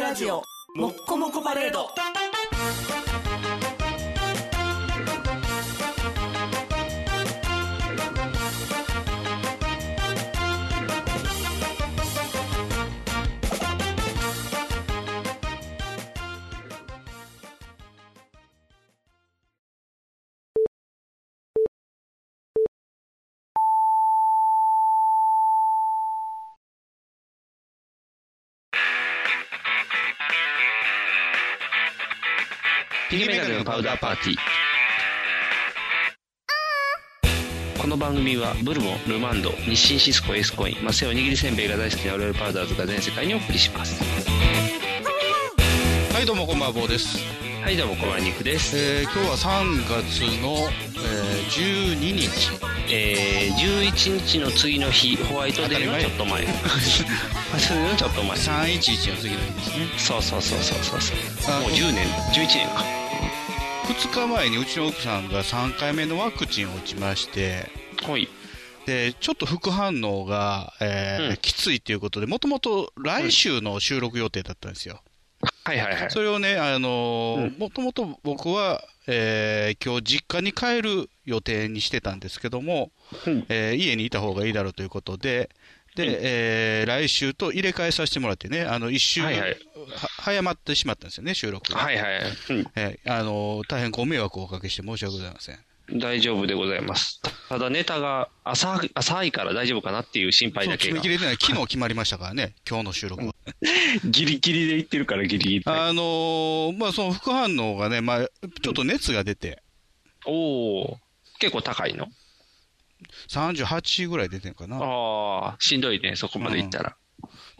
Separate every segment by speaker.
Speaker 1: ラジオもっこもこパレード
Speaker 2: ピゲメガネのパウダーパーティー。この番組はブルボン、ルマンド、日清シスコ、エースコイン、マセオ、おにぎりせんべいが大好きなオレオレパウダーズが全世界にお送りします。
Speaker 3: はいどうもこんばんは坊です、
Speaker 2: はい、どうも、こまにくです。
Speaker 3: えー、今日は3月の、えー、12日
Speaker 2: えー、11日の次の日、ホワイトデーのちょっと前。ホワイトデーのちょっと前。
Speaker 3: 311の次の日ですね
Speaker 2: そうそうそうそうそうそう。
Speaker 3: あ
Speaker 2: もう10年、11年か。
Speaker 3: 2日前にうちの奥さんが3回目のワクチンを打ちまして
Speaker 2: ほい。
Speaker 3: でちょっと副反応が、えー
Speaker 2: うん
Speaker 3: きついということでもともと来週の収録予定だったんですよ、
Speaker 2: はいはいはい。
Speaker 3: それをねあの
Speaker 2: う
Speaker 3: もともと僕は、えー、今日実家に帰る予定にしてたんですけども、
Speaker 2: うん
Speaker 3: えー家にいた方がいいだろうということで、で、
Speaker 2: うん
Speaker 3: えー来週と入れ替えさせてもらってね、あの、一週、
Speaker 2: はいはい
Speaker 3: は早まってしまったんですよね、収録が。
Speaker 2: はいはい。
Speaker 3: えーあのー大変ご迷惑をおかけして申し訳ございません。
Speaker 2: うん。大丈夫でございます。ただネタが浅い、浅いから大丈夫かなっていう心配
Speaker 3: そう
Speaker 2: だけ
Speaker 3: 決め
Speaker 2: が
Speaker 3: き。れてない。昨日決まりましたから ね、今日の収録は。
Speaker 2: ギリギリで言ってるからギリギリ。
Speaker 3: あのーまあ、その副反応がね、まあ、ちょっと熱が出て、
Speaker 2: おお、結構高いの
Speaker 3: 38ぐらい出てるかな。
Speaker 2: ああ、しんどいね、そこまでいったら。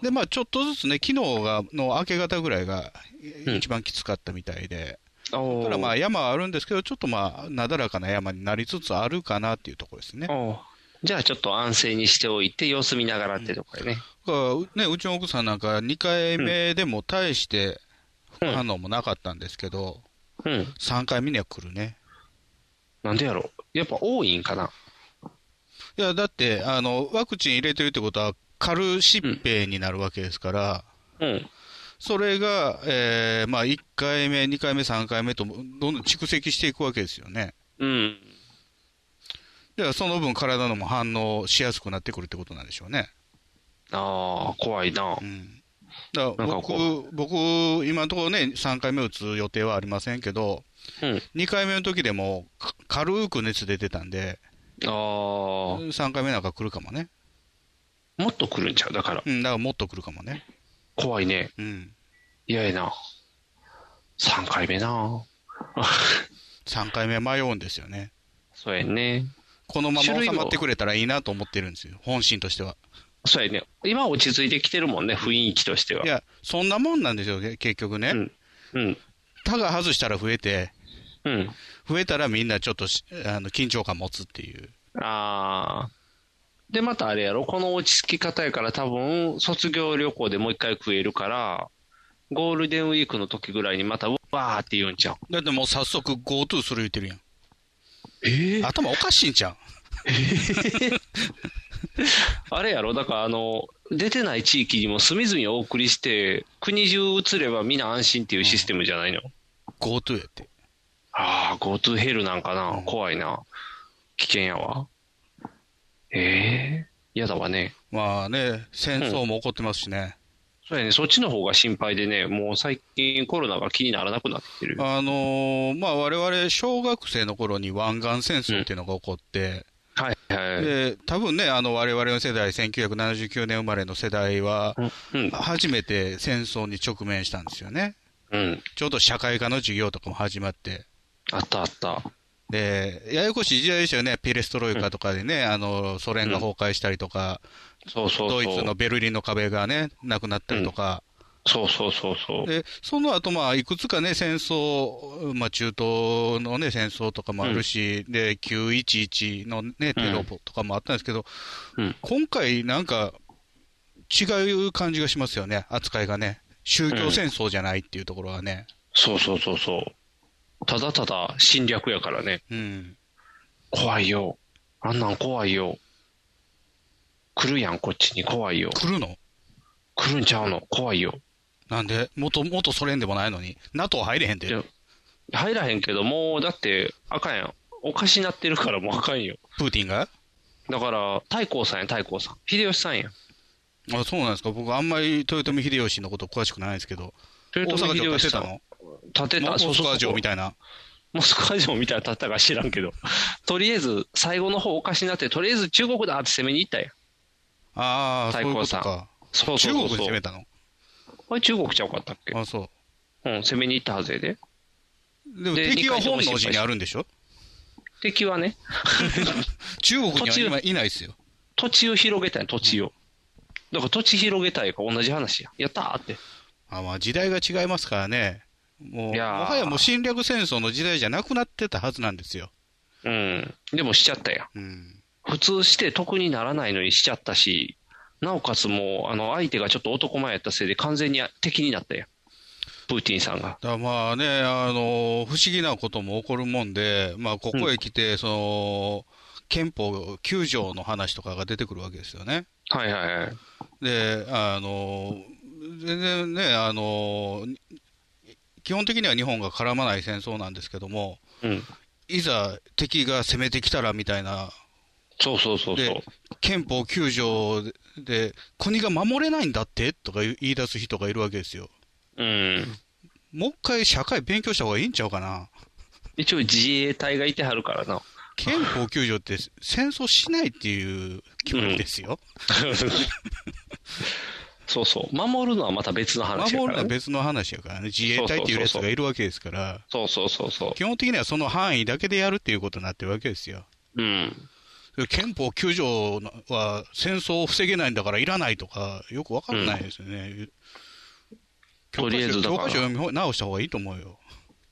Speaker 3: で、まあ、ちょっとずつね、昨日が、の明け方ぐらいが、
Speaker 2: うん
Speaker 3: 一番きつかったみたいで。
Speaker 2: お
Speaker 3: ただまあ
Speaker 2: ー
Speaker 3: 山はあるんですけど、ちょっとまあ、なだらかな山になりつつあるかなっていうところですね。だか
Speaker 2: おーじゃあちょっと安静にしておいて、様子見ながらってとこやね。
Speaker 3: らうね、うちの奥さんなんか、2回目でも大して副
Speaker 2: うん
Speaker 3: 反応もなかったんですけど、
Speaker 2: うん。
Speaker 3: 3回目には来るね。
Speaker 2: なんでやろう。やっぱ多いんかな。
Speaker 3: いや、だって、あの、ワクチン入れてるってことは、軽疾病になるわけですから、
Speaker 2: うん。
Speaker 3: それが、えーまあ、1回目、2回目、3回目と、どんどん蓄積していくわけですよね。
Speaker 2: うん。
Speaker 3: だからその分、体のも反応しやすくなってくるってことなんでしょうね。
Speaker 2: ああ、怖いな
Speaker 3: う。んだから
Speaker 2: なんか
Speaker 3: 僕
Speaker 2: こ
Speaker 3: 僕、今のところね、3回目打つ予定はありませんけど、
Speaker 2: うん。
Speaker 3: 2回目の時でもか軽く熱出てたんで、
Speaker 2: ああ、も
Speaker 3: 3回目なんか来るかもね、
Speaker 2: っと来るんちゃう。だから、
Speaker 3: うん、だからもっと来るかもね、
Speaker 2: 怖いね。
Speaker 3: うん、
Speaker 2: 嫌やな。3回目な。
Speaker 3: 3回目は迷うんですよね、
Speaker 2: そうやね。
Speaker 3: このまま
Speaker 2: 種類
Speaker 3: 収
Speaker 2: を
Speaker 3: まってくれたらいいなと思ってるんですよ、本心としては。。
Speaker 2: そうやね。今落ち着いてきてるもんね、雰囲気としてはい
Speaker 3: や、そんなもんなんですよ、け結局ね、
Speaker 2: うん。うん。
Speaker 3: 他が外したら増えて、
Speaker 2: うん。
Speaker 3: 増えたらみんなちょっとしあの緊張感持つっていう、
Speaker 2: ああ。で、またあれやろ、この落ち着き方やから、多分卒業旅行でもう一回食えるから、ゴールデンウィークの時ぐらいにまた、わーって言うんちゃう。
Speaker 3: だってもう早速、GoTo する言ってるやん、
Speaker 2: え
Speaker 3: 頭おかしいんちゃう
Speaker 2: あれやろ、だから、あの、出てない地域にも隅々お送りして、国中移ればみんな安心っていうシステムじゃないの。
Speaker 3: GoTo やって。
Speaker 2: ああ、GoTo ヘルなんかな、
Speaker 3: うん
Speaker 2: 怖いな。危険やわ。ええ嫌だわね。
Speaker 3: まあね、戦争も起こってますしね、
Speaker 2: そうやね、そっちの方が心配でね、もう最近コロナが気にならなくなってきてる。
Speaker 3: あのーまあ我々小学生の頃に湾岸戦争っていうのが起こって、
Speaker 2: はいはい。
Speaker 3: で多分ね、あの我々の世代、1979年生まれの世代は、
Speaker 2: うん、
Speaker 3: 初めて戦争に直面したんですよね、
Speaker 2: うん、
Speaker 3: ちょうど社会科の授業とかも始まって。
Speaker 2: あったあった。
Speaker 3: でややこしい時代でしたよね、ペレストロイカとかでね、あのソ連が崩壊したりとか、
Speaker 2: そうそうそう。
Speaker 3: ドイツのベルリンの壁がね、なくなったりとか、
Speaker 2: そうそうそうそう。
Speaker 3: でその後まあいくつかね、戦争、まあ、中東の、ね、戦争とかもあるし、で911の、ね、テロとかもあったんですけど、
Speaker 2: うん
Speaker 3: 今回、なんか違う感じがしますよね、扱いがね、宗教戦争じゃないっていうところはね、
Speaker 2: そうそうそうそう。ただただ侵略やからね。
Speaker 3: うん、
Speaker 2: 怖いよ。あんなん怖いよ。来るやん、こっちに怖いよ。
Speaker 3: 来るの
Speaker 2: 来るんちゃうの怖いよ。
Speaker 3: なんで、元、元ソ連でもないのに、NATO 入れへん
Speaker 2: い
Speaker 3: で
Speaker 2: や、入らへんけど、もうだって、あかんやん。おかしなってるからもうあかんよ。
Speaker 3: プーティンが
Speaker 2: だから、太閤さんや、太閤さん。秀吉さんやん。
Speaker 3: あ、そうなんですか。僕、あんまり豊臣秀吉のこと詳しくないですけど、大
Speaker 2: 豊
Speaker 3: 阪
Speaker 2: 臣
Speaker 3: 城建て
Speaker 2: 秀吉さ
Speaker 3: た
Speaker 2: ん。
Speaker 3: の
Speaker 2: 建てた、
Speaker 3: モ
Speaker 2: そう
Speaker 3: ス
Speaker 2: そ
Speaker 3: ク
Speaker 2: う
Speaker 3: ワ
Speaker 2: そ
Speaker 3: 城
Speaker 2: う
Speaker 3: みたいな。
Speaker 2: モスクワ城みたいな建ったか知らんけど。とりあえず、最後の方おかしなって、とりあえず中国だって攻めに行ったやん。
Speaker 3: ああ、そう
Speaker 2: 太
Speaker 3: いうこ
Speaker 2: 閤
Speaker 3: と
Speaker 2: さん
Speaker 3: か。
Speaker 2: そうそ
Speaker 3: 中
Speaker 2: うそ
Speaker 3: 国
Speaker 2: うそ
Speaker 3: で
Speaker 2: う。
Speaker 3: 攻めたの
Speaker 2: あれ中国ちゃうかったっけ
Speaker 3: あそ
Speaker 2: うん、攻めに行ったはずやで。
Speaker 3: う。でも
Speaker 2: で
Speaker 3: 敵は
Speaker 2: 二回とも
Speaker 3: 本能
Speaker 2: 失
Speaker 3: 寺
Speaker 2: 敗し
Speaker 3: に
Speaker 2: た
Speaker 3: あるんでしょ
Speaker 2: 敵 はね、
Speaker 3: 中国には
Speaker 2: 途中
Speaker 3: 今いないですよ。
Speaker 2: 土地を広げたい土地を。だから土地広げたいから同じ話や。やったーって。
Speaker 3: あまあ、時代が違いますからね。もう、
Speaker 2: い
Speaker 3: も
Speaker 2: やー
Speaker 3: はやもう侵略戦争の時代じゃなくなってたはずなんですよ。
Speaker 2: うん。でもしちゃったやん。
Speaker 3: うん。
Speaker 2: 普通して得にならないのにしちゃったし、なおかつもう、あの、相手がちょっと男前やったせいで完全に敵になったやん。プーチンさんが。
Speaker 3: だからまあね、あの、不思議なことも起こるもんで、まあ、ここへ来て、その、憲法9条の話とかが出てくるわけですよね。
Speaker 2: はいはいはい。
Speaker 3: で、あの、全然ね、あの、基本的には日本が絡まない戦争なんですけども、
Speaker 2: うん。
Speaker 3: いざ敵が攻めてきたらみたいな、
Speaker 2: そうそうそうそう
Speaker 3: で。憲法9条で、国が守れないんだってとか言い出す人がいるわけですよ。
Speaker 2: うん。
Speaker 3: もう一回社会勉強した方がいいんちゃうかな。
Speaker 2: 一応自衛隊がいてはるからな。
Speaker 3: 憲法9条って戦争しないっていう決まりですよ。
Speaker 2: そうそう。守るのはまた別の話
Speaker 3: 守る
Speaker 2: やか
Speaker 3: のは
Speaker 2: ら、ね。
Speaker 3: 別の話やからね。自衛隊っていうやつがいるわけですから、
Speaker 2: そうそうそうそ
Speaker 3: 基本的にはその範囲だけでやるっていうことになってるわけですよ。
Speaker 2: う。うん。
Speaker 3: 憲法9条は戦争を防げないんだからいらないとか、よくわかんないですよね。教
Speaker 2: と
Speaker 3: 科
Speaker 2: りあえ
Speaker 3: 書
Speaker 2: ずだ
Speaker 3: 教
Speaker 2: か
Speaker 3: 科
Speaker 2: ら
Speaker 3: 書読み直した方がいいと思うよ。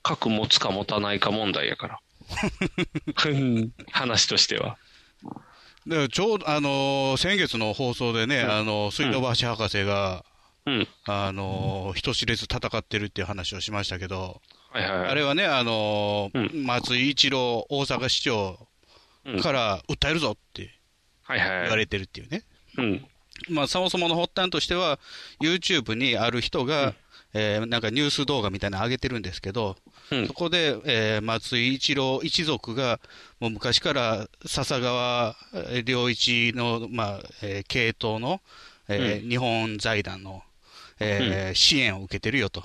Speaker 2: 核持つか持たないか問題 やから。うん話としては。
Speaker 3: だからちょうど、あのー先月の放送でね、あのー水道橋博士が、
Speaker 2: うん。
Speaker 3: あのー人知れず戦ってるっていう話をしましたけど、
Speaker 2: はいはいはい。
Speaker 3: あれはね、あのー松井一郎大阪市長
Speaker 2: うん
Speaker 3: から訴えるぞって
Speaker 2: はいはい
Speaker 3: 言
Speaker 2: は
Speaker 3: わ
Speaker 2: い。
Speaker 3: れてるっていうね。
Speaker 2: うん。
Speaker 3: まあ、そもそもの発端としては、YouTube にある人が、えーなんかニュース動画みたいなの上げてるんですけど、
Speaker 2: うん
Speaker 3: そこで、えー松井一郎一族が、もう昔から笹川えー良一の、まあえー系統の、えー日本財団の、えー支援を受けてるよと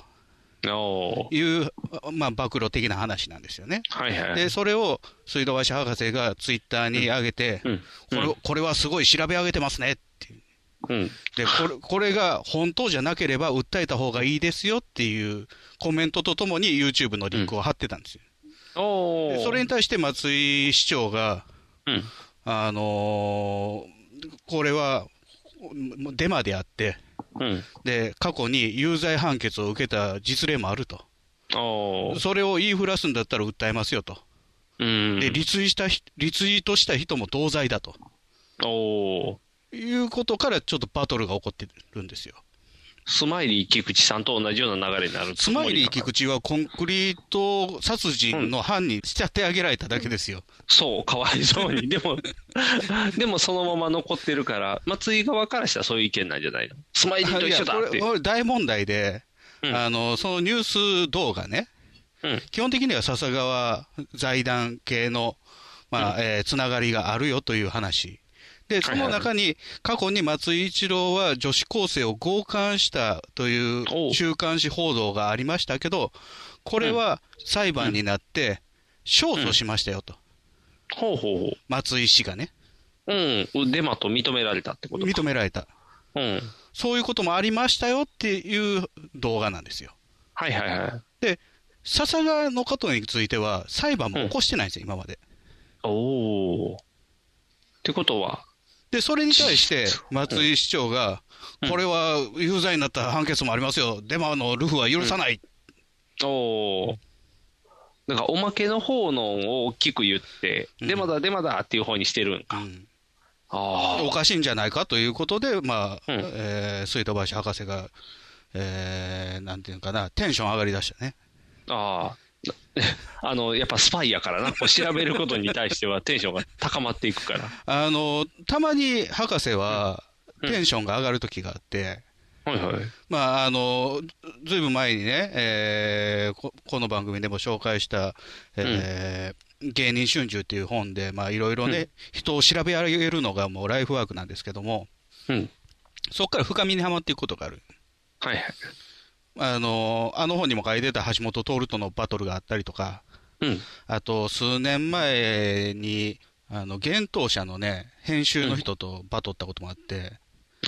Speaker 2: おー
Speaker 3: いう、まあ、暴露的な話なんですよね。
Speaker 2: はいはい。
Speaker 3: で、それを水道橋博士がツイッターに上げて、
Speaker 2: うん
Speaker 3: これこれはすごい調べ上げてますねっていう。
Speaker 2: うん。
Speaker 3: でこ れこれが本当じゃなければ訴えた方がいいですよっていうコメントとともに YouTube のリンクを貼ってたんですよ、
Speaker 2: お
Speaker 3: で
Speaker 2: ー
Speaker 3: それに対して松井市長が、
Speaker 2: うん。
Speaker 3: あのーこれはもうデマであって
Speaker 2: うん。
Speaker 3: で、過去に有罪判決を受けた実例もあると、
Speaker 2: おー
Speaker 3: それを言いふらすんだったら訴えますよと、
Speaker 2: うん。
Speaker 3: でリツイしたひリツイートした人も同罪だと
Speaker 2: おー
Speaker 3: いうことから、ちょっとバトルが起こってるんですよ。
Speaker 2: スマイリー菊池さんと同じような流れになる
Speaker 3: スマイリー菊池はコンクリート殺人の犯人しちゃってあげられただけですよ。
Speaker 2: そう、かわいそうに。でも、 でもそのまま残ってるから、松井側からしたらそういう意見なんじゃないのスマイリーと一緒だ
Speaker 3: いや
Speaker 2: っ
Speaker 3: これ
Speaker 2: て。
Speaker 3: これ大問題で、
Speaker 2: うん
Speaker 3: あの、そのニュース動画ね、
Speaker 2: うん
Speaker 3: 基本的には笹川財団系の、まあえーつながりがあるよという話。で、その中に、過去に松井一郎は女子高生を強姦したとい
Speaker 2: お
Speaker 3: う
Speaker 2: う
Speaker 3: 週刊誌報道がありましたけど、これは裁判になって、勝訴しましたよと、
Speaker 2: ほうほうほう。
Speaker 3: 松井氏がね。
Speaker 2: うん、デマと認められたってことか。
Speaker 3: 認められた。
Speaker 2: うん。
Speaker 3: そういうこともありましたよっていう動画なんですよ。
Speaker 2: はいはいはい。
Speaker 3: で、笹川のことについては裁判も起こしてないんですよ、今まで。
Speaker 2: おお。ってことは、
Speaker 3: で、それに対して
Speaker 2: 実質
Speaker 3: 松井市長が、これは有罪になった判決もありますよ。デマのルフは許さない。
Speaker 2: おお。なんかおまけの方のを大きく言って、
Speaker 3: うん
Speaker 2: デマだデマだっていう方にしてるんか。
Speaker 3: うん
Speaker 2: あ
Speaker 3: おかしいんじゃないかということで、まあ、
Speaker 2: うん
Speaker 3: えー水道橋博士が、えーなんていうのかな、テンション上がりだしたね。
Speaker 2: あ。ああ。 あの、やっぱスパイやからな。こう調べることに対してはテンションが高まっていくから。
Speaker 3: あの、たまに博士は、テンションが上がる時があって、
Speaker 2: はいはい。
Speaker 3: まあ、あの、ずいぶん前にね、えーこ、この番組でも紹介した、えー芸人春秋っていう本で、まあ、いろいろね、
Speaker 2: う
Speaker 3: 人を調べ上げるのがもうライフワークなんですけども、
Speaker 2: うん。
Speaker 3: そこから深みにはまっていくことがある。
Speaker 2: はいはい。
Speaker 3: あの、あの本にも書いてた橋本徹とのバトルがあったりとか、
Speaker 2: うん。
Speaker 3: あと、数年前に、あの、幻冬舎のね、編集の人とバトったこともあって、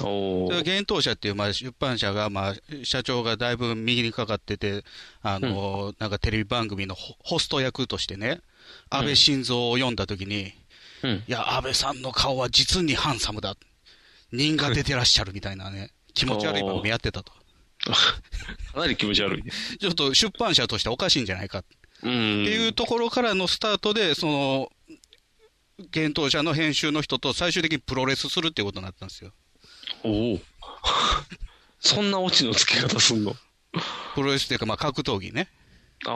Speaker 2: お
Speaker 3: それは
Speaker 2: ー。
Speaker 3: 幻冬社っていうまあ出版社が、まあ、社長がだいぶ右にかかってて、あのなんかテレビ番組のホホスト役としてね、安倍晋三を読んだときに、い
Speaker 2: うん。
Speaker 3: や、安倍さんの顔は実にハンサムだ、人が出てらっしゃるみたいなね、気持ち悪い番組やってたと、
Speaker 2: かなり気持ち悪いね。
Speaker 3: ちょっと出版社としておかしいんじゃないかっ
Speaker 2: うん。
Speaker 3: ていうところからのスタートで、その幻冬社の編集の人と最終的にプロレスするっていうことになったんですよ。
Speaker 2: おお。 そんなオチのつけ方すんの
Speaker 3: プロレスっていうか、まあ、格闘技ね。
Speaker 2: あ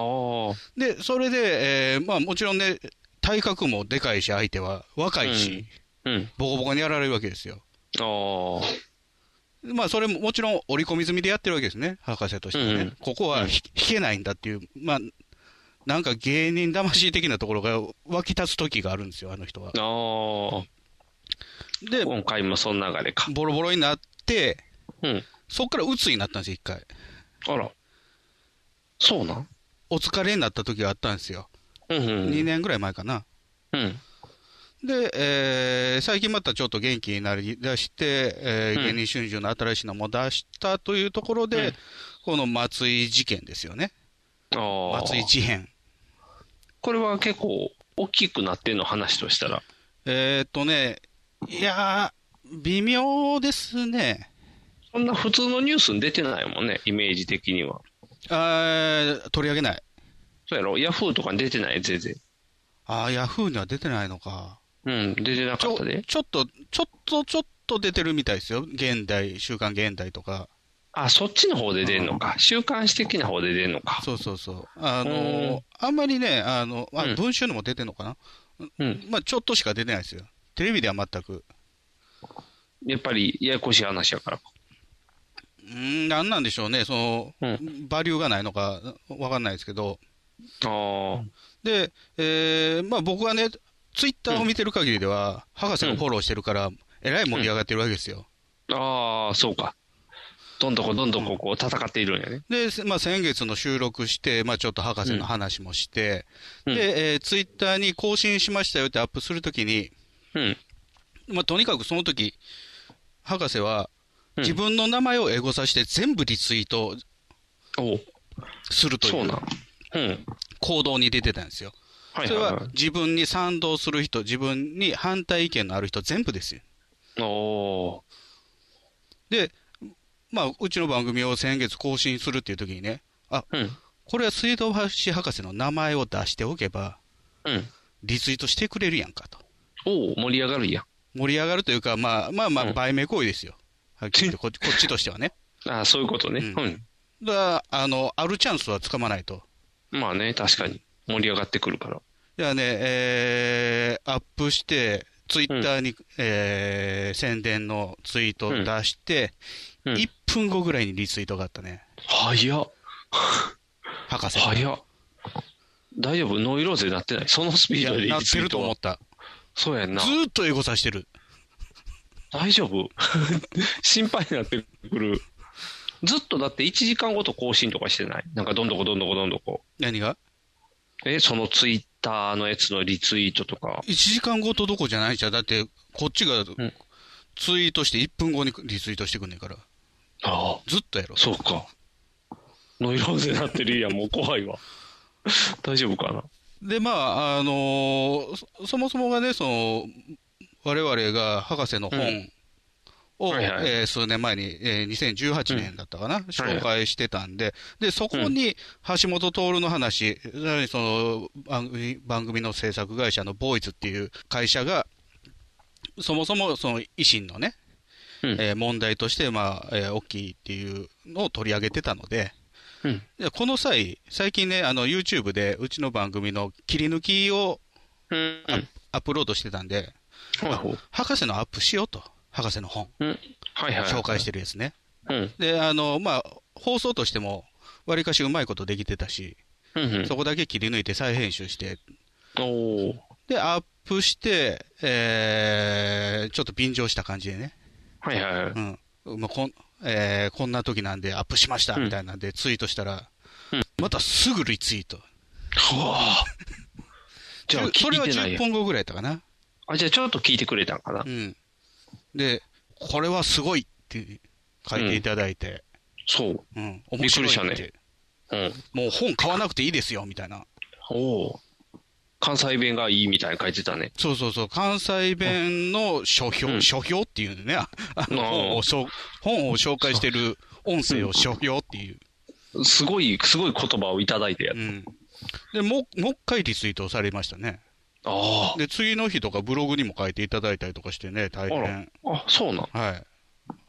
Speaker 2: あ。
Speaker 3: で、それで、えーまあもちろんね、体格もでかいし、相手は若いし、
Speaker 2: うん。
Speaker 3: ボコボコにやられるわけですよ。
Speaker 2: ああ。
Speaker 3: まあそれももちろん織り込み済みでやってるわけですね、博士としてはね。
Speaker 2: うんうん
Speaker 3: ここはひ引けないんだっていう、まあ、なんか芸人魂的なところが湧き立つ時があるんですよ、あの人は。
Speaker 2: ああ。
Speaker 3: で、
Speaker 2: 今回もその流れか。
Speaker 3: ボロボロになって、
Speaker 2: うん。
Speaker 3: そっから鬱になったんですよ、一回。
Speaker 2: あら。そうなん
Speaker 3: お疲れになった時があったんですよ。
Speaker 2: うんうん。
Speaker 3: 2年ぐらい前かな。
Speaker 2: うん。
Speaker 3: で、えー最近またちょっと元気になりだして、えー
Speaker 2: うん
Speaker 3: 芸人春秋の新しいのも出したというところで、
Speaker 2: うん
Speaker 3: この松井事件ですよね。
Speaker 2: ああ。
Speaker 3: 松井事変。
Speaker 2: これは結構大きくなってんの話としたら。
Speaker 3: えーっとね、いやー、微妙ですね。
Speaker 2: そんな普通のニュースに出てないもんね、イメージ的には。
Speaker 3: あー取り上げない。
Speaker 2: そうやろヤフーとかに出てない全然。
Speaker 3: あー、ヤフーには出てないのか。
Speaker 2: うん、出てな
Speaker 3: ち
Speaker 2: かっ
Speaker 3: ょ
Speaker 2: たで。
Speaker 3: ちょっと、ちょっと、ちょっと出てるみたいですよ。現代、週刊現代とか。
Speaker 2: あ、そっちの方で出んのか。週刊誌的な方で出んのか。
Speaker 3: そうそうそう。あの
Speaker 2: う
Speaker 3: ー
Speaker 2: ん
Speaker 3: あんまりね、あの、あ
Speaker 2: うん
Speaker 3: 文春のも出てるのかな、
Speaker 2: うん。
Speaker 3: まあ、ちょっとしか出てないですよ。テレビでは全く。
Speaker 2: やっぱりややこしい話やから。
Speaker 3: うーん、なんなんでしょうね。その、
Speaker 2: う
Speaker 3: バリューがないのか、わかんないですけど。
Speaker 2: ああ。
Speaker 3: で、えーまあ僕はね、ツイッターを見てる限りでは、博士がフォローしてるから、えらい盛り上がってるわけですよ。
Speaker 2: ああ、そうか。どんどこどんどここう戦っているんやね。
Speaker 3: で、まあ先月の収録して、まあちょっと博士の話もして、
Speaker 2: うん
Speaker 3: で、えーツイッターに更新しましたよってアップするときに、
Speaker 2: うん。
Speaker 3: まあとにかくその時、博士は、
Speaker 2: うん
Speaker 3: 自分の名前をエゴさして全部リツイート
Speaker 2: おう
Speaker 3: すると
Speaker 2: そ
Speaker 3: いうう
Speaker 2: なん。うん。
Speaker 3: 行動に出てたんですよ。
Speaker 2: はい
Speaker 3: そ
Speaker 2: はい
Speaker 3: れ
Speaker 2: は
Speaker 3: は自分に賛同する人、自分に反対意見のある人、全部ですよ。
Speaker 2: い。お
Speaker 3: で、まあ、うちの番組を先月更新するっていう時にね、あ
Speaker 2: ーうん。
Speaker 3: これは水道橋博士の名前を出しておけば、
Speaker 2: うん。
Speaker 3: リツイートしてくれるやんかと。
Speaker 2: おお盛り上がるやん。
Speaker 3: 盛り上がるというか、まあまあま
Speaker 2: う
Speaker 3: あ、
Speaker 2: ん
Speaker 3: 売名行為ですよ。はっきり言ってこっ ち、こっちとしてはね。
Speaker 2: ああ、そういうことね。
Speaker 3: う
Speaker 2: うん。
Speaker 3: だから、あの、あるチャンスはつかまないと。
Speaker 2: まあね、確かに。盛り上がってくるから。
Speaker 3: じゃあね、えーアップして、ツイッターに、えー宣伝のツイートを出して、
Speaker 2: うんうん
Speaker 3: 1分後ぐらいにリツイートがあったね。
Speaker 2: 早っ。
Speaker 3: 博士。
Speaker 2: 早っ。大丈夫ノイローゼなってないそのスピ
Speaker 3: い
Speaker 2: ー
Speaker 3: や
Speaker 2: ドで
Speaker 3: なってると思
Speaker 2: リ
Speaker 3: っ
Speaker 2: ツイート
Speaker 3: た。
Speaker 2: そうやんな
Speaker 3: ず。ーっとエゴサしてる。
Speaker 2: 大丈夫 心配になってくる。ずっとだって1時間ごと更新とかしてないなんかどんどこどんどこどんどこ。
Speaker 3: 何が
Speaker 2: え、そのツイッターのやつのリツイートとか。
Speaker 3: 1時間ごとどこじゃないじゃん。だって、こっちが
Speaker 2: ん
Speaker 3: ツイートして1分後にリツイートしてくんねんから。
Speaker 2: ああ、
Speaker 3: ずっとやろ。
Speaker 2: そうか。ノイローゼなって るやん、もう怖いわ。大丈夫かな
Speaker 3: で、まあ、あのーそそもそもがね、その、我々が博士の
Speaker 2: う
Speaker 3: 本
Speaker 2: ん
Speaker 3: を、
Speaker 2: はいはい
Speaker 3: えー数年前に、えー2018年だったかな、紹介してたんで、で、そこ
Speaker 2: うん
Speaker 3: に橋本徹の話、さらにその番組番組の制作会社のボーイズっていう会社が、そもそもその維新のね、
Speaker 2: うん
Speaker 3: えー問題として、まあえー大きいっていうのを取り上げてたので、
Speaker 2: うん。
Speaker 3: でこの際、最近ね、あの YouTube でうちの番組の切り抜きを
Speaker 2: うん。
Speaker 3: あアップロードしてたんで、
Speaker 2: はいほ
Speaker 3: 博士のアップしようと、博士の本、
Speaker 2: ううん。はいはい。
Speaker 3: 紹介してるやつね。
Speaker 2: うん。
Speaker 3: で、あの、まあ、放送としても、わりかしうまいことできてたし、
Speaker 2: うんうん
Speaker 3: そこだけ切り抜いて再編集して、
Speaker 2: おー
Speaker 3: で、アップして、えー、ちょっと便乗した感じでね、
Speaker 2: はいはいはい。
Speaker 3: うん。まあ、こん、えーこんな時なんでアップしました、
Speaker 2: うん
Speaker 3: みたいなんでツイートしたら、
Speaker 2: うん
Speaker 3: またすぐリツイート。
Speaker 2: はあ。じゃあ、
Speaker 3: 10それ
Speaker 2: 聞
Speaker 3: は
Speaker 2: いてない
Speaker 3: 10
Speaker 2: や
Speaker 3: 分
Speaker 2: ん
Speaker 3: 後ぐらいだったかな。
Speaker 2: あ、じゃあ、ちょっと聞いてくれたんかな
Speaker 3: う。ん。で、これはすごいって書いていただいて、
Speaker 2: そう。
Speaker 3: うん。
Speaker 2: び
Speaker 3: 面
Speaker 2: っく
Speaker 3: 白い
Speaker 2: りしたね
Speaker 3: って
Speaker 2: うん。
Speaker 3: もう本買わなくていいですよ、みたいな。
Speaker 2: おー関西弁がいいみたいに書いてたね。
Speaker 3: そうそうそう、関西弁の書評、
Speaker 2: うん
Speaker 3: 書評っていうね、ああの
Speaker 2: あー
Speaker 3: 本をしょ、本を紹介してる音声を書評っていう。
Speaker 2: すごい、すごい言葉をいただいてやる。
Speaker 3: うん。で、もう、もう一回リツイートされましたね。
Speaker 2: あ
Speaker 3: で、次の日とかブログにも書いていただいたりとかしてね、大
Speaker 2: あ。あら
Speaker 3: 変。。
Speaker 2: あ、そうなん。
Speaker 3: はい。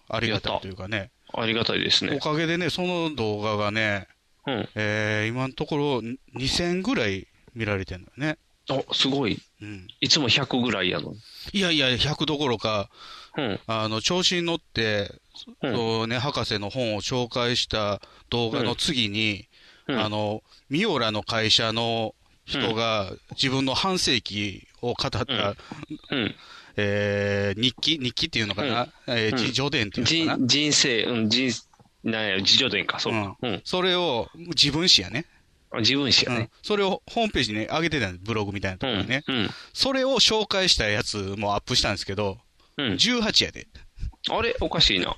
Speaker 3: ありがた
Speaker 2: や
Speaker 3: い
Speaker 2: った
Speaker 3: というかね。
Speaker 2: ありがたいです
Speaker 3: お
Speaker 2: ね。
Speaker 3: かげでね、その動画がね、
Speaker 2: うん。
Speaker 3: えー、今のところん2000ぐらい見られてるんだよね。
Speaker 2: あ、すごい。
Speaker 3: うん。
Speaker 2: いつも100ぐらいやのに。
Speaker 3: いやいや、100どころか、
Speaker 2: うん。
Speaker 3: あの、調子に乗って、
Speaker 2: うん
Speaker 3: そうね、博士の本を紹介した動画の次に、
Speaker 2: うん
Speaker 3: あの、ミオラの会社の人が自分の半世紀を語った、
Speaker 2: うんうん。
Speaker 3: えー日記日記っていうのかな、えー、自叙伝っていうのかな、
Speaker 2: 人人生、うん、人、なんや、自助伝か、そうか。
Speaker 3: う
Speaker 2: うんん。
Speaker 3: それを、自分史やね、
Speaker 2: あ自分史や
Speaker 3: うん
Speaker 2: ね。、
Speaker 3: それをホームページに上げてたんです、ブログみたいなと
Speaker 2: う
Speaker 3: ころ
Speaker 2: ん。
Speaker 3: にね、
Speaker 2: うん。
Speaker 3: それを紹介したやつもアップしたんですけど、
Speaker 2: うん。
Speaker 3: 18やで、
Speaker 2: あれおかしい な。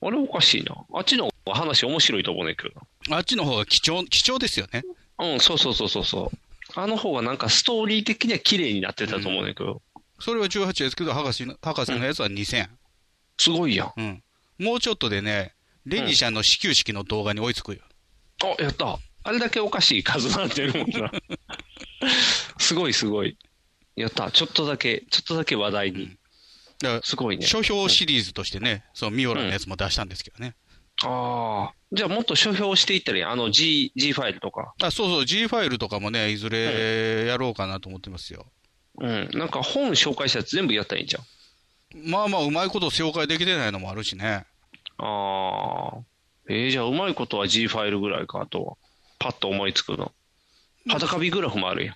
Speaker 2: あれおかしいな。あっちの方が話面白いと思うねんけど
Speaker 3: あっちの方が貴重貴重ですよね、
Speaker 2: な。うん、そうそうそうそうそう。あの方がなんかストーリー的には綺麗になってたと思うねんけど。
Speaker 3: それは18ですけど、博士の博士のやつは2000、
Speaker 2: すごいやん。あ、
Speaker 3: うん、もうちょっとでね、レニシャの始球式の動画に追いつくよ、
Speaker 2: やった。あれだけおかしい数なんてるもんな。すごいすごい。やった。ちょっとだけ、ちょっとだけ話題に。
Speaker 3: だか
Speaker 2: すごい
Speaker 3: ら
Speaker 2: ね。
Speaker 3: 書評シリーズとしてね、そのミオラのやつも出したんですけどね、
Speaker 2: ああ。じゃあもっと書評していったらいいあの G、G ファイルとか。
Speaker 3: あそうそう、G ファイルとかもね、いずれやろうかなと思ってますよ。
Speaker 2: うん。なんか本紹介したやつ全部やったらいいんじゃん。
Speaker 3: まあまあ、うまいこと紹介できてないのもあるしね。
Speaker 2: ああ。えー、じゃあうまいことは G ファイルぐらいか、あとは。パッと思いつくの。裸ビグラフもあるやん。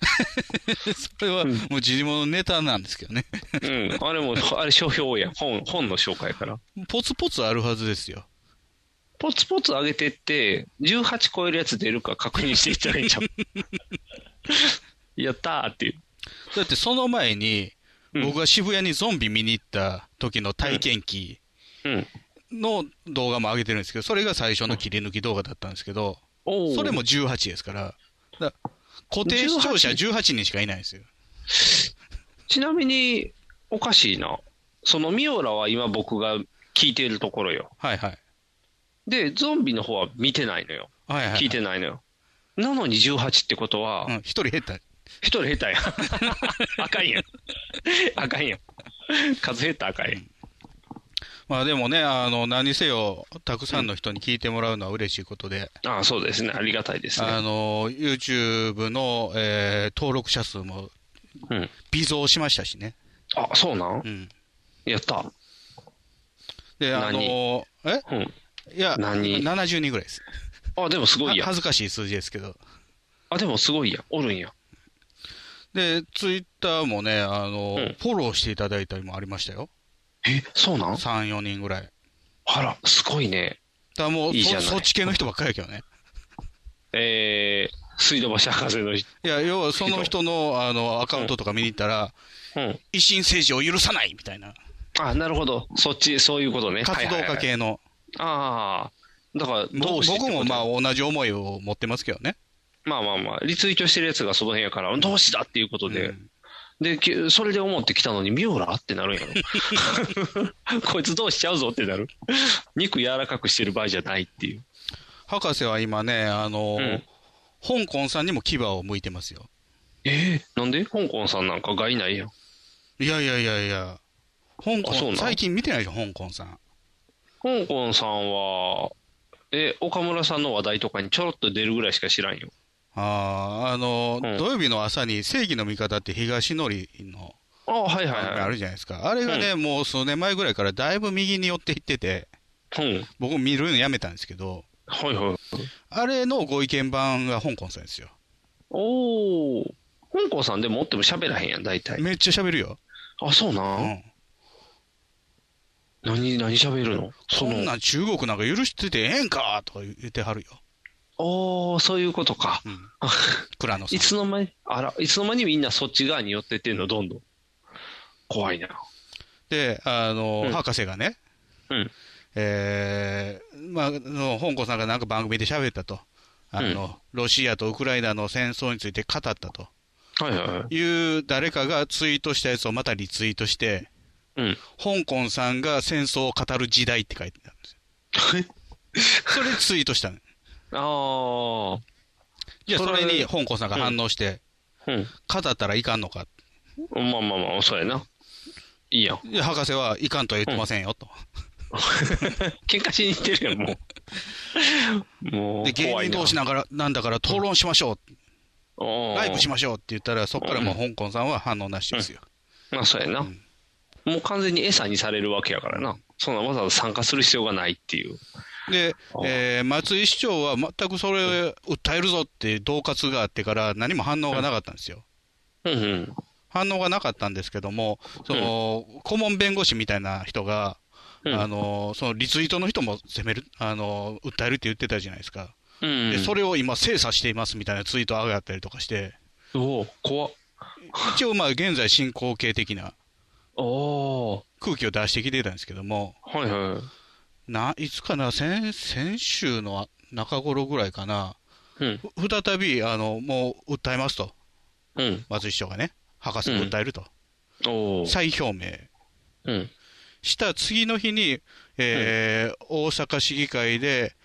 Speaker 3: それはもう自分のネタなんですけどね。
Speaker 2: うん。あれも、あれ書評やん。本、本の紹介やから。
Speaker 3: ポツポツあるはずですよ。
Speaker 2: ポツポツ上げてって、18超えるやつ出るか確認していったらいい んじゃん。やったーっていう。
Speaker 3: だってその前に、
Speaker 2: うん
Speaker 3: 僕が渋谷にゾンビ見に行った時の体験記
Speaker 2: うん。
Speaker 3: の動画も上げてるんですけど、それが最初の切り抜き動画だったんですけど、
Speaker 2: おー
Speaker 3: それも18ですから、だから固定視聴者18人しかいないんですよ。
Speaker 2: ちなみに、おかしいな。そのミオラは今僕が聞いているところよ。
Speaker 3: はいはい。
Speaker 2: で、ゾンビの方は見てないのよ。
Speaker 3: はいはい。
Speaker 2: 聞いてないのよ。なのに18ってことは、
Speaker 3: うん、一人減った。
Speaker 2: 一人減ったやん。 あかんやん。あかんやん。数減ったらあかんやん。
Speaker 3: まあでもね、あの、何せよ、たくさんの人に聞いてもらうのは嬉しいことで、
Speaker 2: ああ、そうですね。ありがたいです
Speaker 3: あ
Speaker 2: ね。
Speaker 3: の、YouTube の、えー登録者数も
Speaker 2: うん。
Speaker 3: 微増しましたしね。
Speaker 2: あ、そうなん
Speaker 3: うん。
Speaker 2: やった。
Speaker 3: で、あの、え
Speaker 2: うん。
Speaker 3: いや、
Speaker 2: 何
Speaker 3: 70人ぐらいです。
Speaker 2: あ、でもすごい
Speaker 3: は
Speaker 2: やん。
Speaker 3: 恥ずかしい数字ですけど。
Speaker 2: あ、でもすごいやん。おるんや。
Speaker 3: で、Twitter もね、あの、
Speaker 2: うん
Speaker 3: フォローしていただいたりもありましたよ。
Speaker 2: え、そうなん
Speaker 3: 3、4人ぐらい。
Speaker 2: あら、すごいね。
Speaker 3: だからもう
Speaker 2: いいじゃ
Speaker 3: そ、
Speaker 2: ない
Speaker 3: そっち系の人ばっかりやけどね。
Speaker 2: えー、水道橋博士の人。
Speaker 3: いや、要はその人の、あの、アカウントとか見に行ったら、
Speaker 2: うん。
Speaker 3: 維新政治を許さないみたいな、
Speaker 2: あ、なるほど。そっち、そういうことね。
Speaker 3: 活動
Speaker 2: はいはい
Speaker 3: 家
Speaker 2: はい
Speaker 3: 系の。
Speaker 2: ああ。だから、どうして
Speaker 3: 僕もまあ
Speaker 2: あ、
Speaker 3: 同じ思いを持ってますけどね。
Speaker 2: まあまあまあ、リツイートしてるやつがその辺やから、どうしたっていうことで、
Speaker 3: うん
Speaker 2: で、きそれで思ってきたのに、ミオラってなるんやろ。 こいつどうしちゃうぞってなる。肉柔らかくしてる場合じゃないっていう。
Speaker 3: 博士は今ね、あの、香港さんにも牙を向いてますよ。
Speaker 2: えーなんで香港さんなんか害ないやん。
Speaker 3: いやいやいやいや、香
Speaker 2: あそうな
Speaker 3: 港、
Speaker 2: の
Speaker 3: 最近見てないでしょ、香港さん。
Speaker 2: 香港さんは、え、岡村さんの話題とかにちょろっと出るぐらいしか知らんよ。
Speaker 3: あーあの、
Speaker 2: うん
Speaker 3: 土曜日の朝に正義の味方って東のりの
Speaker 2: あはいはい
Speaker 3: 番組
Speaker 2: はい。
Speaker 3: あるじゃないですか。あれがね、もう数年前ぐらいからだいぶ右に寄っていってて、
Speaker 2: うん。
Speaker 3: 僕見るのやめたんですけど、
Speaker 2: はいはい。
Speaker 3: あれのご意見版が香港さんですよ。
Speaker 2: おお。香港さんでもおっても喋らへんやん、大体。
Speaker 3: めっちゃ喋るよ。
Speaker 2: あ、そうな。
Speaker 3: うんん。
Speaker 2: 何、何喋るのそ
Speaker 3: そん
Speaker 2: の、あ
Speaker 3: なん中国なんか許しててええんかとか言ってはるよ。
Speaker 2: あ、そういうことか。
Speaker 3: うん。倉野さん
Speaker 2: い。つの間に、あら、いつの間にみんなそっち側に寄ってってんの、どんどん。怖いな。
Speaker 3: で、あの、
Speaker 2: うん
Speaker 3: 博士がね、
Speaker 2: うん。
Speaker 3: えーまあ、あの香港さんがなんか番組で喋ったと。あの、ロシアとウクライナの戦争について語ったと
Speaker 2: はいはいはい。
Speaker 3: いう誰かがツイートしたやつをまたリツイートして、
Speaker 2: うん。
Speaker 3: 香港さんが戦争を語る時代って書いてあるんですよ。 それツイートしたの。
Speaker 2: あ
Speaker 3: じゃあそ
Speaker 2: それ
Speaker 3: れに香港さんが反応して、
Speaker 2: あ。うん。
Speaker 3: 語ったらいかんのか。
Speaker 2: まあまあまあ、そうやな。いいやん。
Speaker 3: で博士はいかんとは言ってませんよ、と。
Speaker 2: 喧嘩しに行ってるやん、も う。も
Speaker 3: で、
Speaker 2: う、
Speaker 3: 芸
Speaker 2: 怖い
Speaker 3: 人
Speaker 2: な
Speaker 3: 同。士なんから、なんだから討論しましょう。ラ
Speaker 2: ラ
Speaker 3: イブしましょうって言ったら、そこからもう香港さんは反応なしですよ。
Speaker 2: まあそうやな、もう完全に餌にされるわけやからなそんなわざわざ参加する必要がないっていう
Speaker 3: で
Speaker 2: あ、ー
Speaker 3: えー松井市長は全くそれ、訴えるぞって恫喝があってから、何も反応がなかったんですよ。
Speaker 2: うんうん
Speaker 3: 反応がなかったんですけども、その顧問弁護士みたいな人が、
Speaker 2: うん
Speaker 3: あのそのリツイートの人も責めるあの、訴えるって言ってたじゃないですか、
Speaker 2: うん
Speaker 3: で、そ
Speaker 2: れ
Speaker 3: れを今、精査していますみたいなツイート上がったりとかして、
Speaker 2: おお怖っ
Speaker 3: 一応、まあ現在進行形的な
Speaker 2: おお
Speaker 3: 空気を出してきてたんですけども、
Speaker 2: ーはいはい
Speaker 3: ないつかな、先先週の中頃ぐらいかな、
Speaker 2: うん
Speaker 3: ふ再びあのもう訴えますと。
Speaker 2: うん
Speaker 3: 松井市長がね、博士を訴えると、
Speaker 2: おお
Speaker 3: 再表明
Speaker 2: うん
Speaker 3: した次の日に、えー大阪市議会で、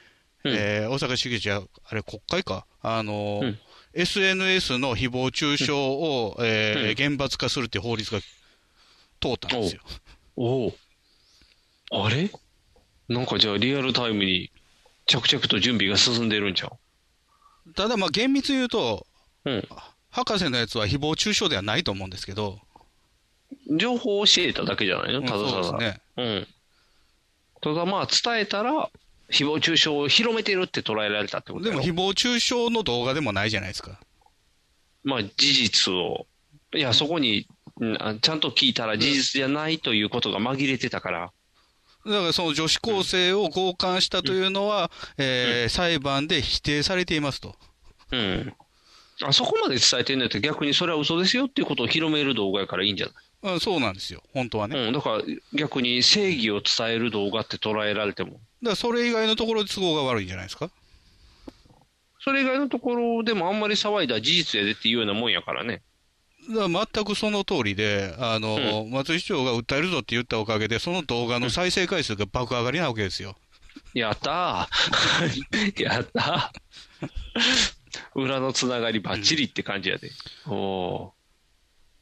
Speaker 2: うん
Speaker 3: えー大阪市議会じゃ、あれ、国会か、あのー
Speaker 2: うん
Speaker 3: SNS の誹謗中傷を、えー
Speaker 2: うん
Speaker 3: 厳罰化するっていう法律が通ったんですよ。
Speaker 2: おおあれなんかじゃあリアルタイムに着々と準備が進んでるんじゃん
Speaker 3: ただ、まあ厳密に言うと、
Speaker 2: うん
Speaker 3: 博士のやつは誹謗中傷ではないと思うんですけど、
Speaker 2: 情報を教えただけじゃないのた
Speaker 3: う
Speaker 2: だ
Speaker 3: んそう
Speaker 2: た
Speaker 3: で
Speaker 2: だ
Speaker 3: すね。
Speaker 2: うん。ただまあ伝えたら、誹謗中傷を広めてるって捉えられたってこと
Speaker 3: で
Speaker 2: だよ
Speaker 3: も、誹謗中傷の動画でもないじゃないですか。
Speaker 2: まあ事実を、いや、そこに、うんあちゃんと聞いたら事実じゃないということが紛れてたから、
Speaker 3: だからその女子高生を強姦したというのは、えー裁判で否定されていますと。
Speaker 2: うん。あそこまで伝えてんのやったら逆にそれは嘘ですよっていうことを広める動画やからいいんじゃ
Speaker 3: うん、そうなんですよ、本当はね。
Speaker 2: ない、
Speaker 3: だか
Speaker 2: うん、だから逆に正義を伝える動画って捉えられても、
Speaker 3: らそれ以外のところで都合が悪いんじゃないですか。
Speaker 2: それ以外のところでもあんまり騒いだら事実やでっていうようなもんやからね。
Speaker 3: だから全くその通りで、あの、松井市長が訴えるぞって言ったおかげで、その動画の再生回数が爆上がりなわけですよ。
Speaker 2: やったー やったー裏のつながりばっちりって感じやで。お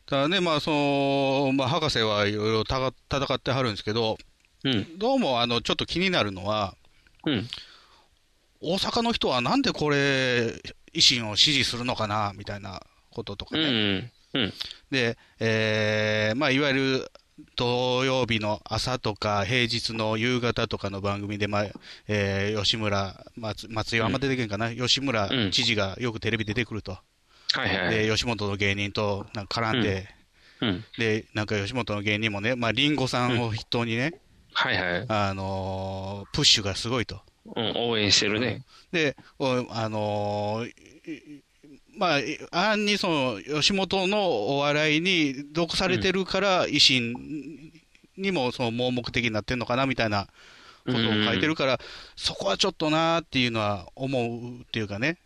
Speaker 3: ただね、まあ、その、まあ、博士はいろいろたが戦ってはるんですけど、
Speaker 2: ーうん。
Speaker 3: どうも、あの、ちょっと気になるのは、
Speaker 2: うん。
Speaker 3: 大阪の人はなんでこれ、維新を支持するのかな、みたいなこととか
Speaker 2: う
Speaker 3: ね。
Speaker 2: ん。うん。
Speaker 3: で、えーまあ、いわゆる土曜日の朝とか平日の夕方とかの番組で、まあえー吉村、松松井はあんま出てけんかな、吉村
Speaker 2: うん
Speaker 3: 知事がよくテレビ出てくると、
Speaker 2: はいはい。
Speaker 3: で吉本の芸人となんか絡んで、
Speaker 2: うん。
Speaker 3: でなんか吉本の芸人もね、まあ、リンゴさんを筆頭にね、
Speaker 2: はいはい。
Speaker 3: あのープッシュがすごいと。
Speaker 2: うん、応援してるね。
Speaker 3: で、おあのーいいまあ、暗にその吉本のお笑いに毒されてるから、維新にもその盲目的になってんのかなみたいなことを書いてるから、そこはちょっとなーっていうのは思うっていうかね、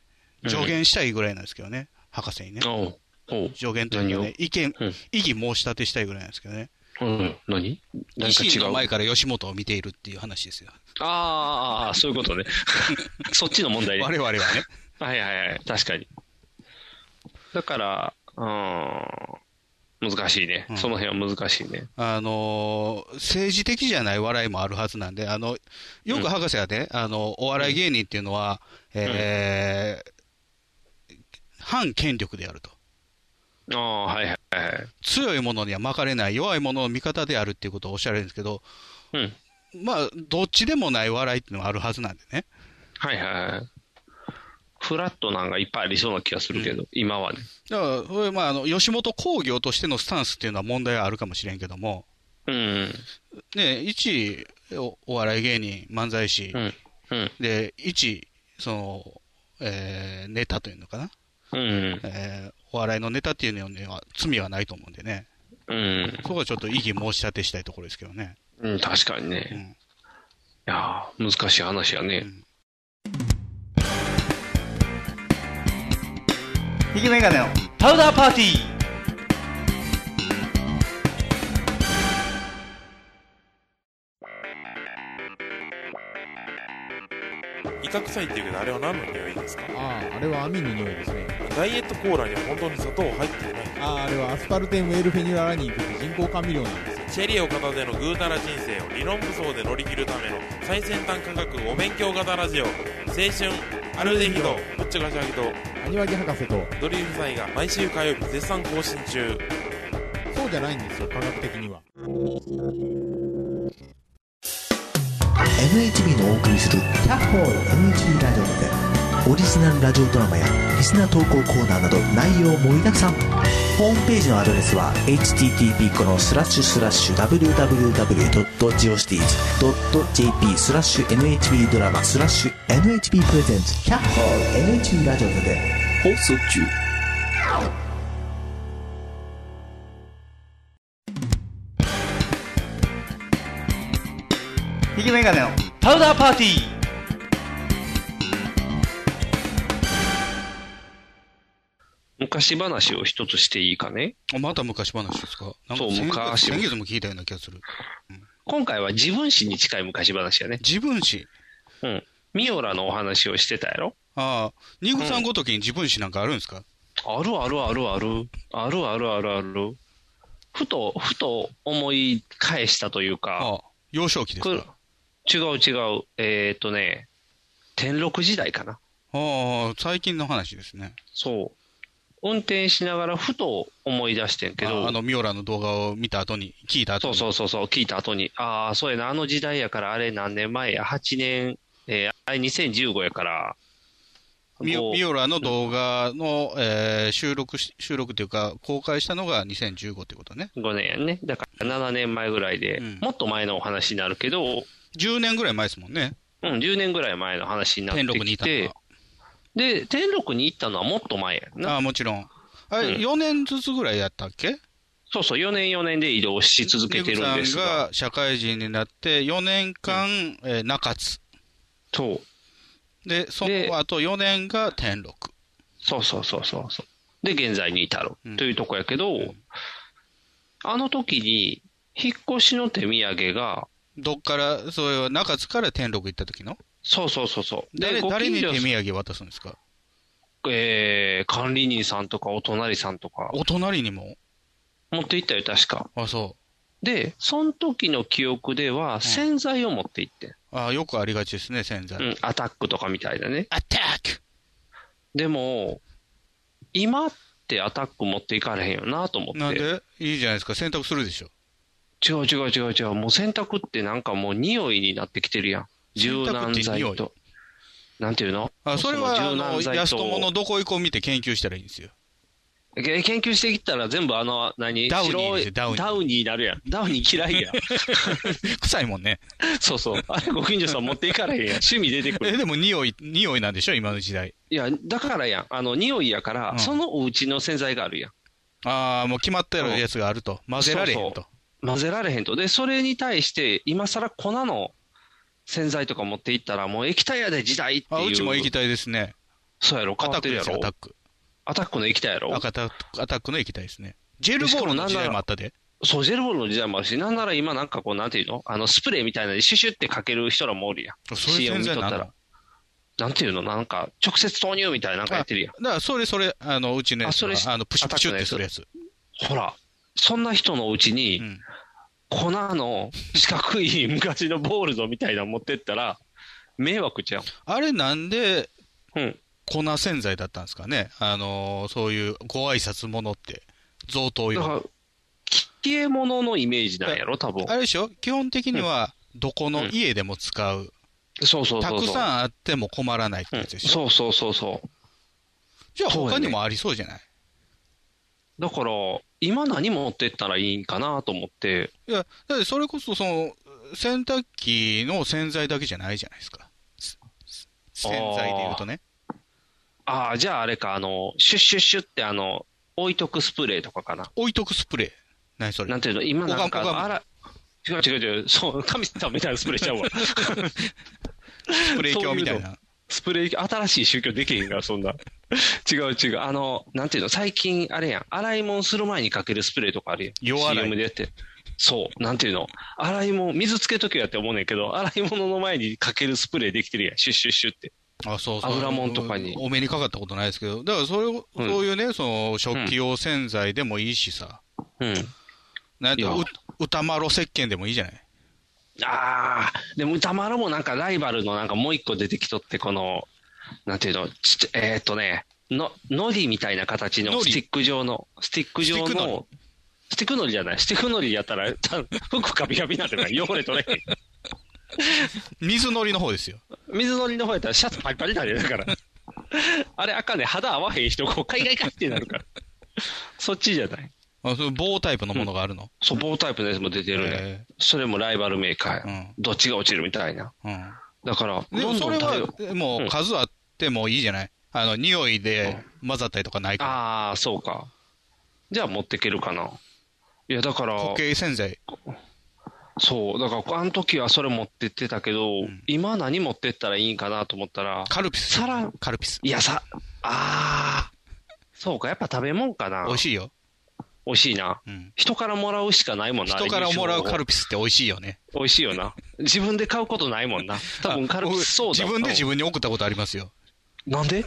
Speaker 3: 助言したいぐらいなんですけどね、博士にね、
Speaker 2: おう。おう。
Speaker 3: 助言というか
Speaker 2: 何
Speaker 3: ね、意見、
Speaker 2: うん
Speaker 3: 異議申し立てしたいぐらいなんですけどね、
Speaker 2: うん。何
Speaker 3: 維
Speaker 2: 何か違
Speaker 3: 新の前
Speaker 2: う。
Speaker 3: から吉本を見ているっていう話ですよ、
Speaker 2: ああ、そういう ことね。そっちの問題ね。
Speaker 3: 我々はね。
Speaker 2: はいはいはい。確かに。だから、うん。難しいね
Speaker 3: う。ん
Speaker 2: その辺は難しいね。
Speaker 3: あのー政治的じゃない笑いもあるはずなんで、あのよく博士はね、あのお笑い芸人っていうのは、えー反権力であると、
Speaker 2: ああ、はいはいはいはい。
Speaker 3: 強いものにはまかれない、弱いものの味方であるっていうことをおっしゃるんですけど、
Speaker 2: うん。
Speaker 3: まあ、どっちでもない笑いっていうのはあるはずなんでね。
Speaker 2: はいはい。フラットなんかいっぱいありそうな気がするけど、今はね。
Speaker 3: だから、それまあ、あの、吉本興業としてのスタンスっていうのは問題はあるかもしれんけども、
Speaker 2: うん。
Speaker 3: ね、一お、お笑い芸人、漫才師
Speaker 2: う、ん。うん。
Speaker 3: で、一、その、えーネタというのかな、
Speaker 2: うん。
Speaker 3: えーお笑いのネタっていうのには罪はないと思うんでね、
Speaker 2: うん。
Speaker 3: そこはちょっと異議申し立てしたいところですけどね。
Speaker 2: うん、確かに
Speaker 3: う
Speaker 2: ね。
Speaker 3: ん
Speaker 2: いやー難しい話やね。
Speaker 4: ひげメガネのパウダーパーティー
Speaker 5: 威嚇臭いっていうけどあれは何の匂いですか
Speaker 6: あああれは網の匂いですね
Speaker 5: ダイエットコーラには本当に砂糖入ってない
Speaker 6: あああれはアスパルテンウェルフェニララニンという人工甘味料なんです
Speaker 5: チ
Speaker 6: よ
Speaker 5: ェリーを片手のぐうたら人生を理論武装で乗り切るための最先端科学お勉強型ラジオ青春アルデヒドぶっちゃかしゃぎと
Speaker 6: アニワギ博士と
Speaker 5: ドリー夫妻が毎週火曜日絶賛更新中
Speaker 6: そうじゃないんですよ科学的には
Speaker 7: NHB のお送りする「キャッホール NHB ラジオ」でオリジナルラジオドラマやリスナー投稿コーナーなど内容盛りだくさんホームページのアドレスは http このスラッシュスラッシュ www.geocities.jp スラッシュ NHB ドラマスラッシュ NHB プレゼンツキャッホール NHB ラジオで放送中
Speaker 4: ひげメガネのパウダーパーティー
Speaker 2: 昔話を一つしていいかね。
Speaker 3: あまた昔話ですかなんか
Speaker 2: そう
Speaker 3: 先
Speaker 2: 昔
Speaker 3: 先月も聞いたような気がする。
Speaker 2: 今回は自分史に近い昔話やね。
Speaker 3: 自分史。
Speaker 2: うん。ミオラのお話をしてたやろ
Speaker 3: ああ、ニグさんごときに自分史なんかあるんですか、
Speaker 2: あるあるあるある。あるあるあるある。ふと、ふと思い返したというか、
Speaker 3: ああ、幼少期です
Speaker 2: く
Speaker 3: か
Speaker 2: 違う違う。えーっとね、天禄時代かな。
Speaker 3: ああ、最近の話ですね。
Speaker 2: そう。運転しながらふと思い出してんけど、
Speaker 3: ああの、ミオラの動画を見た後に、聞いた後
Speaker 2: そう
Speaker 3: に。
Speaker 2: そうそうそう、聞いた後に、ああ、そうやな、あの時代やから、あれ何年前や、8年、えー、あれ2015やから、
Speaker 3: ミオ
Speaker 2: こう
Speaker 3: ミオラの動画の、えー収録し、収録というか、公開したのが2015ってことね。
Speaker 2: 5年やんね。だから7年前ぐらいで、
Speaker 3: うん
Speaker 2: もっと前のお話になるけど、
Speaker 3: 10年ぐらい前ですもんね。
Speaker 2: うん、10年ぐらい前の話になって
Speaker 3: 天禄に
Speaker 2: き
Speaker 3: いたの
Speaker 2: て
Speaker 3: は、。
Speaker 2: で、天禄に行ったのはもっと前やんな。
Speaker 3: ああ、もちろん。あ
Speaker 2: う
Speaker 3: れ、
Speaker 2: ん
Speaker 3: 4年ずつぐらいやったっけ
Speaker 2: そうそう、4年4年で移動し続けてるんで
Speaker 3: ニグ
Speaker 2: す
Speaker 3: さん
Speaker 2: が、
Speaker 3: が社会人になって、4年間、えー中津。
Speaker 2: そう
Speaker 3: で、そ
Speaker 2: で
Speaker 3: の後4年が天禄。
Speaker 2: そうそうそうそうそう。で、現在に至る
Speaker 3: うん
Speaker 2: というとこやけど、
Speaker 3: ん
Speaker 2: あの時に、引っ越しの手土産が、
Speaker 3: どっから、それは中津から天禄行った時の
Speaker 2: そうそうそうそう。で
Speaker 3: 誰
Speaker 2: ご
Speaker 3: 誰
Speaker 2: 近
Speaker 3: に
Speaker 2: 所
Speaker 3: 手土産渡すんですか
Speaker 2: えー管理人さんとかお隣さんとか、
Speaker 3: お隣にも
Speaker 2: 持って行ったよ、確か。
Speaker 3: あ、そ
Speaker 2: で、その時の記憶では、洗剤を持って行って、
Speaker 3: う。あよくありがちですね、洗剤。
Speaker 2: うん、アタックとかみたいなね。
Speaker 3: アタック
Speaker 2: でも、今ってアタック持っていかれへんよなと思って。
Speaker 3: なんでいいじゃないですか、洗濯するでしょ。
Speaker 2: 違う違う違う違う。もう洗濯ってなんかもう匂いになってきてるやん。柔軟
Speaker 3: 洗濯って
Speaker 2: 剤
Speaker 3: 匂い
Speaker 2: と。なんていうの
Speaker 3: あそれは、
Speaker 2: の
Speaker 3: あの、安友の
Speaker 2: と。
Speaker 3: どこ行こう見て研究したらいいんですよ。
Speaker 2: え研究してきたら全部あの、何
Speaker 3: ダウニー
Speaker 2: 白
Speaker 3: です
Speaker 2: い
Speaker 3: よダウニー
Speaker 2: ダウニーになるやん。ダウニー嫌 いやん。
Speaker 3: 臭いもんね。
Speaker 2: そうそう。あれご近所さん持っていかれへんやん。趣味出てく
Speaker 3: え、
Speaker 2: る。
Speaker 3: でも匂い、匂いなんでしょ、今の時代。
Speaker 2: いや、だからやん。あの、匂いやから、
Speaker 3: うん
Speaker 2: そのお家の洗剤があるやん。
Speaker 3: ああ、もう決まってるやつがあると。混ぜられへん
Speaker 2: そう
Speaker 3: と。
Speaker 2: 混ぜられへんと。で、それに対して、今更粉の洗剤とか持っていったら、もう液体やで時代って
Speaker 3: あ、
Speaker 2: いう。
Speaker 3: うちも液体ですね。
Speaker 2: そうやろ、
Speaker 3: アタ
Speaker 2: 変わ
Speaker 3: ッ
Speaker 2: っ
Speaker 3: ク
Speaker 2: てる
Speaker 3: で
Speaker 2: や
Speaker 3: すよ、
Speaker 2: ろ
Speaker 3: アタ。ック。
Speaker 2: アタックの液体やろ
Speaker 3: ア。タックアタックの液体ですね。ジェルボールの時代もあったで。
Speaker 2: そう、ジェルボールの時代もあるし、なんなら今なんかこう、なんていうのあの、スプレーみたいなのにシュシュってかける人らもおるやん。
Speaker 3: そういう洗剤
Speaker 2: CM
Speaker 3: なん
Speaker 2: 見とった
Speaker 3: だ
Speaker 2: ら。なんていうのなんか、直接投入みたいななんかやってるやん。
Speaker 3: だから、それ、それ、あの、うちのや
Speaker 2: あ
Speaker 3: つ
Speaker 2: そ
Speaker 3: は
Speaker 2: れ
Speaker 3: あの、プシュプシュってするやつ。
Speaker 2: ほら、そんな人のうち
Speaker 3: う
Speaker 2: に、
Speaker 3: ん。
Speaker 2: 粉の四角い昔のボールドみたいなの持ってったら、迷惑ちゃう。
Speaker 3: あれなんで、
Speaker 2: うん。
Speaker 3: 粉洗剤だったんですかね。あのー、そういうご挨拶ものって、贈答
Speaker 2: だから
Speaker 3: 用。、
Speaker 2: 消え物のイメージなんやろ多分。
Speaker 3: あれでしょ基本的には、どこの家でも使う、
Speaker 2: そうそう
Speaker 3: た
Speaker 2: そうそう。
Speaker 3: くさんあっても困らないって
Speaker 2: う
Speaker 3: や
Speaker 2: ん
Speaker 3: つでしょ、
Speaker 2: そうそうそうそう。
Speaker 3: じゃあ
Speaker 2: そう
Speaker 3: 他
Speaker 2: やね
Speaker 3: にもありそうじゃない
Speaker 2: だから、今何持ってったらいいんかなと思って、
Speaker 3: いや、だってそれこそ、その、洗濯機の洗剤だけじゃないじゃないですか。すす洗剤で言うとね。
Speaker 2: ああ、じゃああれか、あの、シュッシュッシュッって、あの、置いとくスプレーとかかな。
Speaker 3: 置いとくスプレー。何それ
Speaker 2: なんていうの、今なんか、
Speaker 3: おがんおがん
Speaker 2: あら、違う違う違う、そう、神様みたいなスプレーちゃうわ。
Speaker 3: スプレー鏡みたいな。
Speaker 2: スプレー、新しい宗教できへんから、そんな。違う違う。あの、なんていうの、最近、あれやん。洗い物する前にかけるスプレーとかあるやん。
Speaker 3: 弱洗い
Speaker 2: CM でやって。そう。なんていうの。洗い物、水つけとけやって思うねんけど、洗い物の前にかけるスプレーできてるやん。シュッシュッシュって。
Speaker 3: あ、そうそう。
Speaker 2: 油もんとかに
Speaker 3: お目にかかったことないですけど。だからそれを、
Speaker 2: うん
Speaker 3: そういうね、その、食器用洗剤でもいいしさ。
Speaker 2: うん。
Speaker 3: なんて
Speaker 2: いや
Speaker 3: う、うたまろ石鹸でもいいじゃない
Speaker 2: ああ、でも歌丸もなんかライバルのなんかもう一個出てきとって、この、なんていうの、ちっちゃえーっとね、の、のりみたいな形の
Speaker 3: 海苔
Speaker 2: スティック状の、スティック状
Speaker 3: スティック海
Speaker 2: の、スティックのりじゃない、スティックのりやったら、た服カビカビなんてない、汚れ取れへん。
Speaker 3: 水のりの方ですよ。
Speaker 2: 水のりの方やったらシャツパリパリなんだから。あれあかんねん肌合わへん人、こう、海外かってなるから。そっちじゃない。
Speaker 3: あ、その棒タイプのものがあるの。
Speaker 2: そう、棒タイプのやつも出てるね。
Speaker 3: え
Speaker 2: それもライバルメーカーや。
Speaker 3: うん
Speaker 2: どっちが落ちるみたいな。
Speaker 3: ーうん。
Speaker 2: だから、
Speaker 3: でも
Speaker 2: どんど
Speaker 3: そ
Speaker 2: ん
Speaker 3: れ
Speaker 2: 対応
Speaker 3: は、もう数あってもいいじゃないあの、匂いで混ざったりとかないか。
Speaker 2: ああ、そうか。じゃあ持ってけるかな。いや、だからら
Speaker 3: 固、形洗剤。
Speaker 2: そう、だから、あの時はそれ持ってってたけど、今何持ってったらいいんかなと思ったら、
Speaker 3: カルピス。
Speaker 2: さら
Speaker 3: カルピス。
Speaker 2: いや、さ、ああ、そうか、やっぱ食べ物かな。
Speaker 3: 美味しいよ。
Speaker 2: 美味しいな。
Speaker 3: うん。
Speaker 2: 人からもらうしかないもんな。
Speaker 3: 人からもらうカ
Speaker 2: ル
Speaker 3: ルピスって美味しいよね。
Speaker 2: 美味しいよな。自分で買うことないもんな。多分カルピスソーダ。
Speaker 3: あ僕自分で自
Speaker 2: 分。
Speaker 3: 分に送ったことありますよ。
Speaker 2: な んで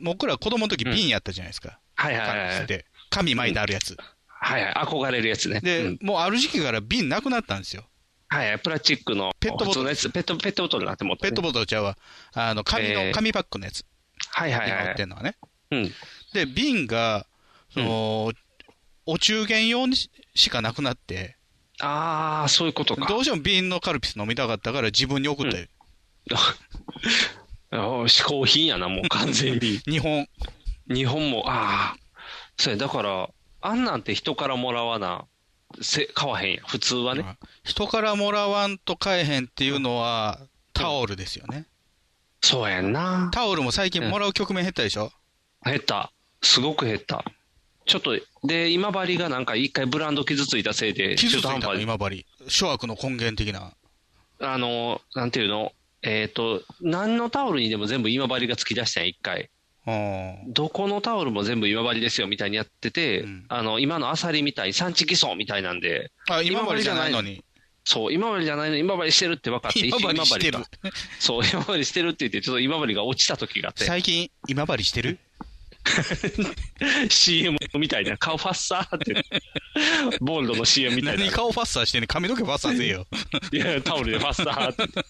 Speaker 3: 僕ら子供の時
Speaker 2: うん
Speaker 3: 瓶やったじゃないですか。
Speaker 2: はいはい
Speaker 3: カ
Speaker 2: は
Speaker 3: ルピス
Speaker 2: い。
Speaker 3: で。紙巻いてあるやつ。
Speaker 2: はいはい。憧れるやつね。う
Speaker 3: で
Speaker 2: ん、
Speaker 3: もうある時期から瓶なくなったんですよ。
Speaker 2: はいはい。プラスチックの。
Speaker 3: ペットボトル
Speaker 2: 普通のやつペット、ペットボトルになっても
Speaker 3: ペット
Speaker 2: ボ
Speaker 3: ボト
Speaker 2: トル。
Speaker 3: ルちゃうわ。あの、紙
Speaker 2: え
Speaker 3: の、
Speaker 2: ー
Speaker 3: 紙パックのやつ。
Speaker 2: はいはい
Speaker 3: 今売
Speaker 2: は
Speaker 3: って
Speaker 2: い。
Speaker 3: んのはね。
Speaker 2: うん。
Speaker 3: で、瓶が、その、お中元用にししかなくなって、
Speaker 2: ああ、そういうことか。
Speaker 3: どうしても瓶のカルピス飲みたかったから自分に送ったよ。
Speaker 2: あ嗜好品やな、もう完全 に。
Speaker 3: 日本。
Speaker 2: 日本も、ああ、そうや、だから、あんなんて人からもらわな、せ買わへんやん、普通はね。
Speaker 3: 人からもらわんと買えへんっていうのは、タオルですよね。
Speaker 2: そうやんな。
Speaker 3: タオルも最近もらう局面減ったでしょ、
Speaker 2: 減った。すごく減った。ちょっと、で、今治がなんか一回ブランド傷ついたせいで、
Speaker 3: 傷つい
Speaker 2: 中途半
Speaker 3: たの
Speaker 2: 端に
Speaker 3: 今治。諸悪の根源的な。
Speaker 2: あの、なんていうの、えっ、と、何のタオルにでも全部今治が突き出したんや、一回。
Speaker 3: うん。
Speaker 2: どこのタオルも全部今治ですよ、みたいにやってて、
Speaker 3: うん
Speaker 2: あの、今のアサリみたいに産地偽装みたいなんで、
Speaker 3: あ、今治じゃないのに。
Speaker 2: そう、今治じゃないのに今治してるって分かって、
Speaker 3: 今
Speaker 2: 一瞬
Speaker 3: 治してる
Speaker 2: が。そう、今治してるって言って、ちょっと今治が落ちた時があって、
Speaker 3: 最近、今治してる
Speaker 2: CM みたいな、顔ファッサ ーって、ボールドの CM みたいな
Speaker 3: 何、顔ファッサーしてんねん髪の毛ファッサーせえ よ。
Speaker 2: いやタオルでファッサーって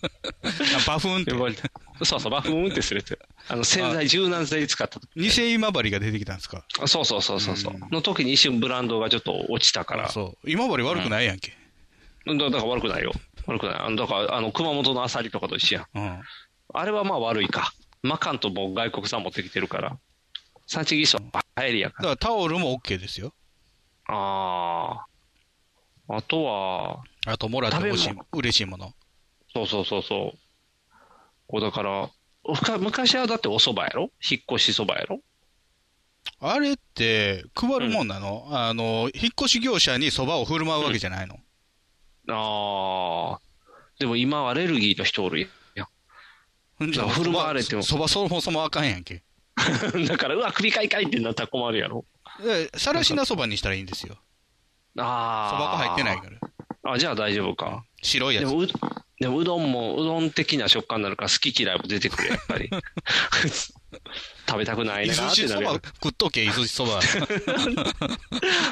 Speaker 3: あバフンって
Speaker 2: 呼。ばれて、そうそう、バフーンってするって、あの洗剤、柔軟剤使った時
Speaker 3: 偽今治が出てきたんですか
Speaker 2: あそうそうそうそうそう、の時に一瞬ブランドがちょっと落ちたから、
Speaker 3: あそう。今治悪くないやんけ。
Speaker 2: だだから悪くないよ、悪くない、あのだからあの熊本のアサリとかと一緒やん、
Speaker 3: うん。
Speaker 2: あれはまあ悪いか、マカンともう外国産持ってきてるから、産地偽装、流行りやから
Speaker 3: だ。からタオルも OK ですよ。
Speaker 2: ああ。あとは、
Speaker 3: あと、もらってほしい
Speaker 2: 食べ物、
Speaker 3: 嬉しいもの。
Speaker 2: そうそうそうそう。こうだから、ふか昔はだってお蕎麦やろ引っ越し蕎麦やろ
Speaker 3: あれって、配るもんなの、あの、引っ越し業者に蕎麦を振る舞うわけじゃないの、
Speaker 2: ああ。でも今はアレルギーの人おるや
Speaker 3: うん、
Speaker 2: じゃあ振る舞われても
Speaker 3: 蕎麦そもそもあかんやんけ。
Speaker 2: ん。 だから、うわ、首かいかいってなったら困るやろ
Speaker 3: でさらしなそばにしたらいいんですよ。
Speaker 2: あ
Speaker 3: そば粉
Speaker 2: あ。
Speaker 3: 入ってないから。
Speaker 2: あ、じゃあ大丈夫か。
Speaker 3: 白いや
Speaker 2: で
Speaker 3: つ。
Speaker 2: もう、でもうどんも、うどん的な食感になるから好き嫌いも出てくるやんやっぱり。 食べたくない
Speaker 3: 伊
Speaker 2: な
Speaker 3: 豆
Speaker 2: ーって
Speaker 3: し
Speaker 2: な
Speaker 3: そ
Speaker 2: る
Speaker 3: ば
Speaker 2: やん
Speaker 3: 食っとけ、伊豆しそば。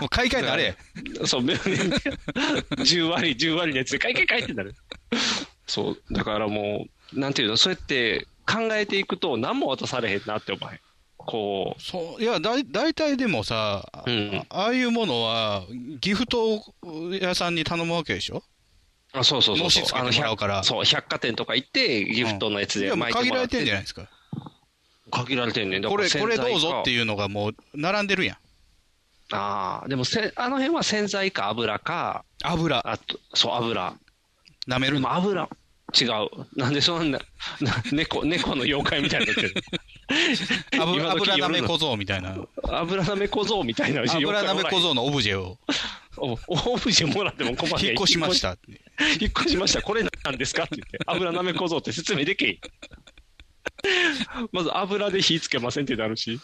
Speaker 3: もう買い替えなあれ。
Speaker 2: そう、 メロディー10割、10割のやつで、かいかいかいってなる。そう、だからもう、なんていうの、そうやって考えていくと、何も渡されへんなって、お前。こ
Speaker 3: そう、いや、だい、大体でもさ、
Speaker 2: うん
Speaker 3: あああいうものは、ギフト屋さんに頼むわけでしょ
Speaker 2: あそうそうそうそう。
Speaker 3: もしつけてもらうから
Speaker 2: あの百そう、百貨店とか行って、ギフトのやつ
Speaker 3: い
Speaker 2: で
Speaker 3: や、もう
Speaker 2: 巻いて
Speaker 3: 限
Speaker 2: も
Speaker 3: られ
Speaker 2: らってて。
Speaker 3: んじゃないですか。
Speaker 2: 限られてんねん。だか
Speaker 3: こ
Speaker 2: ら
Speaker 3: れ、これどうぞって
Speaker 2: う。
Speaker 3: いうのがもう、並んでるやん。
Speaker 2: ああ、でもせ、あの辺は洗剤か油か、
Speaker 3: 油、
Speaker 2: あと、そう、油。
Speaker 3: 舐め
Speaker 2: で
Speaker 3: るの。
Speaker 2: も油。違う。なんでそんな、な猫、猫の妖怪みたいになってる。
Speaker 3: 油油舐め
Speaker 2: 小
Speaker 3: 小僧みたいな。
Speaker 2: 僧。油舐め小僧みたいな。
Speaker 3: 油舐め小
Speaker 2: 僧。
Speaker 3: 僧のオブジェを
Speaker 2: おオブジェもらっても困る。
Speaker 3: 引っ越しました。
Speaker 2: 引っ越しました、これなんですかって言って、油舐め小僧って説明できん。まず油で火つけませんってなるし。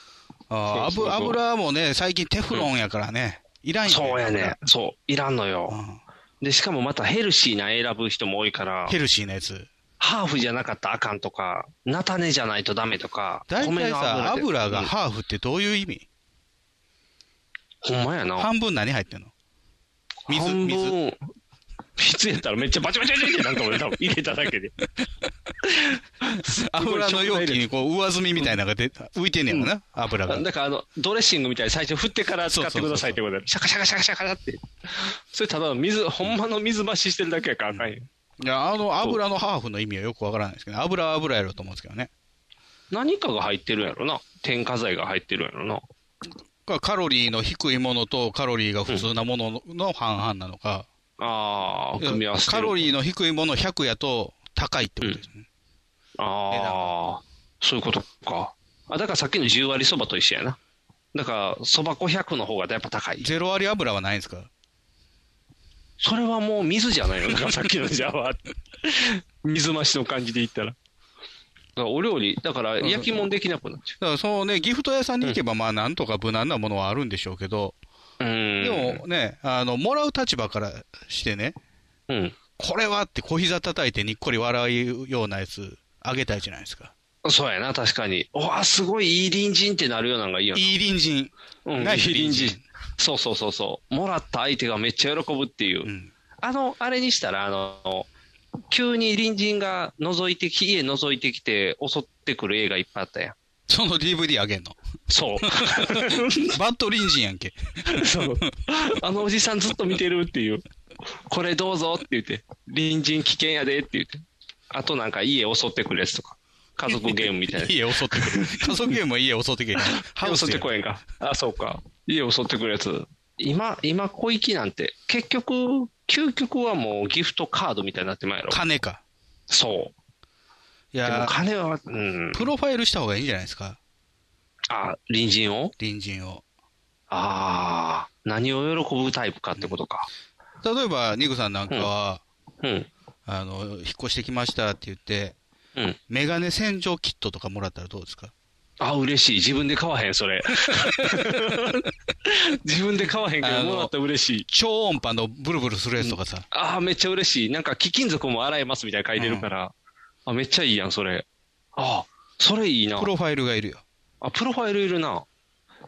Speaker 3: あー
Speaker 2: そうそうそう
Speaker 3: 油油もね、最近テフロンやからね。いらんよ
Speaker 2: そうやね。。そう。いらんの
Speaker 3: う
Speaker 2: よ。
Speaker 3: ん
Speaker 2: で、しかもまたヘルシーな選ぶ人も多いから、
Speaker 3: ヘルシーなやつ。
Speaker 2: ハーフじゃなかったらあかんとか、菜種じゃないとダメとか、
Speaker 3: 大体さ、
Speaker 2: で
Speaker 3: 油が
Speaker 2: うん
Speaker 3: ハーフってどういう意味
Speaker 2: ほんまやな。
Speaker 3: 半分何入ってんの水、
Speaker 2: 半
Speaker 3: 水。
Speaker 2: 分。水やったらめっちゃバチバチバチってな んか俺多分入れただけで。
Speaker 3: 油の容器にこう上積みみたいなのが出浮いてんねやろな、油が。
Speaker 2: だからあの、ドレッシングみたいに最初振ってから使ってくださいってことだよシャカシャカシャカシャカって。それただの水、ほんまの水増ししてるだけやからあかんよ。
Speaker 3: いや、あの油のハーフの意味はよくわからないですけど、油は油やろうと思うんですけどね。
Speaker 2: 何かが入ってるんやろな。添加剤が入ってるんやろな。
Speaker 3: カロリーの低いものとカロリーが普通なものの半々なのか、
Speaker 2: ああ、組み合わせて
Speaker 3: カ
Speaker 2: る
Speaker 3: ロリーの低いもの100やと高いってことですね。
Speaker 2: ああ、そういうことか。あ、だからさっきの10割そばと一緒やな。だから、そば500の方がやっぱ高い。
Speaker 3: ゼロ割油はないんですか
Speaker 2: それはもう水じゃないの。だからさっきのじゃあ、 水増しの感じで言ったら。だからお料理、だから焼き物できなくなっちゃ
Speaker 3: だからそのね、ギフト屋さんに行けば、まあ、なんとか無難なものはあるんでしょうけど、
Speaker 2: う。うん。
Speaker 3: でもね、あの、もらう立場からしてね、
Speaker 2: うん。
Speaker 3: これはって小膝叩いてにっこり笑うようなやつ、あげたいじゃないですか。
Speaker 2: そうやな、確かに。おわ、すごいいい隣人ってなるようなのがいいよな。
Speaker 3: いい隣人。
Speaker 2: うん、
Speaker 3: ナイ
Speaker 2: いい
Speaker 3: ス
Speaker 2: 隣人。そうそうそうそう。もらった相手がめっちゃ喜ぶっていう。
Speaker 3: うん。
Speaker 2: あの、あれにしたら、あの、急に隣人が覗いてき、家覗いてきて襲ってくる映画いっぱいあったやん。
Speaker 3: その DVD あげん の。
Speaker 2: そう。
Speaker 3: バッド隣人やんけ。
Speaker 2: そうあのおじさんずっと見てるっていう。これどうぞって言って。隣人危険やでって言って。あとなんか家襲ってくるやつとか。家族ゲームみたいな。
Speaker 3: 家襲ってくる。家族ゲームは家襲ってくる。ハ
Speaker 2: ハ
Speaker 3: ウ
Speaker 2: ウ
Speaker 3: ス
Speaker 2: ス
Speaker 3: や
Speaker 2: で公園か。あ、そうか。家を襲ってくるやつ。今、今、小粋なんて、結局、究極はもうギフトカードみたいになってまうやろ。
Speaker 3: 金か。
Speaker 2: そう。
Speaker 3: い
Speaker 2: でも
Speaker 3: やー、
Speaker 2: 金は、うん。
Speaker 3: プロファイルした方がいいんじゃないですか。
Speaker 2: あ、隣人を
Speaker 3: 隣人を。
Speaker 2: ああ、何を喜ぶタイプかってことか。
Speaker 3: 例えば、ニグさんなんかは、
Speaker 2: うん。
Speaker 3: あの、引っ越してきましたって言って、
Speaker 2: うん。
Speaker 3: メガネ洗浄キットとかもらったらどうですか
Speaker 2: あ、嬉しい。自分で買わへん、 それ。自分で買わへんけ
Speaker 3: あ
Speaker 2: ど、
Speaker 3: の
Speaker 2: もらったら嬉しい。
Speaker 3: 超音波のブルブルするやつとかさ。
Speaker 2: ああ、めっちゃ嬉しい。なんか貴金属も洗えますみたいな書いてるから。あ、めっちゃいいやん、それ。ああ、それいいな。
Speaker 3: プロファイルがいるよ。
Speaker 2: あ、プロファイルいるな。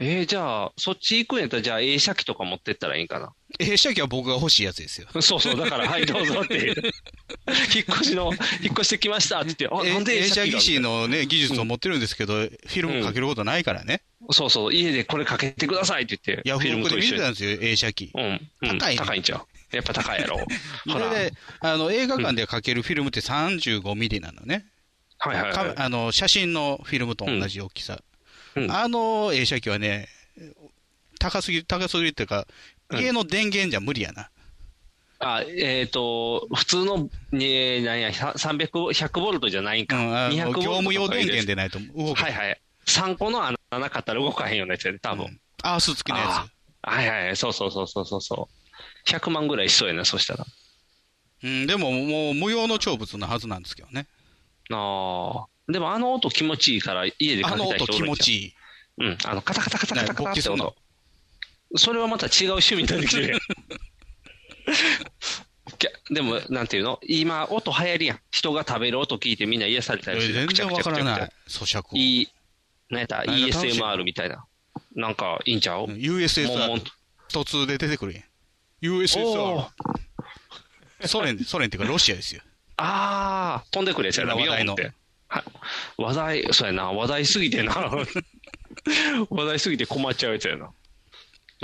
Speaker 2: えー、じゃあ、そっち行くんやったら、じゃあ、映写機とか持ってったらいいんかな。
Speaker 3: え、シャキは僕が欲しいやつですよ。
Speaker 2: そうそう、だから、はい、どうぞっていう。 引っ越しの、引っ越してきましたって言って、あ、なんで
Speaker 3: え
Speaker 2: 映
Speaker 3: 映写
Speaker 2: 写機
Speaker 3: 技
Speaker 2: が
Speaker 3: 師のね、技術を持ってるんですけど、フィルムかけることないからね。
Speaker 2: そうそう、家でこれかけてくださいって言って、
Speaker 3: ヤフ
Speaker 2: フィル
Speaker 3: オ
Speaker 2: ム
Speaker 3: クで
Speaker 2: と
Speaker 3: 見て
Speaker 2: 一緒に
Speaker 3: たん。ですよ、映写機。
Speaker 2: うん、うん、
Speaker 3: 高いね
Speaker 2: 高いんちゃうやっぱ高いやろ。
Speaker 3: そ
Speaker 2: ほら。
Speaker 3: れで、あの、映画館でかけるフィルムって35ミリなのね。
Speaker 2: はいはいは
Speaker 3: か
Speaker 2: い。
Speaker 3: あの、写真のフィルムと同じ大きさ。
Speaker 2: うん
Speaker 3: あの映写機はね、高すぎる、高すぎるっていうか、
Speaker 2: うん
Speaker 3: 家の電源じゃ無理やな。
Speaker 2: あ、えっ、と、普通の、ね、なんや、300、100ボルトじゃないん
Speaker 3: う
Speaker 2: か。
Speaker 3: ん、あの
Speaker 2: 200ボル
Speaker 3: 業
Speaker 2: トとか
Speaker 3: 務用電
Speaker 2: いいで
Speaker 3: 源
Speaker 2: す
Speaker 3: でないと動く。
Speaker 2: はいはい。3個の穴なかったら動かへんようなやつやで、多分。
Speaker 3: うんアース付きのや
Speaker 2: ああはいはい、そうそうそうそうそうそう。100万ぐらいしそうやな、そしたら。
Speaker 3: つ。うん、でももう無用の長物なはずなんですけどね。
Speaker 2: ああ。でもあの音気持ちいいから家でか
Speaker 3: あ
Speaker 2: け
Speaker 3: の
Speaker 2: たい
Speaker 3: 音
Speaker 2: 人
Speaker 3: 気
Speaker 2: おるん
Speaker 3: 持
Speaker 2: ちゃ
Speaker 3: ちいい。
Speaker 2: ううん。あの、カタカタカタカタカタ
Speaker 3: ね勃
Speaker 2: っ
Speaker 3: 起
Speaker 2: て
Speaker 3: するの
Speaker 2: 音。それはまた違う趣味になってきてる やん。きゃでも、なんていうの今、音流行りやん。人が食べる音聞いてみんな癒されたりする。
Speaker 3: 全
Speaker 2: くちゃ
Speaker 3: 然
Speaker 2: くち
Speaker 3: わ
Speaker 2: ゃくち
Speaker 3: から
Speaker 2: ゃ
Speaker 3: な
Speaker 2: くちゃ
Speaker 3: い。咀嚼音。
Speaker 2: いい、なんやった
Speaker 3: 何が楽しい
Speaker 2: ?ESMR みたいな。なんか、いいんちゃ
Speaker 3: う
Speaker 2: う、
Speaker 3: ん
Speaker 2: もんも
Speaker 3: USSR
Speaker 2: ん。
Speaker 3: 途中で出てくるやん。
Speaker 2: お
Speaker 3: USSR
Speaker 2: ー。
Speaker 3: ソ連、ソ連っていうかロシア ですよ。
Speaker 2: ああ、飛んでくるやつやな、
Speaker 3: 話題の
Speaker 2: ビヨンって。はい話題、そうやな、話題すぎてな。 話題すぎて困っちゃうやつやな。だか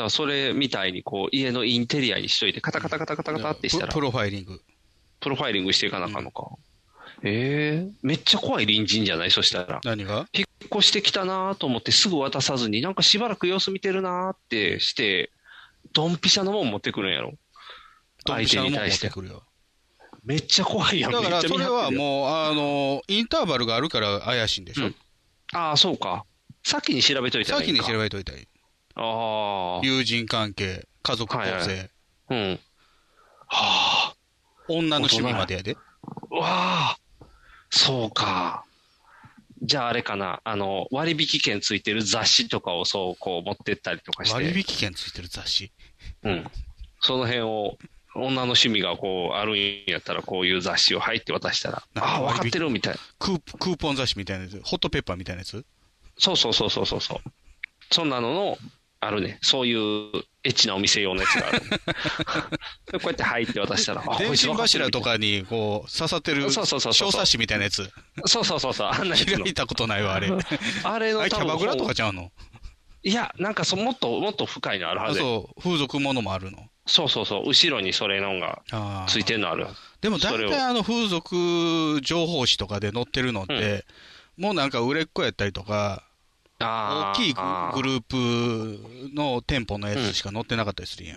Speaker 2: らそれみたいにこう家のインテリアにしといてカタカタカタカタカタってしたら
Speaker 3: ププロファイリング。
Speaker 2: プロファイリングしていかなあかんのか。ええめっちゃ怖い隣人じゃないそしたら。
Speaker 3: 何が
Speaker 2: 引っ越してきたなと思ってすぐ渡さずに、なんかしばらく様子見てるなってして、ドンピシャのもん持ってくるんやろ。
Speaker 3: ドンピ
Speaker 2: 相
Speaker 3: シ
Speaker 2: 手
Speaker 3: ャのも
Speaker 2: に
Speaker 3: ん持
Speaker 2: 対
Speaker 3: っ
Speaker 2: して
Speaker 3: て。くるよ。
Speaker 2: めっちゃ怖いや
Speaker 3: だ
Speaker 2: ん。
Speaker 3: から、それは
Speaker 2: う。
Speaker 3: もう、あの、インターバルがあるから怪しいんでしょ。
Speaker 2: うんああ、そうか。先に調べといたらい
Speaker 3: 先
Speaker 2: いん
Speaker 3: に
Speaker 2: か。
Speaker 3: 調べといたらいい。
Speaker 2: ああ。
Speaker 3: 友人関係、家族構成、
Speaker 2: はいはうん。はあ。
Speaker 3: 女の趣味までやで。
Speaker 2: うわあ。そうか。じゃああれかな。あの、割引券ついてる雑誌とかをそう、こう持ってったりとかして。
Speaker 3: 割引券ついてる雑誌。
Speaker 2: うん。その辺を、女の趣味がこう、あるんやったら、こういう雑誌を入って渡したら、
Speaker 3: なんか
Speaker 2: ああ、分かってるみたいな。
Speaker 3: クープクーポン雑誌みたいなやつ。ホットペッパーみたいなやつ。
Speaker 2: そうそうそうそうそうそう。そんなのの、あるね。そういうエッチなお店用のやつがある、 こうやって入って渡したら、あ
Speaker 3: 電信柱と。
Speaker 2: こ
Speaker 3: かに、こう、刺さってる、
Speaker 2: そうそうそうそ
Speaker 3: 小
Speaker 2: う
Speaker 3: 冊子みたいなや つ。
Speaker 2: いつ分かってるみたいそうそうそ うそう。あんなやつ
Speaker 3: 開
Speaker 2: の
Speaker 3: いたことない わ、あれ。あ
Speaker 2: あれの
Speaker 3: れ、キ
Speaker 2: 多
Speaker 3: ャ
Speaker 2: 分
Speaker 3: バクラとかちゃうの
Speaker 2: いや、なんかそもっと、もっと深いのあるは
Speaker 3: あ
Speaker 2: ずや
Speaker 3: そう、風俗ものもあるの。
Speaker 2: そうそうそう。後ろにそれのが
Speaker 3: あー
Speaker 2: ついてるのある。
Speaker 3: でも大
Speaker 2: それ
Speaker 3: 体
Speaker 2: を
Speaker 3: あの風俗情報誌とかで載ってるのって、もうなんか売れっ子やったりとか、
Speaker 2: あ
Speaker 3: 大
Speaker 2: あ。
Speaker 3: きいググループの店舗のやつしか載ってなかったりするやん。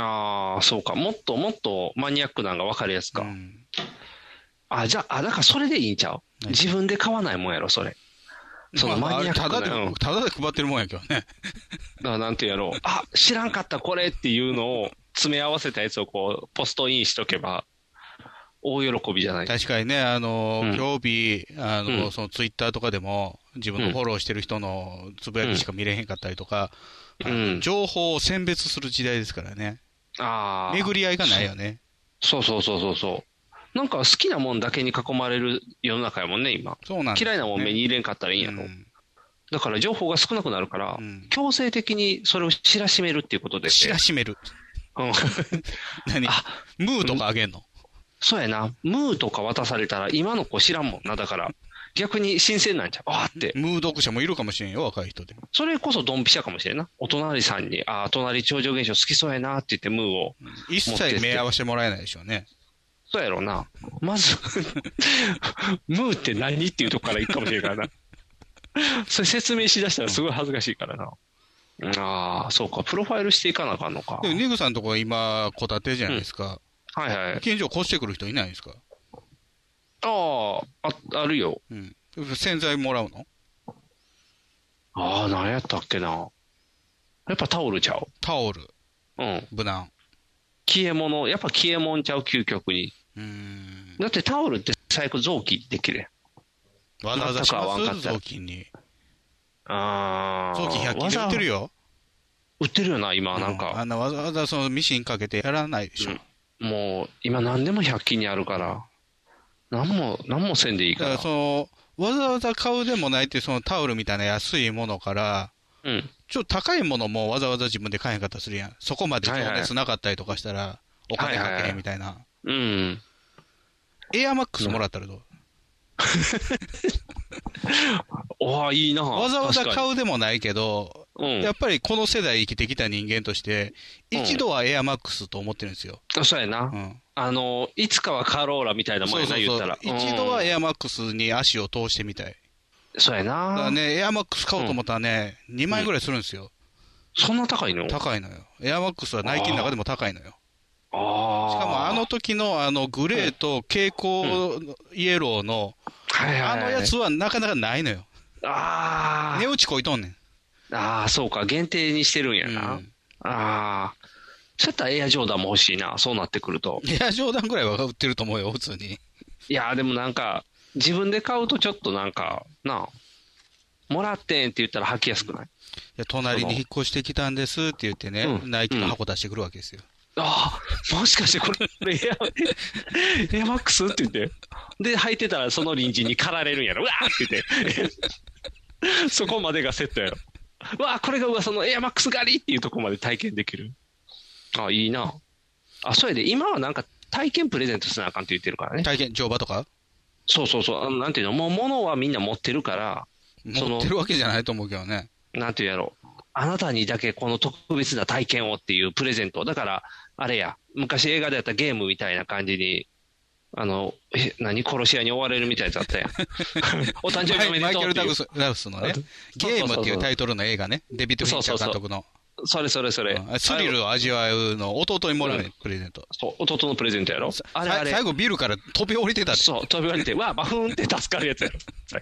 Speaker 2: ああ、そうか。もっともっとマニアックなんが分かるやつか。
Speaker 3: うん
Speaker 2: あ、じゃあ、あ、だからそれでいいんちゃう
Speaker 3: 何
Speaker 2: 自分で買わないもんやろ、それ。その
Speaker 3: まあ
Speaker 2: マニアックな
Speaker 3: あれただ
Speaker 2: う
Speaker 3: で
Speaker 2: ん、
Speaker 3: ただで配ってるもんやけどね。
Speaker 2: だからなんてやろう。あ、知らんかった、これっていうのを詰め合わせたやつをこう、ポストインしとけば、大喜びじゃない。
Speaker 3: 確かにね、あの、
Speaker 2: うん
Speaker 3: 今日日、あの、
Speaker 2: うん
Speaker 3: そのツイッターとかでも、自分のフォローしてる人のつぶやきしか見れへんかったりとか、
Speaker 2: うん
Speaker 3: あの
Speaker 2: うん
Speaker 3: 情報を選別する時代ですからね。
Speaker 2: ああ。
Speaker 3: 巡り合いがないよね。
Speaker 2: そうそうそうそうそう。なんか好きなもんだけに囲まれる世の中やもんね、今。
Speaker 3: そうなんですよ
Speaker 2: 嫌い
Speaker 3: ね
Speaker 2: なもん目に入れんかったらいいんやろ。
Speaker 3: うん
Speaker 2: だから情報が少なくなるから、
Speaker 3: うん
Speaker 2: 強制的にそれを知らしめるっていうことで、ね。
Speaker 3: 知らしめる。
Speaker 2: うん
Speaker 3: 何
Speaker 2: あ
Speaker 3: ムーとかあげんの
Speaker 2: そうやな。ムーとか渡されたら、今の子知らんもんな。だから、逆に新鮮なんちゃう。あーって。
Speaker 3: ムー読者もいるかもしれんよ、若い人で。
Speaker 2: それこそドンピシャかもしれんな。お隣さんに、ああ、隣超常現象好きそうやなって言ってムーを。
Speaker 3: 一切目合わせてもらえないでしょうね。
Speaker 2: そうやろうな。まず、 ムーって何っていうとこからいくかもしれんからな。 それ説明しだしたらすごい恥ずかしいからな。ああ、そうか。プロファイルしていかなあかんのか。
Speaker 3: でも、ニグさんのとこは今、戸建てじゃないですか。
Speaker 2: はいはい。
Speaker 3: 近所越してくる人いないんですか
Speaker 2: ああ、あ、あるよ。
Speaker 3: うん。洗剤もらうの
Speaker 2: ああ、何やったっけな。やっぱタオルちゃう。
Speaker 3: タオル、
Speaker 2: うん。
Speaker 3: 無難。
Speaker 2: 消え物、やっぱ消え物ちゃう、究極に。
Speaker 3: うーん。
Speaker 2: だってタオルって最悪臓器できるや
Speaker 3: わ
Speaker 2: ん。
Speaker 3: ざわざしま
Speaker 2: 全く合わんかっ
Speaker 3: す
Speaker 2: た
Speaker 3: 雑巾に。
Speaker 2: ああ。
Speaker 3: 雑巾100均で売ってる
Speaker 2: よ。
Speaker 3: よ。
Speaker 2: 売ってるよな、今、なん
Speaker 3: うあ
Speaker 2: か。
Speaker 3: んなわざわざそのミシンかけてやらないでしょ。
Speaker 2: うんもう、今何でも100均にあるから。何も、何もせんでいい
Speaker 3: だ
Speaker 2: か。
Speaker 3: からら、その、わざわざ買うでもないって、そのタオルみたいな安いものから、
Speaker 2: うん。
Speaker 3: ちょっと高いものもわざわざ自分で買えへんかったりするやん。そこまで情熱なかったりとかしたら、お金かけへんみたいな。
Speaker 2: うん。
Speaker 3: エアマックスもらったらどう、
Speaker 2: おあ、いいな。
Speaker 3: わざわざ
Speaker 2: 確か
Speaker 3: 買うでもないけど、
Speaker 2: に。う
Speaker 3: や
Speaker 2: ん
Speaker 3: っ。ぱりこの世代生きてきた人間として、
Speaker 2: うん
Speaker 3: 一度はエアマックスと思ってるんですよ。
Speaker 2: そうやな
Speaker 3: う。ん。
Speaker 2: あの、いつかはカローラみたいなもん
Speaker 3: そう
Speaker 2: や
Speaker 3: そ
Speaker 2: な、
Speaker 3: う
Speaker 2: 言
Speaker 3: そ
Speaker 2: った
Speaker 3: う
Speaker 2: ら。。
Speaker 3: 一度は
Speaker 2: うん
Speaker 3: エアマックスに足を通してみたい。
Speaker 2: そうや
Speaker 3: だから
Speaker 2: な。
Speaker 3: ね、エアマックス買おうと思ったらね、2万円ぐらいするんですよ。
Speaker 2: そんな高いのあ
Speaker 3: 高いのよ。エアマックスはナイキの中でも高いのよ。し
Speaker 2: あ。
Speaker 3: かもあの、時のあのグレーと蛍光イエローの、
Speaker 2: はいはい
Speaker 3: あ
Speaker 2: はい
Speaker 3: のやつはなかなかないのよ。
Speaker 2: あ
Speaker 3: 値打ちこいとんねん。
Speaker 2: あ。ああ、そうか。限定にしてるんや
Speaker 3: う
Speaker 2: な。
Speaker 3: ん
Speaker 2: ああ。そうやったらエアジョーダンも欲しいな。そうなってくると。
Speaker 3: エア冗談ぐらいは売ってると思うよ、普通に。
Speaker 2: いやーでもなんか、自分で買うとちょっとなんか、なあ、もらってんって言ったら履きやすくない
Speaker 3: いや隣に引っ越してきたんですって言ってね、
Speaker 2: うん
Speaker 3: ナイキの箱出してくるわけですよ。
Speaker 2: ああ、もしかしてこれ、エア、エアマックスって言って。で、履いてたらその隣人に駆られるんやろ。うわーって言って。 そこまでがセットやろ。うわあ、これが噂のエアマックス狩りっていうとこまで体験できる。あいいな。あ、それで、今はなんか体験プレゼントせなあかんって言ってるからね。
Speaker 3: 体験、乗馬とか
Speaker 2: そうそうそう。あのなんていうの、もう物はみんな持ってるから、そ
Speaker 3: 持
Speaker 2: の
Speaker 3: ってるわけじゃないと思うけどね。
Speaker 2: なんていうんやろあなたにだけこの特別な体験をっていうプレゼント。だから、あれや、昔映画でやったゲームみたいな感じに、あの、え、何殺し屋に追われるみたいだ ったやん。お誕生日お
Speaker 3: マ
Speaker 2: め
Speaker 3: イ
Speaker 2: で
Speaker 3: マイ
Speaker 2: と
Speaker 3: ケ
Speaker 2: うっ
Speaker 3: ル・
Speaker 2: て
Speaker 3: ダ
Speaker 2: い
Speaker 3: グ
Speaker 2: う
Speaker 3: スラウスのね
Speaker 2: そう、
Speaker 3: ゲームってい
Speaker 2: そうそうう
Speaker 3: タイトルの映画ね、デビッド・フィンチャー監督の、
Speaker 2: それそれそれ。
Speaker 3: うんスリ
Speaker 2: あれ
Speaker 3: ルを味わうの、弟にもらう
Speaker 2: う
Speaker 3: ねプレゼント。
Speaker 2: そう、弟のプレゼントやろ。あれ
Speaker 3: さ
Speaker 2: あれ。
Speaker 3: 最後、ビルから飛び降りてたって、
Speaker 2: そう、飛び降りて、わあ、バフンって助かるやつやろ。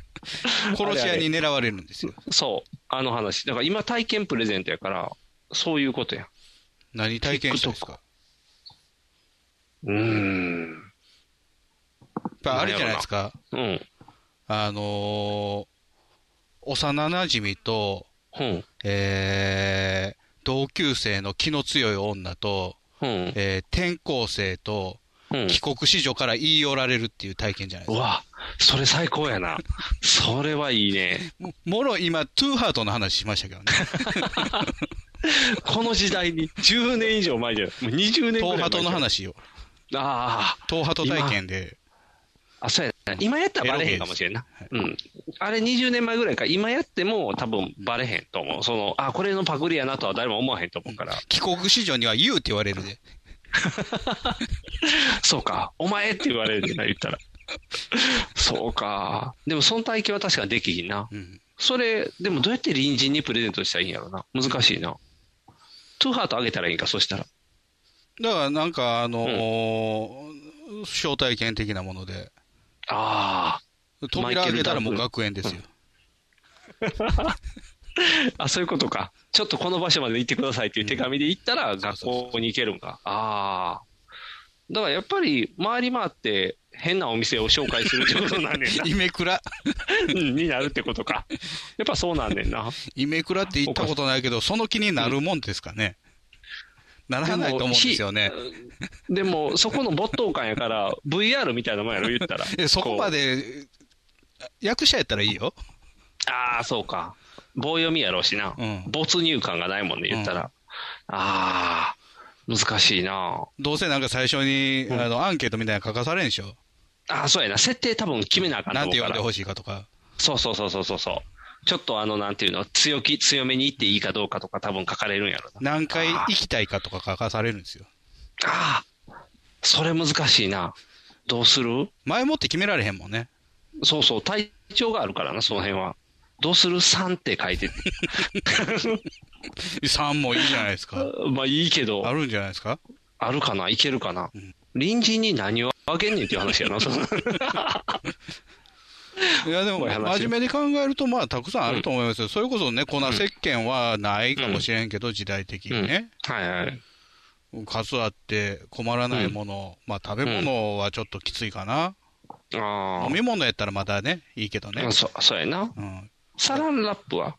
Speaker 3: 殺し屋に
Speaker 2: あれあれ
Speaker 3: 狙われるんですよ。
Speaker 2: そう、あの話。だから今体験プレゼントやから、そういうことやん。
Speaker 3: 何体験したんですか
Speaker 2: うーん。
Speaker 3: やっぱあるじゃないですか。
Speaker 2: うん。
Speaker 3: あのー幼馴染と、
Speaker 2: うん。
Speaker 3: えー同級生の気の強い女と、
Speaker 2: うん。
Speaker 3: えー転校生と、
Speaker 2: うん。
Speaker 3: 帰国子女から言い寄られるっていう体験じゃないうですか。
Speaker 2: わ、それ最高やな。それはいいね。
Speaker 3: ももろ今、トゥーハートの話しました けどね。
Speaker 2: この時代に10年以上前じゃん。もう20年ぐ
Speaker 3: ト
Speaker 2: らい前
Speaker 3: ーハトの
Speaker 2: じゃん。
Speaker 3: 話を。
Speaker 2: ああ。
Speaker 3: トーハト体験で。
Speaker 2: あ、そうやな。今やったらバレへんかもしれんな。うん。あれ20年前ぐらいか、今やっても多分バレへんと思う。その、あ、これのパクリやなとは誰も思わへんと思 うから。
Speaker 3: 帰国子女には言うって言われるで。
Speaker 2: そうか、お前って言われるんじゃない言ったら。そうか。でも、その体験は確かにできひんな。
Speaker 3: うん。
Speaker 2: それ、でもどうやって隣人にプレゼントしたらいいんやろな。難しいな。トゥーハートあげたらいいんか、そしたら。
Speaker 3: だからなんか、あのー招待券的なもので。
Speaker 2: あ
Speaker 3: 扉開けたらもう学園ですよ。
Speaker 2: あ。あ、そういうことか。ちょっとこの場所まで行ってくださいっていう手紙で行ったら、学校に行けるんか。ああ。だからやっぱり、回り回って、変なお店を紹介するってことなん
Speaker 3: 。
Speaker 2: ねんな
Speaker 3: イメクラ。
Speaker 2: うんになるってことか。やっぱそうなんねんな。
Speaker 3: イメクラって行ったことないけど、その気になるもんですかね。ならないと思うんですよね。。
Speaker 2: でも、そこの没頭感やから、VR みたいなもんやろ、言ったら
Speaker 3: えそこま
Speaker 2: う。
Speaker 3: で、役者やったらいいよ。
Speaker 2: ああ、そうか。棒読みやろうしな。
Speaker 3: うん
Speaker 2: 没入感がないもんね、言ったら。ああ、難しいな。
Speaker 3: どうせなんか最初に、あの、アンケートみたいなの書かされんでしょ。
Speaker 2: ああ、そうやな。設定多分決めなあかんと
Speaker 3: なん
Speaker 2: 思
Speaker 3: て
Speaker 2: う
Speaker 3: 呼
Speaker 2: か
Speaker 3: ん
Speaker 2: ら
Speaker 3: で。ほしいかとか。
Speaker 2: そうそうそうそうそうそう。ちょっとあの、なんていうの、強気、強めに言っていいかどうかとか多分書かれるんやろな。
Speaker 3: 何回行きたいかとか書かされるんですよ。
Speaker 2: ああ、それ難しいな。どうする
Speaker 3: 前もって決められへんもんね。
Speaker 2: そうそう、体調があるからな、その辺は。どうする ?3 って書いてて。
Speaker 3: 3もいいじゃないですか。
Speaker 2: まあいいけど。
Speaker 3: あるんじゃないですか
Speaker 2: あるかないけるかな、隣人に何をあげんねんっていう話やな、その
Speaker 3: いやでも、
Speaker 2: こういう話
Speaker 3: 真面目に考えると、まあ、たくさんあると思いますよ。それこそね、粉石鹸はないかもしれんけど、時代的
Speaker 2: う
Speaker 3: に
Speaker 2: ん
Speaker 3: ね。
Speaker 2: はいはい。
Speaker 3: 数あって困らないもの、まあ、食べ物はちょっときついかな。
Speaker 2: あ
Speaker 3: 飲み物やったらまだね、いいけど
Speaker 2: あ、
Speaker 3: ね。
Speaker 2: そそうやな。
Speaker 3: うん。
Speaker 2: サランラップは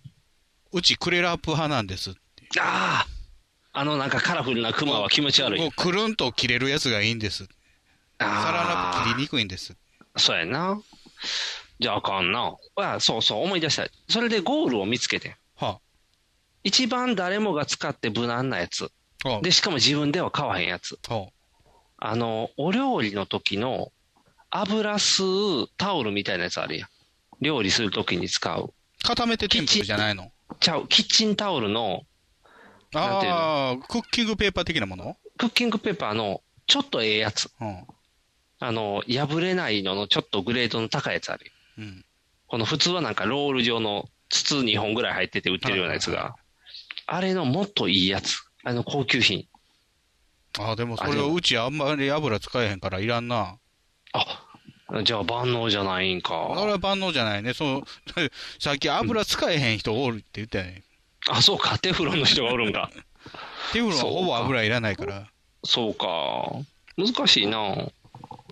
Speaker 3: うちクレラップ派なんです。
Speaker 2: ああ、あのなんかカラフルなクマは気持ち悪
Speaker 3: も
Speaker 2: い。
Speaker 3: うくるんと切れるやつがいいんです。
Speaker 2: あ
Speaker 3: サランラップ切り
Speaker 2: に。
Speaker 3: にくいんです。
Speaker 2: そうやな。じゃああかんな。あそうそう、思い出した。それでゴールを見つけてん。
Speaker 3: は
Speaker 2: 一番誰もが使って無難なやつ。
Speaker 3: あ。はあ
Speaker 2: で、しかも自分では買わへんやつ。
Speaker 3: は
Speaker 2: あの、お料理の時の油吸うタオルみたいなやつあるやん。料理する時に使う。
Speaker 3: あ固めて添付じゃないの
Speaker 2: ちゃう、キッチンタオルのなんていうの
Speaker 3: ああ、クッキングペーパー的なもの
Speaker 2: クッキングペーパーのちょっとええやつ。
Speaker 3: うん。
Speaker 2: あの、破れないののちょっとグレードの高いやつあるよ。
Speaker 3: うん。
Speaker 2: この普通はなんかロール状の筒2本ぐらい入ってて売ってるようなやつが。あれのもっといいやつ。あの高級品。
Speaker 3: ああ、でもそれをうちあんまり油使えへんからいらんな。
Speaker 2: あ、じゃあ万能じゃないん
Speaker 3: あれ
Speaker 2: か。
Speaker 3: は万能じゃないね。その、 さっき油使えへん人おるって言ったやね。
Speaker 2: あ、そうか。テフロンの人がおるん か。
Speaker 3: テフロンはほぼ油いらないから。
Speaker 2: そうか。難しいな。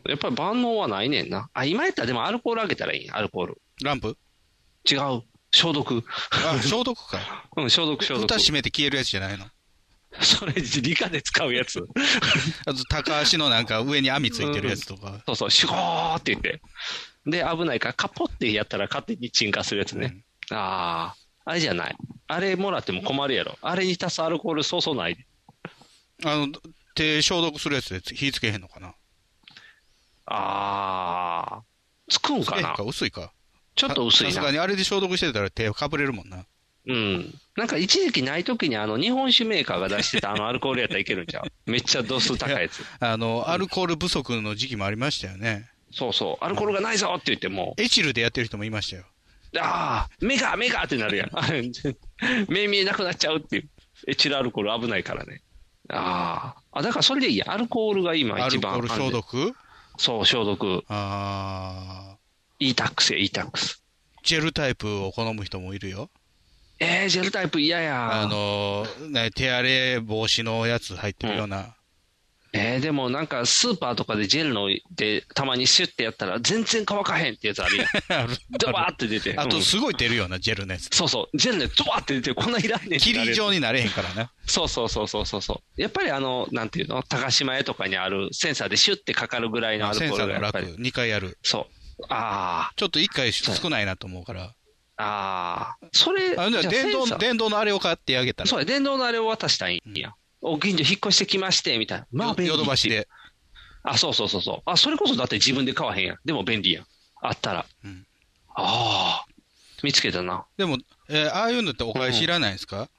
Speaker 2: やっぱり万能はないねんな。あ、今やったらでもアルコールあげたらいいんやアルコール。
Speaker 3: ランプ
Speaker 2: 違う。消毒。
Speaker 3: あ、消毒か。
Speaker 2: うん、消毒、消毒。
Speaker 3: 蓋閉めて消えるやつじゃないの。
Speaker 2: それ、理科で使うやつ。
Speaker 3: あと、高足のなんか上に網ついてるやつとか。
Speaker 2: そうそう、シュゴーって言って。で、危ないから、カポってやったら勝手に鎮火するやつね。ああ、あれじゃない。あれもらっても困るやろ。あれに足すアルコールそうそうない。
Speaker 3: あの、手消毒するやつで火つけへんのかな。
Speaker 2: ああ、つくん
Speaker 3: つけ
Speaker 2: か
Speaker 3: へん
Speaker 2: な
Speaker 3: か、。薄いか。
Speaker 2: ちょっと薄い
Speaker 3: さす
Speaker 2: な
Speaker 3: が。にあれで消毒してたら手かぶれるもんな。
Speaker 2: うん。なんか一時期ない時にあの日本酒メーカーが出してたあのアルコールやったらいけるんちゃうめっちゃ度数高いやつ。
Speaker 3: あの、アルコール不足の時期もありましたよね。
Speaker 2: そうそう。アルコールがないぞって言っても
Speaker 3: エチルでやってる人もいましたよ。
Speaker 2: う、ああ、目が目がってなるやん。 目見えなくなっちゃうっていう。エチルアルコール危ないからね。ああ。あ、だからそれでいいや。アルコールが今
Speaker 3: ア
Speaker 2: 一
Speaker 3: ルコ
Speaker 2: 番。
Speaker 3: ール消毒
Speaker 2: そう、消毒。
Speaker 3: ああ。
Speaker 2: e タックスや、e タックス。
Speaker 3: ジェルタイプを好む人もいるよ。
Speaker 2: えー、ジェルタイプ嫌や。
Speaker 3: あの、ね、手荒れ防止のやつ入ってるような。
Speaker 2: えー、でもなんかスーパーとかでジェルのでたまにシュッてやったら全然乾かへんってやつ あるやん。
Speaker 3: ある
Speaker 2: ドバーって出て。
Speaker 3: あ
Speaker 2: う
Speaker 3: と、
Speaker 2: ん
Speaker 3: すごい出るようなジェルのやつ。
Speaker 2: そうそう。ジェルでドバーって出てこんないらんねんってなる
Speaker 3: 霧状になれへんからな。
Speaker 2: そうそうそうそうそうそう。やっぱりあの、なんていうの高島屋とかにあるセンサーでシュッてかかるぐらいのアルコ
Speaker 3: セン
Speaker 2: ー
Speaker 3: サー
Speaker 2: ルが
Speaker 3: の
Speaker 2: やっ
Speaker 3: 楽、
Speaker 2: ぱり。
Speaker 3: 2回やる。
Speaker 2: そう。あ
Speaker 3: ちょっと1回少ないなと思うから。
Speaker 2: あ、ああ。それ、
Speaker 3: あじゃあ
Speaker 2: じゃあ
Speaker 3: 電動
Speaker 2: センサ
Speaker 3: の、
Speaker 2: ー
Speaker 3: 電動のあれを買ってあげたら
Speaker 2: そ。うや、電動のあれを渡したいんや。お近所引っ越してきまして、みたいな。まあ、便利
Speaker 3: ヨドバシで。
Speaker 2: あ、そうそうそうそう。あ、それこそだって自分で買わへんやん。でも便利やん。あったら。
Speaker 3: うん
Speaker 2: ああ、見つけたな。
Speaker 3: でも、えーああいうのってお返しいらないですか、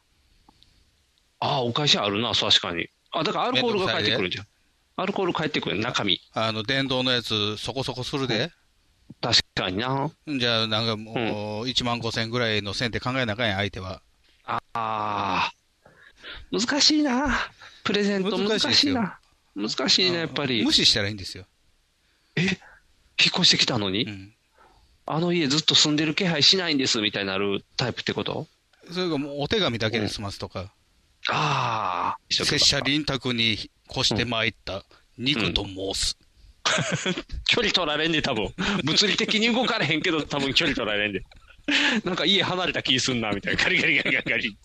Speaker 2: ああ、お会社あるな、確かに。あ、だからアルコールが返ってくるじゃん。アルコール返ってくる中身。
Speaker 3: あの、電動のやつ、そこそこするで。
Speaker 2: 確かにな。
Speaker 3: じゃあ、なんかもう、1万5千ぐらいの線って考えなあかんやん、相手は。
Speaker 2: ああ、難しいな。プレゼント難
Speaker 3: 難しいです
Speaker 2: しい
Speaker 3: よ
Speaker 2: な。難しいな、やっぱり。引
Speaker 3: 無
Speaker 2: っ
Speaker 3: 視したらいいんですよ。
Speaker 2: 越してきたのに、
Speaker 3: うん。
Speaker 2: あの家ずっと住んでる気配しないんです、みたいになるタイプってこと
Speaker 3: それがもう、お手紙だけで済ますとか、
Speaker 2: ああ、
Speaker 3: 拙者臨宅に越してまいった、肉と申す。
Speaker 2: 距離取られんで、多分。物理的に動かれへんけど、多分距離取られんで。なんか家離れた気すんな、みたいな。ガリガリガリガリガ リ。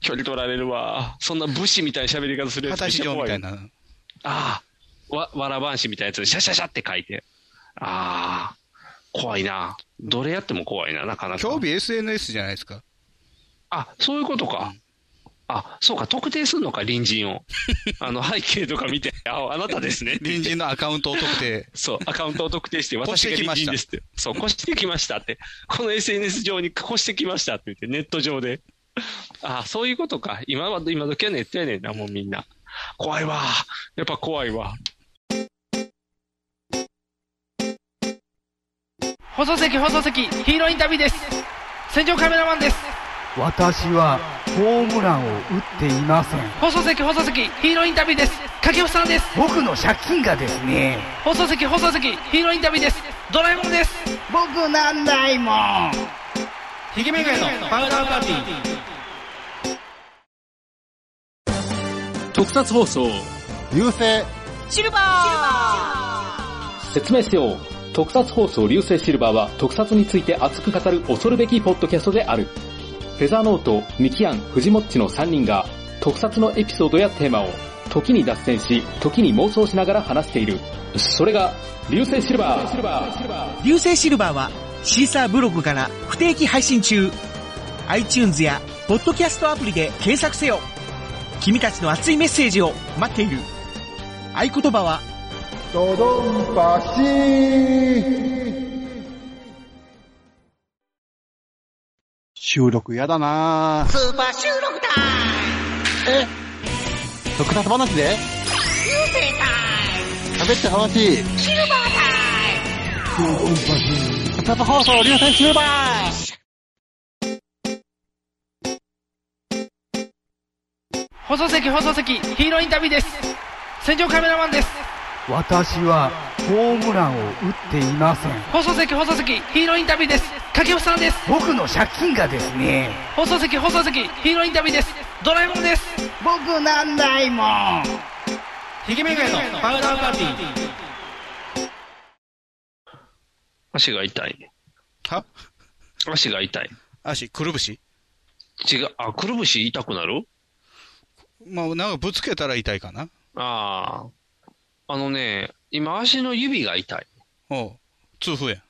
Speaker 2: 距離取られるわ。そんな武士みたいな喋り方するやつめっ
Speaker 3: 形
Speaker 2: ちゃ
Speaker 3: 状
Speaker 2: 怖
Speaker 3: み
Speaker 2: い
Speaker 3: た
Speaker 2: よ
Speaker 3: いな。
Speaker 2: ああ、わ、わらばんしみたいなやつでシャシャシャって書いて。ああ、怖いな。どれやっても怖いな、なかなか。
Speaker 3: 興味 SNS じゃないです か。
Speaker 2: あ、そういうことか。あ、そうか、特定するのか、隣 人を。あの、背景とか見て、あ、あなたですね。
Speaker 3: 隣人のアカウントを特定。
Speaker 2: そう、アカウントを特定して、
Speaker 3: 越
Speaker 2: 私
Speaker 3: して
Speaker 2: が
Speaker 3: きま
Speaker 2: 隣
Speaker 3: した
Speaker 2: 人ですって。そう、越してきましたって。この SNS 上に越してきましたって言って、ネット上で。ああ、そういうことか。今は、今時はネットやねんな、もうみんな。怖いわ。やっぱ怖いわ。
Speaker 8: 放送席放送席ヒーローインタビューです戦場カメラマンです
Speaker 4: 私はホームランを打っていません
Speaker 8: 放送席放送席ヒーローインタビューです掛布さんです
Speaker 4: 僕の借金がですね
Speaker 8: 放送席放送席ヒーローインタビューですドラえもんです
Speaker 4: 僕なんないもん
Speaker 8: ヒゲメガネのパウダーパーティー
Speaker 9: 特撮放送
Speaker 6: 流星
Speaker 9: 説明しよう特撮放送流星シルバーは特撮について熱く語る恐るべきポッドキャストであるフェザーノート、ミキアン、フジモッチの3人が特撮のエピソードやテーマを時に脱線し、時に妄想しながら話しているそれが流星シルバー
Speaker 10: 流星シルバーはシーサーブログから不定期配信中。iTunes やポッドキャストアプリで検索せよ。君たちの熱いメッセージを待っている。合言葉は、
Speaker 6: ドドンパシ収録やだなスーパー収録だえ特撮話で流星タイム喋って話シルバータイムドドンパシ特撮放送流星シルバー
Speaker 8: 放送席放送席ヒーローインタビューです戦場カメラマンです
Speaker 4: 私はホームランを打っていません
Speaker 8: 放送席放送席ヒーローインタビューです掛布さんです
Speaker 4: 僕の借金がですね
Speaker 8: 放送席放送席ヒーローインタビューですドラえもんです
Speaker 4: 僕なんないもん
Speaker 8: ヒゲメガネのパウダーパーティー
Speaker 2: 足が痛い。
Speaker 3: は
Speaker 2: 足が痛い。
Speaker 3: 足、くるぶし
Speaker 2: 違う、あ、くるぶし痛くなる
Speaker 3: まあ、なんかぶつけたら痛いかな。
Speaker 2: ああ。あのね、今足の指が痛い。
Speaker 3: おう。痛風やん。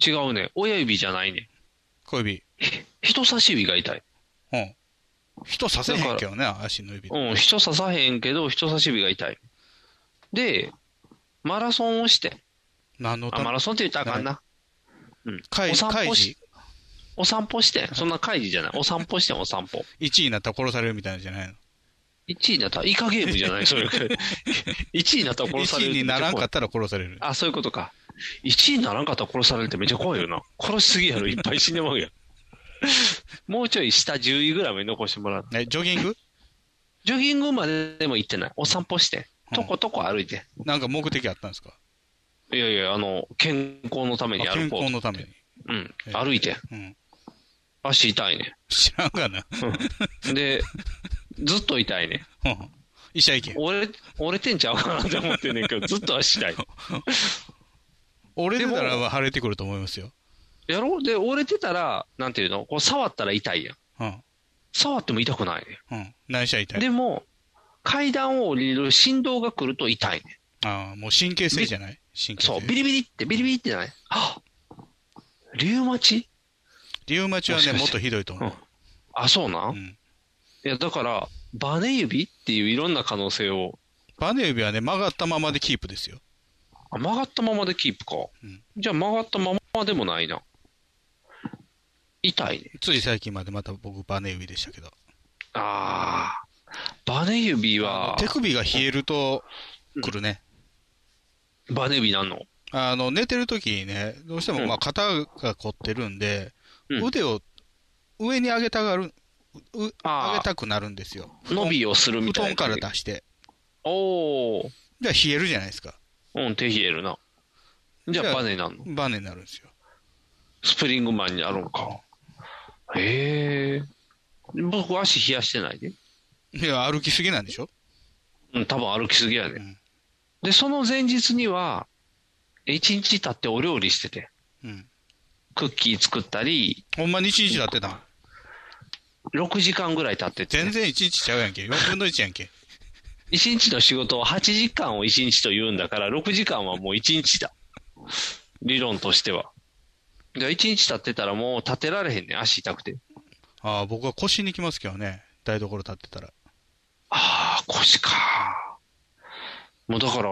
Speaker 2: 違うね。親指じゃないね。
Speaker 3: 小指。
Speaker 2: 人差し指が痛い。
Speaker 3: うん。人させへんけどね、足の指で。
Speaker 2: うん、人刺さへんけど、人差し指が痛い。で、マラソンをして、
Speaker 3: 何の
Speaker 2: あ、
Speaker 3: た
Speaker 2: マ
Speaker 3: め
Speaker 2: ラソンって言ったらあかんな。
Speaker 3: かい
Speaker 2: お散
Speaker 3: かい
Speaker 2: 歩
Speaker 3: じ
Speaker 2: しお散歩してんそんな会議じゃない。お散歩してんお散歩。
Speaker 3: 1位になったら殺されるみたいなんじゃないの
Speaker 2: 1位になったら、イカゲームじゃない それ。1位になったら殺され
Speaker 3: ?1
Speaker 2: る。
Speaker 3: 位にならんかったら殺される。
Speaker 2: あ、そういうことか。1位にならんかったら殺されるってめっちゃ怖いよな。殺しすぎやろ。いっぱい死んでまうやん。 もうちょい下10位ぐらいまで残してもらう。
Speaker 3: え、ジョギング
Speaker 2: ジョギングまででも行ってない。お散歩して。とことこ歩いて。
Speaker 3: なんか目的あったんですか
Speaker 2: いやいや、あの、健康のために
Speaker 3: あ健
Speaker 2: 歩こう
Speaker 3: 康。のために。
Speaker 2: うん
Speaker 3: え。
Speaker 2: 歩いて。
Speaker 3: うん。
Speaker 2: 足痛いね。
Speaker 3: 知らんがな。
Speaker 2: うんで、ずっと痛いね。
Speaker 3: うん医者意見。
Speaker 2: 折れ、折れてんちゃうかなって思ってんねんけ ど、ずっと足痛い。
Speaker 3: 俺出たらは晴れてくると思いますよ。
Speaker 2: やろで、折れてたら、なんていうのこう触ったら痛いやん。
Speaker 3: うん。
Speaker 2: 触っても痛くないね。
Speaker 3: うん。内射痛い。
Speaker 2: でも、階段を降りる振動が来ると痛いね。
Speaker 3: ああ、もう神経性じゃない神経性。
Speaker 2: そう、ビリビリって、ビリビリってじゃない。あリウマチ
Speaker 3: リウマチはね、
Speaker 2: もし
Speaker 3: も
Speaker 2: か
Speaker 3: っ
Speaker 2: して
Speaker 3: とひどいと思う。
Speaker 2: あ、そうなん、
Speaker 3: う
Speaker 2: い
Speaker 3: ん。
Speaker 2: や、だから、バネ指っていういろんな可能性を、
Speaker 3: バネ指はね、曲がったままでキープですよ。
Speaker 2: あ曲がったままでキープか。
Speaker 3: うん
Speaker 2: じゃあ曲がったままでもないな。痛いね。
Speaker 3: つい最近までまた僕バネ指でしたけど。
Speaker 2: ああ。バネ指は、
Speaker 3: 手首が冷えると、くるね。
Speaker 2: バネ指なんの
Speaker 3: あの、寝てる時にね、どうしてもまあ肩が凝ってるんで、
Speaker 2: うん
Speaker 3: 腕を上に上げたがる、う
Speaker 2: あー
Speaker 3: 上げたくなるんですよ。
Speaker 2: 伸びをする
Speaker 3: 布
Speaker 2: みたい
Speaker 3: 団
Speaker 2: な。
Speaker 3: から出して。
Speaker 2: おお。
Speaker 3: じゃあ冷えるじゃないですか。
Speaker 2: うん、手冷えるな。じゃ
Speaker 3: じゃ
Speaker 2: あ
Speaker 3: あ
Speaker 2: バネなんの
Speaker 3: バネになるんですよ。
Speaker 2: スプリングマンにあるんか。へえ。僕足冷やしてないで。
Speaker 3: いや、歩きすぎなんでしょ
Speaker 2: うん、多分歩きすぎやね、
Speaker 3: うん
Speaker 2: で、その前日には、一日経ってお料理してて。
Speaker 3: うん。
Speaker 2: クッキー作ったり、
Speaker 3: ほんまに1日だってたん
Speaker 2: 6時間ぐらい経ってて、
Speaker 3: 全然1日ちゃうやんけ。4分の1やんけ。
Speaker 2: 一日の仕事を8時間を1日と言うんだから、6時間はもう1日だ。理論としては。で、1日経ってたらもう立てられへんねん、足痛くて。
Speaker 3: ああ、僕は腰にきますけどね。台所立ってたら。
Speaker 2: ああ、腰か。もうだから、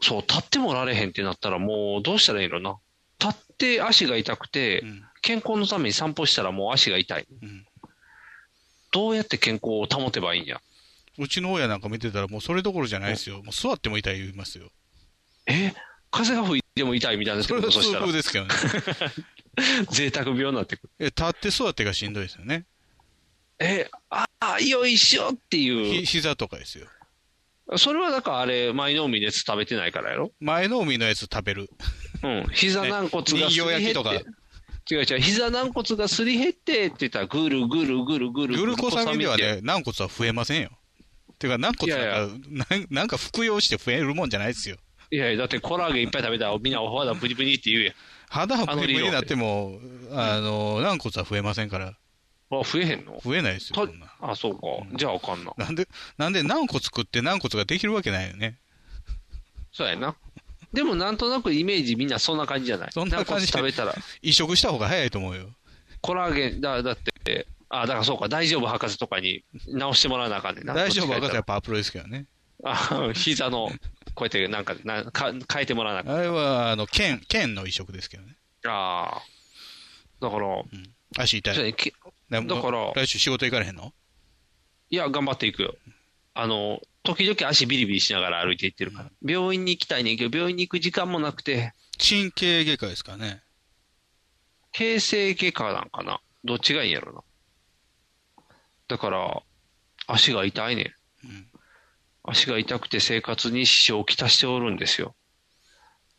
Speaker 2: そう、立ってもられへんってなったらもうどうしたらいいのな。立って足が痛くて
Speaker 3: う、ん。
Speaker 2: 健康のために散歩したらもう足が痛い。
Speaker 3: うん。
Speaker 2: どうやって健康を保てばいいんや。
Speaker 3: うちの親なんか見てたらもうそれどころじゃないですよ。もう座っても痛い言いますよ。
Speaker 2: え風が吹いても痛いみたいになって
Speaker 3: それ
Speaker 2: くる
Speaker 3: は
Speaker 2: そ
Speaker 3: 痛
Speaker 2: したら
Speaker 3: 風。ですけどね。
Speaker 2: 贅沢病になってくる。
Speaker 3: え立って座ってがしんどいですよね。
Speaker 2: え、ああ、よいしょってい
Speaker 3: ひ
Speaker 2: う。
Speaker 3: 膝とかですよ。
Speaker 2: それはだからあれ、前の海のやつ食べてないからやろ
Speaker 3: 前の海のやつ食べる。
Speaker 2: うん。膝軟骨がすり減って。
Speaker 3: 人形焼きとか
Speaker 2: 違う違う。膝軟骨がすり減ってって言ったら、ぐるぐるぐるぐる
Speaker 3: グルコサミンでは
Speaker 2: って
Speaker 3: ね、軟骨は増えませんよ。てか、軟骨なんか、なんなんか服用して増えるもんじゃないですよ。
Speaker 2: いやいや、だってコラーゲンいっぱい食べたら、みんなお肌ブニブニって言うやん。
Speaker 3: 肌はプリプリになっても、あの、軟骨は増えませんから、
Speaker 2: あ、増えへんの
Speaker 3: 増えないですよ、
Speaker 2: た
Speaker 3: こんな。
Speaker 2: あ、そうか。じゃああかんな。
Speaker 3: なんで、なんで軟骨食って軟骨ができるわけないよね。
Speaker 2: そうやな。でもなんとなくイメージみんなそんな感じじゃない
Speaker 3: そんな感じ
Speaker 2: 軟骨食べたら、
Speaker 3: 移植した方が早いと思うよ。
Speaker 2: コラーゲン、だだって、あ、だからそうか、大丈夫博士とかに直してもらわなあかんねんな。
Speaker 3: 大丈夫、
Speaker 2: ど
Speaker 3: 赤ちゃ
Speaker 2: っち
Speaker 3: ん
Speaker 2: か
Speaker 3: やっぱアプロですけどね。
Speaker 2: 言ったらあ膝の、こうやってなんか、なんか変えてもらわなあかん。
Speaker 3: あれは、あの、剣、剣の移植ですけどね。
Speaker 2: ああ。だから、
Speaker 3: 足痛
Speaker 2: そう
Speaker 3: い。
Speaker 2: やねき
Speaker 3: だ
Speaker 2: だから
Speaker 3: 来週仕事行かれへんの
Speaker 2: いや、頑張っていくよ。あの、時々足ビリビリしながら歩いていってるから。病院に行きたいねんけど、病院に行く時間もなくて、
Speaker 3: 神経外科ですからね。
Speaker 2: 形成外科なんかなどっちがいいんやろな。だから、足が痛いね、
Speaker 3: ん
Speaker 2: 足が痛くて生活に支障をきたしておるんですよ。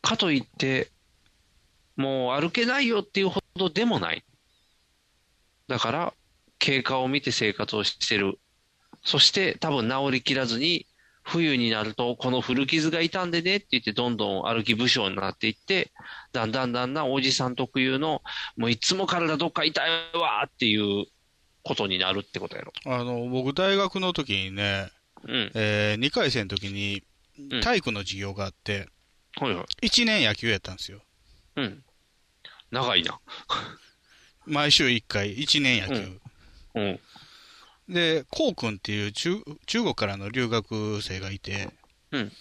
Speaker 2: かといって、もう歩けないよっていうほどでもない。だから、経過を見て生活をしてる。そして、多分治りきらずに、冬になると、この古傷が痛んでねって言って、どんどん歩き武将になっていって、だんだんだんだんおじさん特有の、もういつも体どっか痛いわーっていうことになるってことやろ。
Speaker 3: あの、僕、大学の時にね、
Speaker 2: うん。
Speaker 3: え2回生の時に
Speaker 2: うん
Speaker 3: 体育の授業があって、
Speaker 2: はいはい。
Speaker 3: 1年野球やったんですよ。
Speaker 2: うん。長いな。
Speaker 3: 毎週1回、1年野球。
Speaker 2: うん。
Speaker 3: で、こうくんっていう中中国からの留学生がいて、
Speaker 2: うん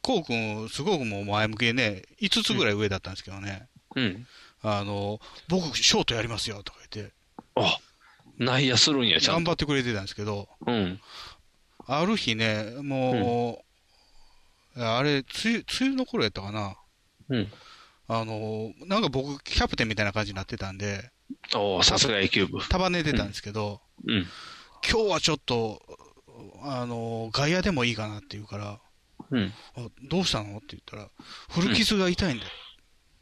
Speaker 3: こうくん、すごくもう前向きでね、5つぐらい上だったんですけどね、
Speaker 2: うん。
Speaker 3: あの、僕、ショートやりますよとか言って、
Speaker 2: あ、内野するんや、ちゃ
Speaker 3: 頑
Speaker 2: んと。
Speaker 3: 張ってくれてたんですけど、
Speaker 2: うん。
Speaker 3: ある日ね、もう、あれ、梅雨、梅雨の頃やったかな。
Speaker 2: うん。
Speaker 3: あの、なんか僕、キャプテンみたいな感じになってたんで、
Speaker 2: おーさすが野球部。
Speaker 3: 束ねてたんですけど、
Speaker 2: うん。
Speaker 3: 今日はちょっと、あの、外野でもいいかなって言うから、
Speaker 2: うん。
Speaker 3: あどうしたのって言ったら、古傷が痛いんだよ。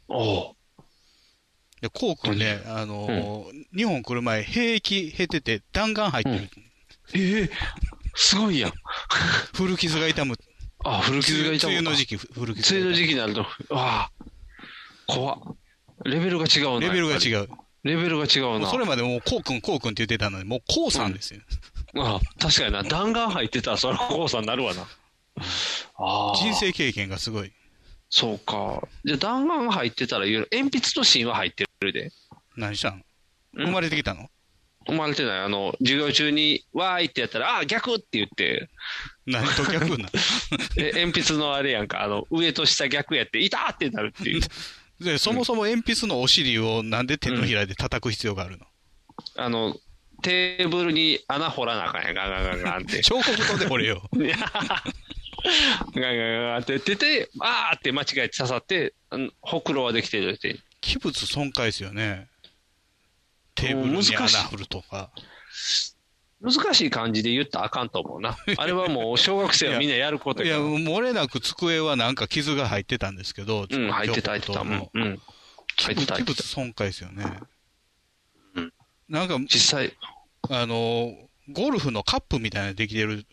Speaker 2: おう
Speaker 3: で、こうくんね、あの、日本来る前、兵役経てて弾丸入ってる。
Speaker 2: ええすごいやん。
Speaker 3: 古傷が痛む。
Speaker 2: あ、古傷が痛む
Speaker 3: 梅
Speaker 2: の
Speaker 3: 雨の
Speaker 2: か。
Speaker 3: 時期、古傷
Speaker 2: 梅
Speaker 3: が
Speaker 2: 雨の
Speaker 3: 痛
Speaker 2: 時期になると、ああ、怖っレベルが違う
Speaker 3: む。
Speaker 2: な。
Speaker 3: レベルが
Speaker 2: う。
Speaker 3: 違う。
Speaker 2: レベルが違う
Speaker 3: もう
Speaker 2: な。
Speaker 3: それまでもう、こうくん、こうくんって言ってたので、もう、こうさんですよ。
Speaker 2: ああ確かにな。弾丸入ってたら、それは高さになるわな。ああ。
Speaker 3: 人。生経験がすごい。
Speaker 2: そうか。じゃあ弾丸入ってたら言うの鉛筆と芯は入ってるで。
Speaker 3: 何したの
Speaker 2: うん
Speaker 3: 生まれてきたの、
Speaker 2: 生まれてない。あの、授業中に、わーいってやったら、ああ、逆って言って、
Speaker 3: 何と逆な の
Speaker 2: え鉛筆のあれやんか、あの、上と下逆やって、痛ーってなる っていう。
Speaker 3: で、そもそも鉛筆のお尻をなんで手のひらで叩く必要があるの、
Speaker 2: あの、テーブルに穴掘らなあかんやん、ガンガンガンガ ンって。
Speaker 3: 彫刻刀でこれよ。
Speaker 2: いやガンガンガンガンってやってて、あーって間違えて刺さって、あのほくろはできてるって。
Speaker 3: 器物損壊ですよね。テーブルに穴振るとか。
Speaker 2: 難しい感じで言ったらあかんと思うな。あれはもう小学生はみんなやること
Speaker 3: い
Speaker 2: や
Speaker 3: や、
Speaker 2: から
Speaker 3: 漏れなく机はなんか傷が入ってたんですけど、
Speaker 2: うん、入ってた、入ってた。
Speaker 3: 両
Speaker 2: う
Speaker 3: 方と
Speaker 2: ん
Speaker 3: も。
Speaker 2: うん入って
Speaker 3: 器
Speaker 2: た、入って
Speaker 3: 物
Speaker 2: た。
Speaker 3: 損壊ですよね。
Speaker 2: うん
Speaker 3: なんか、
Speaker 2: 実際、
Speaker 3: あの、ゴルフのカップみたいなのできてる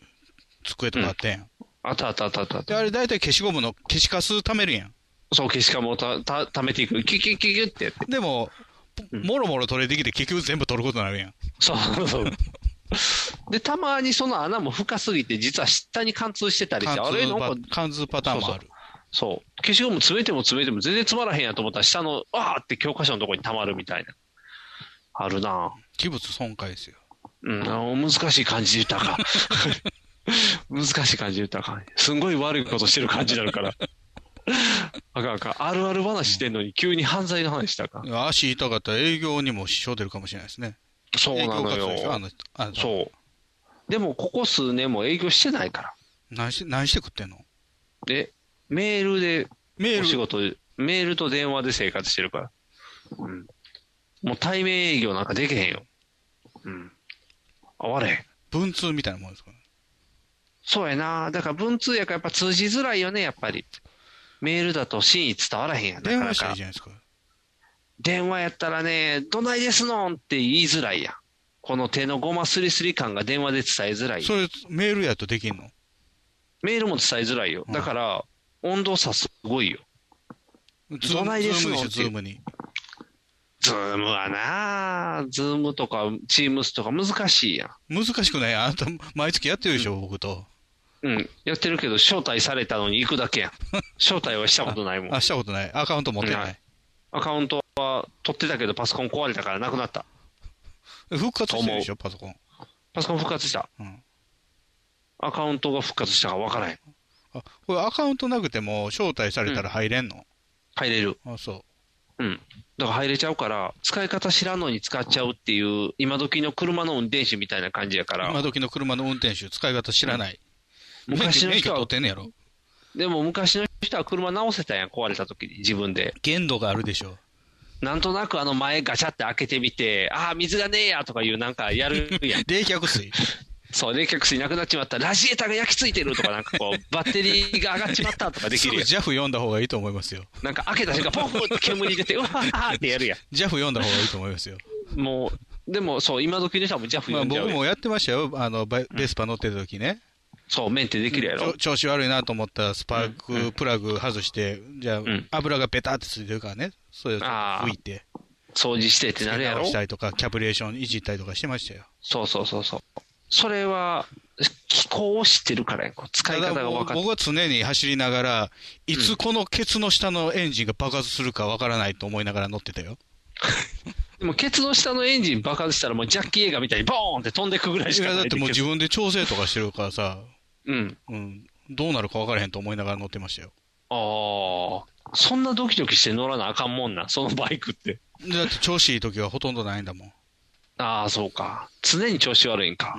Speaker 3: 机とかあってんやん。
Speaker 2: あったあったあったあったあっ
Speaker 3: で、
Speaker 2: た。
Speaker 3: あれ大体消しゴムの消しカス溜めるやん。
Speaker 2: そう、消しかもた、た、溜めていく。キュキュキュキュってやって。
Speaker 3: でも、もろもろ取れてきて結局全部取ることになるやん。
Speaker 2: そうそうそう。で、たまにその穴も深すぎて、実は下に貫通してたりして、
Speaker 3: 貫
Speaker 2: あれ、
Speaker 3: 通
Speaker 2: なんか
Speaker 3: パ貫通パターンもある。
Speaker 2: そう。消しゴム詰めても詰めても全然つまらへんやと思ったら、下の、わーって教科書のとこに溜まるみたいな。あるな
Speaker 3: 器物損壊ですよ。
Speaker 2: うん、あの難しい感じで言ったらあかん。 難しい感じで言ったらあかん。すんごい悪いことしてる感じになるから。あかんあかん。あるある話してんのに、急に犯罪の話したらあかん。
Speaker 3: 足痛かったら営業にも支障出るかもしれないですね。
Speaker 2: そう
Speaker 3: 営
Speaker 2: な
Speaker 3: 業
Speaker 2: の
Speaker 3: 活動でしょ、あ
Speaker 2: よ。
Speaker 3: のあの
Speaker 2: そう。でも、ここ数年も営業してないから。
Speaker 3: 何し。何して食ってんの
Speaker 2: で、メールで
Speaker 3: メ
Speaker 2: お仕
Speaker 3: ール、
Speaker 2: 事、メールと電話で生活してるから。うん。もう対面営業なんかできへんよ。うん。あ、われへん。
Speaker 3: 文通みたいなもんですか、ね、
Speaker 2: そうやな。だから文通やからやっぱ通じづらいよね、やっぱり。メールだと真意伝わらへんやん。な
Speaker 3: 電
Speaker 2: かな
Speaker 3: 話したらい
Speaker 2: か
Speaker 3: いじ。ゃないですか。
Speaker 2: 電話やったらね、どないですのんって言いづらいやん。この手のごますりすり感が電話で伝えづらい。
Speaker 3: それ、メールやとできんの
Speaker 2: メールも伝えづらいよ。だから、温度差すごいよ。
Speaker 3: ズー
Speaker 2: どな
Speaker 3: ム
Speaker 2: い
Speaker 3: ズ
Speaker 2: です
Speaker 3: ーム
Speaker 2: の
Speaker 3: でしょ、
Speaker 2: って
Speaker 3: ズームに。
Speaker 2: ズームはな、ズームとか、チームスとか難しいやん。
Speaker 3: 難しくないあなた、毎月やってるでしょ、僕と。
Speaker 2: うん、やってるけど、招待されたのに行くだ けやん。招待はしたことないもん
Speaker 3: あ、。したことない。アカウント持って
Speaker 2: な
Speaker 3: ない
Speaker 2: い。アカウントは取ってたけど、パソコン壊れたからなくなった。
Speaker 3: 復活してるでしょ、パソコン。
Speaker 2: パソコン復活した。
Speaker 3: うん
Speaker 2: アカウントが復活したか分からへん。
Speaker 3: あ、これアカウントなくても招待されたら入れんの、
Speaker 2: 入れる。
Speaker 3: あ、そう。
Speaker 2: うん。だから入れちゃうから、使い方知らんのに使っちゃうっていう、今時の車の運転手みたいな感じやから、
Speaker 3: 今時の車の運転手、使い方知らない。
Speaker 2: 昔の
Speaker 3: 免許免許
Speaker 2: 人
Speaker 3: 取っ
Speaker 2: は、
Speaker 3: てんねやろ。
Speaker 2: でも昔の人は車直せたやん、壊れた時に自分で。
Speaker 3: 限度があるでしょ。
Speaker 2: なんとなくあの前ガチャって開けてみて、ああ、水がねえやとかいうなんかやるやん。
Speaker 3: 冷却水。
Speaker 2: そう、冷却水なくなっちまった、ラジエーターが焼き付いてるとか、なんかこ う、バッテリーが上がっちまったとかでき
Speaker 3: す
Speaker 2: る
Speaker 3: ぐ
Speaker 2: やん。
Speaker 3: JAF 読んだ方がいいと思いますよ。
Speaker 2: なんか開けた瞬間、ポンポンって煙出て、うわーってやるや
Speaker 3: JAF 読んだ方がいいと思いますよ。
Speaker 2: ん。もう、でもそう、今時の人はもうジャフ
Speaker 3: ま
Speaker 2: 呼
Speaker 3: あ
Speaker 2: んじ
Speaker 3: 僕
Speaker 2: ゃうやん
Speaker 3: もやってましたよ。あの、バイベスパ乗ってた時ね。
Speaker 2: そう、メンテできるや
Speaker 3: ちょ
Speaker 2: ろ。
Speaker 3: 調子悪いなと思ったらスパークプラグ外して、じゃ
Speaker 2: ん
Speaker 3: あ油がベタってついてるからね。それをちょっと
Speaker 2: あー
Speaker 3: 拭いて、
Speaker 2: 掃除してってなるやろ
Speaker 3: し。たりとか、キャブレーションいじったりとかしてましたよ。
Speaker 2: そうそうそうそう。それは、気候を知ってるからやん。こう使い方
Speaker 3: た
Speaker 2: が
Speaker 3: だ
Speaker 2: 分か
Speaker 3: 僕
Speaker 2: って
Speaker 3: 僕は常に走りながら、いつこのケツの下のエンジンが爆発するかわからないと思いながら乗ってたよ。
Speaker 2: でも、ケツの下のエンジン爆発したら、もうジャッキー映画みたいにボーンって飛んでくぐらい
Speaker 3: い
Speaker 2: しか
Speaker 3: や、
Speaker 2: ない
Speaker 3: だってもう
Speaker 2: け
Speaker 3: 自
Speaker 2: ど
Speaker 3: 分で調整とかしてるからさ、
Speaker 2: うん。
Speaker 3: うん、どうなるかわからへんと思いながら乗ってましたよ。
Speaker 2: ああ、そんなドキドキして乗らなあかんもんな、そのバイクって。
Speaker 3: だって調子いい時はほとんどないんだもん。
Speaker 2: ああ、そうか。常に調子悪いんか。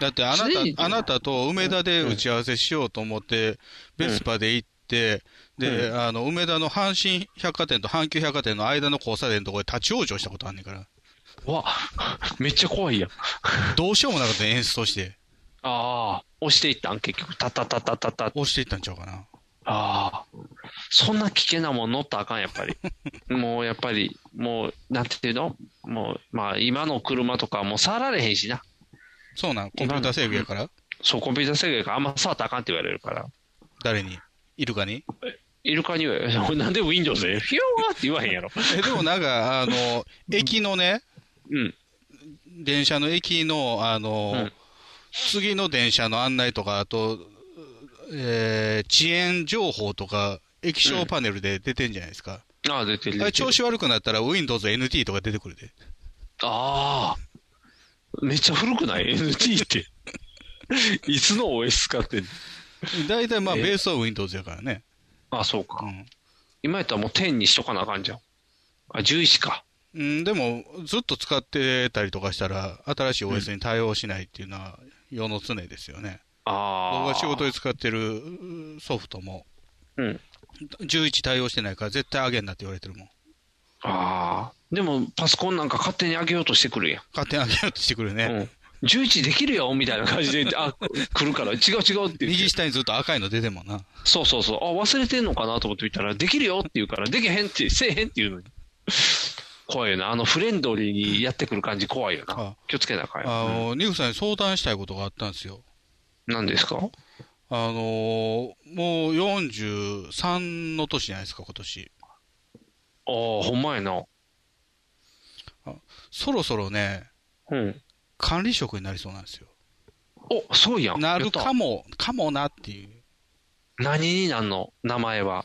Speaker 3: だってあな
Speaker 2: 常に
Speaker 3: た、あなたと梅田で打ち合わせしようと思って、ベスパで行って、で、あの、梅田の阪神百貨店と阪急百貨店の間の交差点のところで立ち往生したことあんねんから。
Speaker 2: わ、めっちゃ怖いやん。
Speaker 3: どうしようもなかった、演出として。
Speaker 2: ああ、押していったん結局。たたたたたた。
Speaker 3: 押していったんちゃうかな。
Speaker 2: ああ。そんな危険なもん乗ったらあかん、やっ ぱり。もう、やっぱり、もう、なんていうのもう、まあ、今の車とかはもう触られへんしな。
Speaker 3: そうなん、コンピューター制御やから、
Speaker 2: そう、コンピューター制御やからあんま触ったらあかんって言われるから。
Speaker 3: 誰にイルカに
Speaker 2: イルカには、 なんで Windows で、ヒューって言わへんやろ。
Speaker 3: え、でもなんか、あの、駅のね、
Speaker 2: うん。
Speaker 3: 電車の駅の、あの、
Speaker 2: うん
Speaker 3: 次の電車の案内とか、あと、えー遅延情報とか、液晶パネルで出てんじゃないですか。
Speaker 2: ああ、出てる。
Speaker 3: あれ
Speaker 2: 出てる
Speaker 3: 調子悪くなったら Windows NT とか出てくるで。
Speaker 2: ああ。めっちゃ古くない ?NT って。いつの OS 使ってんの
Speaker 3: 大体まあ、
Speaker 2: え
Speaker 3: ベースは Windows やからね。
Speaker 2: ああ、そうか。
Speaker 3: うん
Speaker 2: 今やったらもう10にしとかなあかんじゃん。あ、11か。
Speaker 3: うん、でも、ずっと使ってたりとかしたら、新しい OS に対応しないっていうのは、世の常ですよね。
Speaker 2: ああ。
Speaker 3: 僕が仕事で使ってるソフトも、
Speaker 2: うん。
Speaker 3: 11対応してないから絶対上げんなって言われてるもん。
Speaker 2: ああ。でも、パソコンなんか勝手に上げようとしてくるやん。
Speaker 3: 勝手に上げようとしてくるね。
Speaker 2: うん。11できるよみたいな感じで、あ、来るから、違う違うって言って
Speaker 3: 右下にずっと赤いの出てんもんな。
Speaker 2: そうそうそう。あ、忘れてんのかなと思ってみたら、できるよって言うから、できへんって、せえへんって言うのに。怖いよな。あの、フレンドリーにやってくる感じ怖いよ
Speaker 3: あ
Speaker 2: な。気をつけなあかん
Speaker 3: あ
Speaker 2: よ。
Speaker 3: の、ニフさんに相談したいことがあったんですよ。
Speaker 2: 何ですか
Speaker 3: あのーもう43の年じゃないですか、今年。
Speaker 2: ああ、ほんまやな。
Speaker 3: そろそろね、
Speaker 2: うん。
Speaker 3: 管理職になりそうなんですよ。
Speaker 2: お、そうやん。
Speaker 3: な
Speaker 2: や
Speaker 3: る
Speaker 2: った
Speaker 3: かも、かもなっていう。
Speaker 2: 何になんの名前は。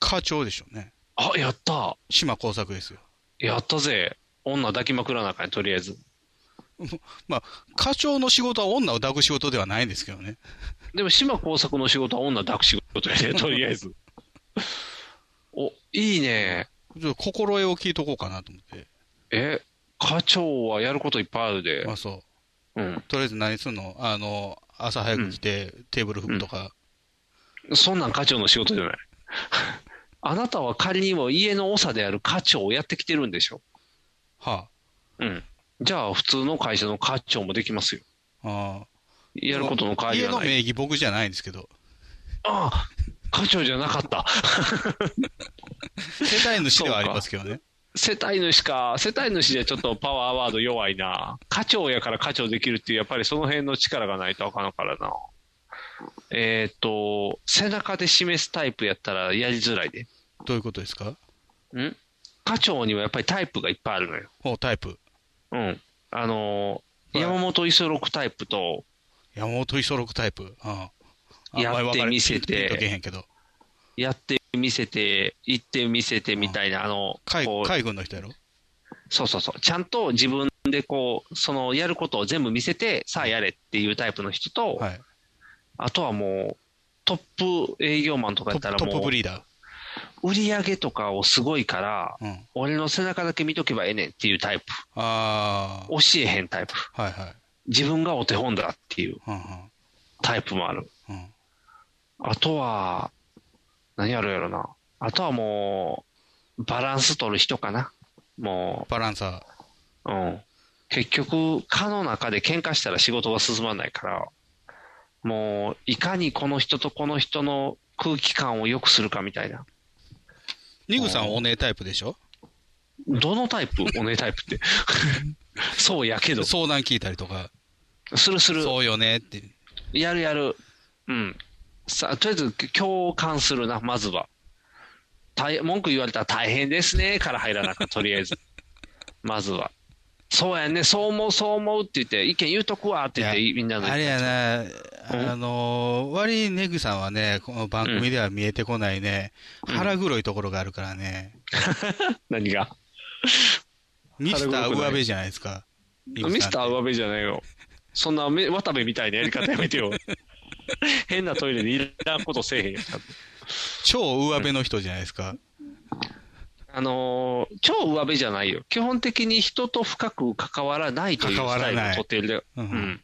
Speaker 3: 課長でしょうね。
Speaker 2: あ、やった。
Speaker 3: 島工作ですよ。
Speaker 2: やったぜ。女抱きまくらなあかん、とりあえず。
Speaker 3: まあ、課長の仕事は女を抱く仕事ではないんですけどね。
Speaker 2: でも、島工作の仕事は女抱く仕事 やで、とりあえず。お、いいね。
Speaker 3: ちょっと心得を聞いとこうかなと思って。
Speaker 2: え、課長はやることいっぱいあるで
Speaker 3: ま。あそう。
Speaker 2: うん。
Speaker 3: とりあえず何すんのあの、朝早く来て、テーブル拭くとか。
Speaker 2: そんなん課長の仕事じゃない。 あなたは仮にも家の長である課長をやってきてるんでしょ。
Speaker 3: は
Speaker 2: うん。じゃあ、普通の会社の課長もできますよ。
Speaker 3: あ。ああ
Speaker 2: やることの代わり
Speaker 3: 家
Speaker 2: は
Speaker 3: の
Speaker 2: ない。
Speaker 3: 名義僕じゃないんですけど。
Speaker 2: ああ、課長じゃなかった。
Speaker 3: 世帯主ではありますけどね。
Speaker 2: 世帯主か、世帯主でちょっとパワーワード弱いな。課長やから課長できるっていう、やっぱりその辺の力がないとあかんからな。えっ、と、背中で示すタイプやったらやりづらいで。
Speaker 3: どういうことですか
Speaker 2: ん課長にはやっぱりタイプがいっぱいあるのよ。
Speaker 3: ほう、タイプ。
Speaker 2: うん。あのー
Speaker 3: はい
Speaker 2: 山本五十六タイプと、
Speaker 3: 山本五十六タイプ。ああ。
Speaker 2: やってみ
Speaker 3: あんまり分
Speaker 2: せて
Speaker 3: かれピンとけへんけど。
Speaker 2: やってみせて、行ってみせてみたいな、あの、
Speaker 3: 海
Speaker 2: こう
Speaker 3: 海軍の人やろ
Speaker 2: そうそうそう。ちゃんと自分でこう、そのやることを全部見せて、さあやれっていうタイプの人と、
Speaker 3: はい。
Speaker 2: あとはもう、トップ営業マンとか
Speaker 3: ト
Speaker 2: やった
Speaker 3: ップ
Speaker 2: ら
Speaker 3: トッ
Speaker 2: も
Speaker 3: プブ
Speaker 2: う、
Speaker 3: リーダ
Speaker 2: 売り上げとかをすごいから、
Speaker 3: ー。うん。
Speaker 2: 俺の背中だけ見とけばええねんっていうタイプ。
Speaker 3: あ
Speaker 2: 教えへんタイプ。
Speaker 3: あ。はいはい。
Speaker 2: 自分がお手本だっていう
Speaker 3: うんうん
Speaker 2: タイプもある。
Speaker 3: うん。
Speaker 2: あとは、何やるやろな。あとはもう、バランス取る人かな。も
Speaker 3: バランサ
Speaker 2: う、うん。結局、課の中で喧嘩したら仕事は進まないから、もう、いかにこの人とこの人の空気感を良くするかみたいな。
Speaker 3: ー。ニグさんはお姉タイプでしょ
Speaker 2: どのタイプおねタイプって。 そうやけど。
Speaker 3: 相談聞いたりとか。
Speaker 2: するする。
Speaker 3: そうよねって。
Speaker 2: やるやる。うん。さあ、とりあえず共感するな、まずは。大文句言われたら大変ですね、から入らなかとりあ えず。まずは。そうやね、そう思う、そう思うって言って、意見言うとくわって言って、
Speaker 3: い
Speaker 2: みんなの。
Speaker 3: あれやな、あのー、割にネグさんはね、この番組では見えてこないね、
Speaker 2: うん
Speaker 3: 腹黒いところがあるからね、
Speaker 2: 何が
Speaker 3: ミスター上辺じゃないですか。
Speaker 2: ミスター上
Speaker 3: 上
Speaker 2: 辺じゃないよ。そんなめ渡部みたいなやり方や めてよ。変なトイレでいらんことせえへんやん
Speaker 3: 超上辺の人じゃないですか。
Speaker 2: あのー超上辺じゃないよ。基本的に人と深く関わらないという
Speaker 3: 関わ
Speaker 2: スタ
Speaker 3: ら
Speaker 2: イルを
Speaker 3: ない
Speaker 2: 取っているで、
Speaker 3: う
Speaker 2: うんん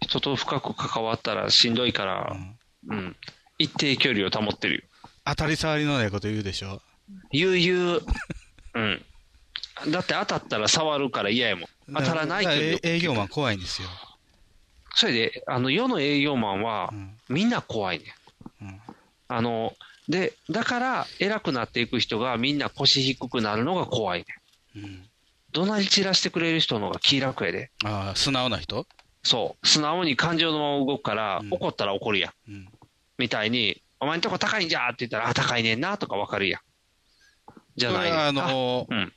Speaker 2: 人と深く関わったらしんどいから、うん。一定距離を保ってるよ。
Speaker 3: 当たり障りのないこと言うでしょ。
Speaker 2: 悠 々、うん。だって当たったら触るから嫌やもん。当たらない
Speaker 3: だ
Speaker 2: け
Speaker 3: か
Speaker 2: ど
Speaker 3: らえ営業マン怖いんですよ。
Speaker 2: それで、あの、世の営業マンは、みんな怖いね、ん。あの、で、だから、偉くなっていく人がみんな腰低くなるのが怖いね。
Speaker 3: うん
Speaker 2: 怒鳴り散らしてくれる人の方が気楽やで。
Speaker 3: ああ、素直な人
Speaker 2: そう。素直に感情のまま動くから、怒ったら怒るやん。
Speaker 3: うん
Speaker 2: みたいに、お前んとこ高いんじゃーって言ったら、あ、高いねんなとかわかるやん。じゃない
Speaker 3: そ
Speaker 2: ね
Speaker 3: れ
Speaker 2: ん
Speaker 3: はあのー
Speaker 2: うん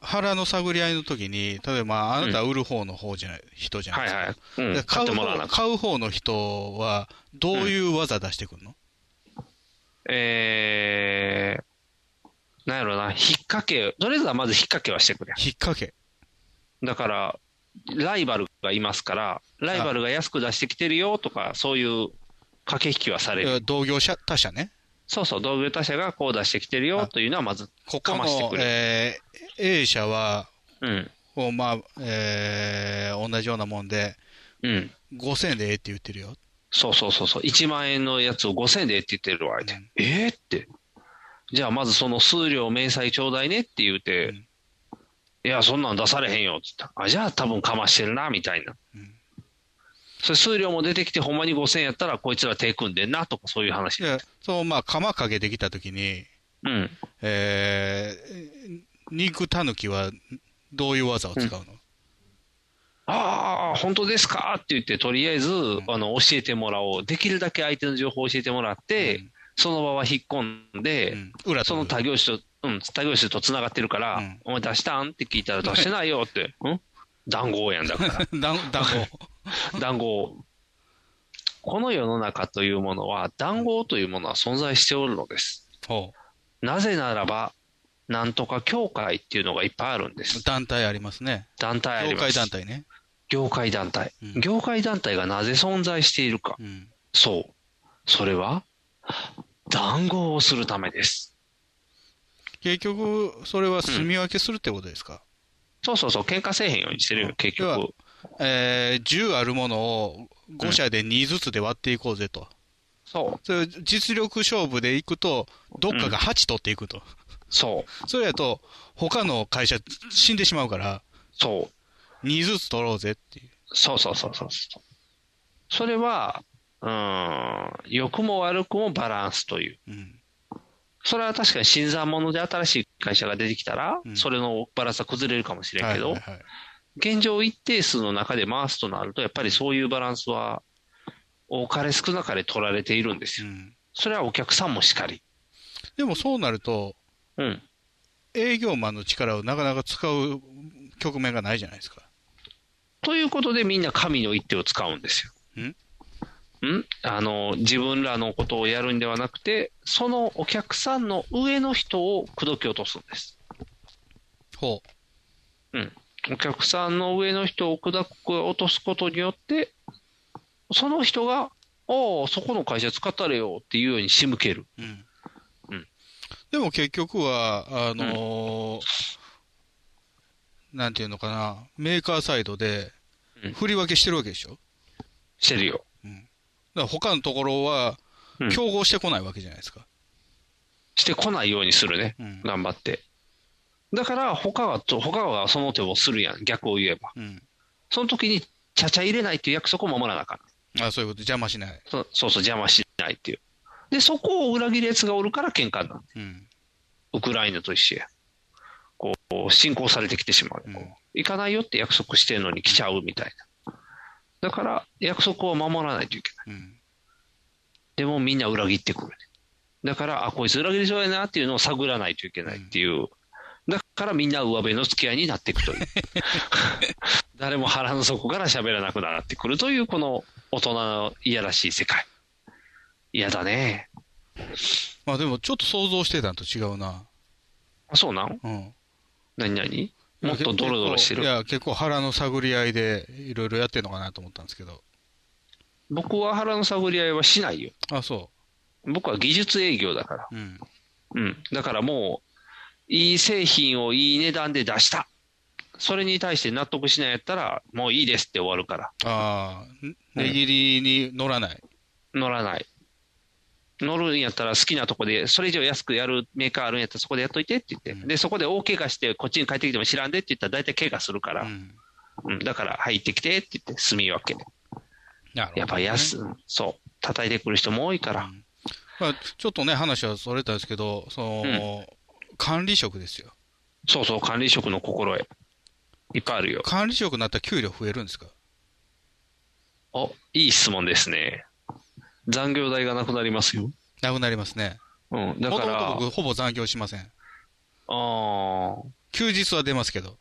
Speaker 3: 腹の探り合いの時に、例えば、あなたは売る方の方じゃない、人じゃないですか。
Speaker 2: はいはいうん
Speaker 3: で買
Speaker 2: 買って
Speaker 3: う
Speaker 2: もらわな
Speaker 3: 方
Speaker 2: あかん
Speaker 3: 買う方の人は、どういう技出してくるの、
Speaker 2: えー、なんやろな、引っ掛け、とりあえずはまず引っ掛けはしてくれ。
Speaker 3: 引っ掛け。
Speaker 2: だから、ライバルがいますから、ライバルが安く出してきてるよとか、そういう駆け引きはされる。
Speaker 3: 同業者他社ね。
Speaker 2: そうそう、同業他社がこう出してきてるよというのはまず
Speaker 3: ここ
Speaker 2: かまして
Speaker 3: の
Speaker 2: く、れ。
Speaker 3: えー A 社は、
Speaker 2: うん。
Speaker 3: こうまあ、えー同じようなもんで、
Speaker 2: うん。
Speaker 3: 5000円でええって言ってるよ。
Speaker 2: そうそうそうそう。1万円のやつを5000円でって言ってるわ、相手。えーって。じゃあ、まずその数量明細ちょうだいねって言うて、いや、そんなん出されへんよって言った。あ、じゃあ多分かましてるな、みたいな。それ数量も出てきて、ほんまに5000円やったら、こいつら手組んでんな、とかそういう話。
Speaker 3: で、そのまあ、釜かけてきたときに、
Speaker 2: うん。
Speaker 3: えー肉たぬきはどういう技を使うの、
Speaker 2: ああ、本当ですかって言って、とりあえず、あの、教えてもらおう。できるだけ相手の情報を教えてもらって、その場は引っ込んで、
Speaker 3: 裏
Speaker 2: その他業種と、うん、他業種と繋がってるから、お前出したんって聞いたら出してないよって、うん談合やんだ から。
Speaker 3: 団団
Speaker 2: 合。談合。この世の中というものは、談合というものは存在しておるのです。
Speaker 3: ほ
Speaker 2: なぜならば、なんとか協会っていうのがいっぱいあるんです。
Speaker 3: 団体ありますね。
Speaker 2: 団体あり
Speaker 3: 業
Speaker 2: ます
Speaker 3: 界団体ね。
Speaker 2: 業界団体、業界団体がなぜ存在しているか、そう、それは談合をするためです。
Speaker 3: 結局、それは住み分けするってことですか、
Speaker 2: そうそうそう、喧嘩せえへんようにしてるよ、結
Speaker 3: 要は
Speaker 2: 局。
Speaker 3: えー10あるものを5社で2ずつで割っていこうぜと。。
Speaker 2: そう
Speaker 3: 実力勝負でいくと、どっかが8取っていくと。
Speaker 2: そう。
Speaker 3: それやと、他の会社死んでしまうから、
Speaker 2: そう。
Speaker 3: 2ずつ取ろうぜっていう。
Speaker 2: そうそうそうそうそう。それは、うーん、良くも悪くもバランスという。それは確かに新参者で新しい会社が出てきたら、それのバランスは崩れるかもしれんけど、
Speaker 3: はいはいはい
Speaker 2: 現状一定数の中で回すとなると、やっぱりそういうバランスは、多かれ少なかれ取られているんですよ。それはお客さんもしかり。
Speaker 3: でもそうなると、
Speaker 2: うん
Speaker 3: 営業マンの力をなかなか使う局面がないじゃないですか。
Speaker 2: ということで、みんな神の一手を使うんですよ。
Speaker 3: ん
Speaker 2: んあの自分らのことをやるんではなくて、そのお客さんの上の人を口説き落とすんです。
Speaker 3: ほ
Speaker 2: う。うん。お客さんの上の人を口説き落とすことによって、その人が、おお、そこの会社使ったれよっていうように仕向ける。
Speaker 3: でも結局は、あのーなんていうのかな、メーカーサイドで、振り分けしてるわけでしょ
Speaker 2: してるよ。
Speaker 3: だから他のところは、競合してこないわけじゃないですか。
Speaker 2: してこないようにするね。頑張って。だから、他はと、他はその手をするやん。逆を言えば。その時に、ちゃちゃ入れないっていう約束を守らなあかん。
Speaker 3: あそういうこと、邪魔しない。
Speaker 2: そそうそう、邪魔しないっていう。で、そこを裏切る奴がおるから喧嘩になる。
Speaker 3: うん。
Speaker 2: ウクライナと一緒や。こう、侵攻されてきてしまう。こう行かないよって約束してるのに来ちゃうみたいな。だから、約束を守らないといけない。でもみんな裏切ってくるね。だから、あ、こいつ裏切りそうやなっていうのを探らないといけないっていう。だからみんな上辺の付き合いになっていくという。 誰も腹の底から喋らなくなってくるという、この大人のいやらしい世界。嫌だね。
Speaker 3: まあでも、ちょっと想像してたのと違うな。
Speaker 2: あそうなん
Speaker 3: うん。
Speaker 2: 何々もっとドロドロしてる
Speaker 3: い。や、結構腹の探り合いで、いろいろやってるのかなと思ったんですけど。
Speaker 2: 僕は腹の探り合いはしないよ。
Speaker 3: あ、そ
Speaker 2: 僕は技術営業だから。
Speaker 3: う。うん。
Speaker 2: うん。だからもう、いい製品をいい値段で出した。それに対して納得しないやったら、もういいですって終わるから。
Speaker 3: ああ、値切りに乗らない。
Speaker 2: 乗らない。乗るんやったら好きなとこで、それ以上安くやるメーカーあるんやったらそこでやっといてって言って。で、そこで大怪我して、こっちに帰ってきても知らんでって言ったら大体怪我するから。うん。だから入ってきてって言って、住み分けで。
Speaker 3: なるほどね
Speaker 2: やっぱ安、そう。叩いてくる人も多いから。
Speaker 3: まあ、ちょっとね、話はそれたんですけど、その、管理職ですよ。
Speaker 2: そうそう、管理職の心得。いっぱいあるよ。
Speaker 3: 管理職になったら給料増えるんですか
Speaker 2: お、いい質問ですね。残業代がなくなりますよ。
Speaker 3: なくなりますね。
Speaker 2: うん。だか
Speaker 3: もとも
Speaker 2: ら
Speaker 3: と、僕、ほぼ残業しません。
Speaker 2: あ
Speaker 3: 休日は出ますけど。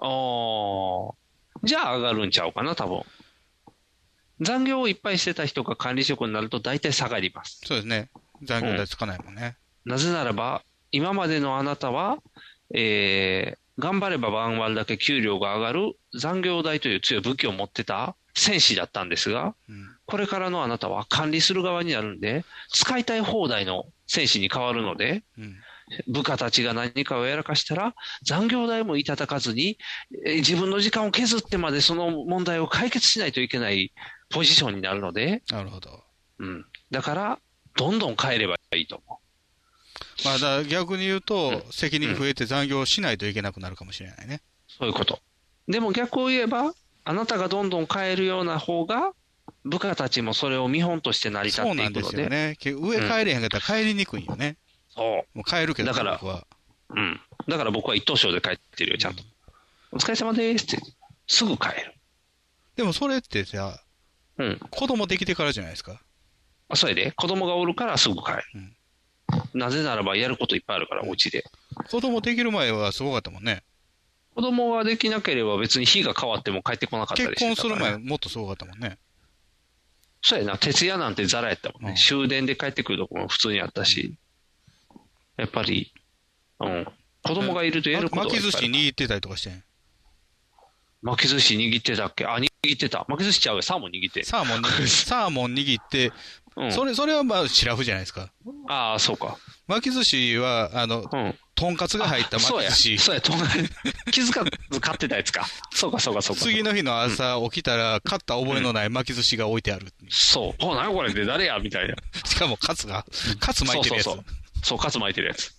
Speaker 2: あ、ああ、じゃあ上がるんちゃうかな、多分。残業をいっぱいしてた人が管理職になると大体下がります。
Speaker 3: そうですね。残業代つかないもんね。
Speaker 2: なぜならば、今までのあなたは、えー、頑張れば晩割だけ給料が上がる残業代という強い武器を持ってた戦士だったんですが、これからのあなたは管理する側になるんで、使いたい放題の戦士に変わるので、
Speaker 3: うん
Speaker 2: 部下たちが何かをやらかしたら、残業代もいただかずに、えー自分の時間を削ってまでその問題を解決しないといけないポジションになるので、
Speaker 3: なるほど。
Speaker 2: うん、だから、どんどん変えればいいと思
Speaker 3: まあ、だから逆に言うと、責任増えて残業しないといけなくなるかもしれないね。
Speaker 2: う、そういうこと。でも逆を言えば、あなたがどんどん変えるような方が、部下たちもそれを見本として成り立っ
Speaker 3: そう
Speaker 2: て
Speaker 3: ないん
Speaker 2: く
Speaker 3: で
Speaker 2: の
Speaker 3: す
Speaker 2: で、
Speaker 3: よね。結局上帰れへんかったら帰りにくいよね。
Speaker 2: そう
Speaker 3: もう帰るけど、
Speaker 2: だから
Speaker 3: 僕は。
Speaker 2: うん。だから僕は一等賞で帰ってるよ、ちゃんと。お疲れ様ですって。すぐ帰る。
Speaker 3: でもそれってさ、
Speaker 2: うん。
Speaker 3: 子供できてからじゃないですか。
Speaker 2: あそれで、子供がおるからすぐ帰る。なぜならばやることいっぱいあるから、お家で。
Speaker 3: 子供できる前はすごかったもんね。
Speaker 2: 子供ができなければ別に日が変わっても帰ってこなかった
Speaker 3: 結
Speaker 2: りしてた
Speaker 3: 婚す
Speaker 2: から
Speaker 3: る前もっとすごかったもんね。
Speaker 2: そうやな、徹夜なんてザラやったもんね。終電で帰ってくるとこも普通にあったし。やっぱり、うん。子供がいるとやることがい
Speaker 3: 巻
Speaker 2: っぱい
Speaker 3: き
Speaker 2: ある
Speaker 3: 寿司握ってたりとかしてん。
Speaker 2: 巻き寿司握ってたっけあ、握ってた。巻き寿司ちゃうよ。サーモン握って。
Speaker 3: サーモン 握って、サーモン握って、
Speaker 2: うん
Speaker 3: それ、それはまあ、シラフじゃないですか。
Speaker 2: ああ、そうか。
Speaker 3: 巻き寿司は、あの、とんかつが入った巻
Speaker 2: そう
Speaker 3: き
Speaker 2: や。
Speaker 3: 寿司。
Speaker 2: そうや、とん かつ気づかず買ってたやつか。そうか、そうか、そうか。
Speaker 3: 次の日の朝起きたら、買った覚えのない巻き寿司が置いてある。
Speaker 2: そう。お、何これって誰やみたいな。
Speaker 3: しかも、カツが、カツ巻いてるやつ。
Speaker 2: そうそうそう。そう、カツ巻いてるやつ。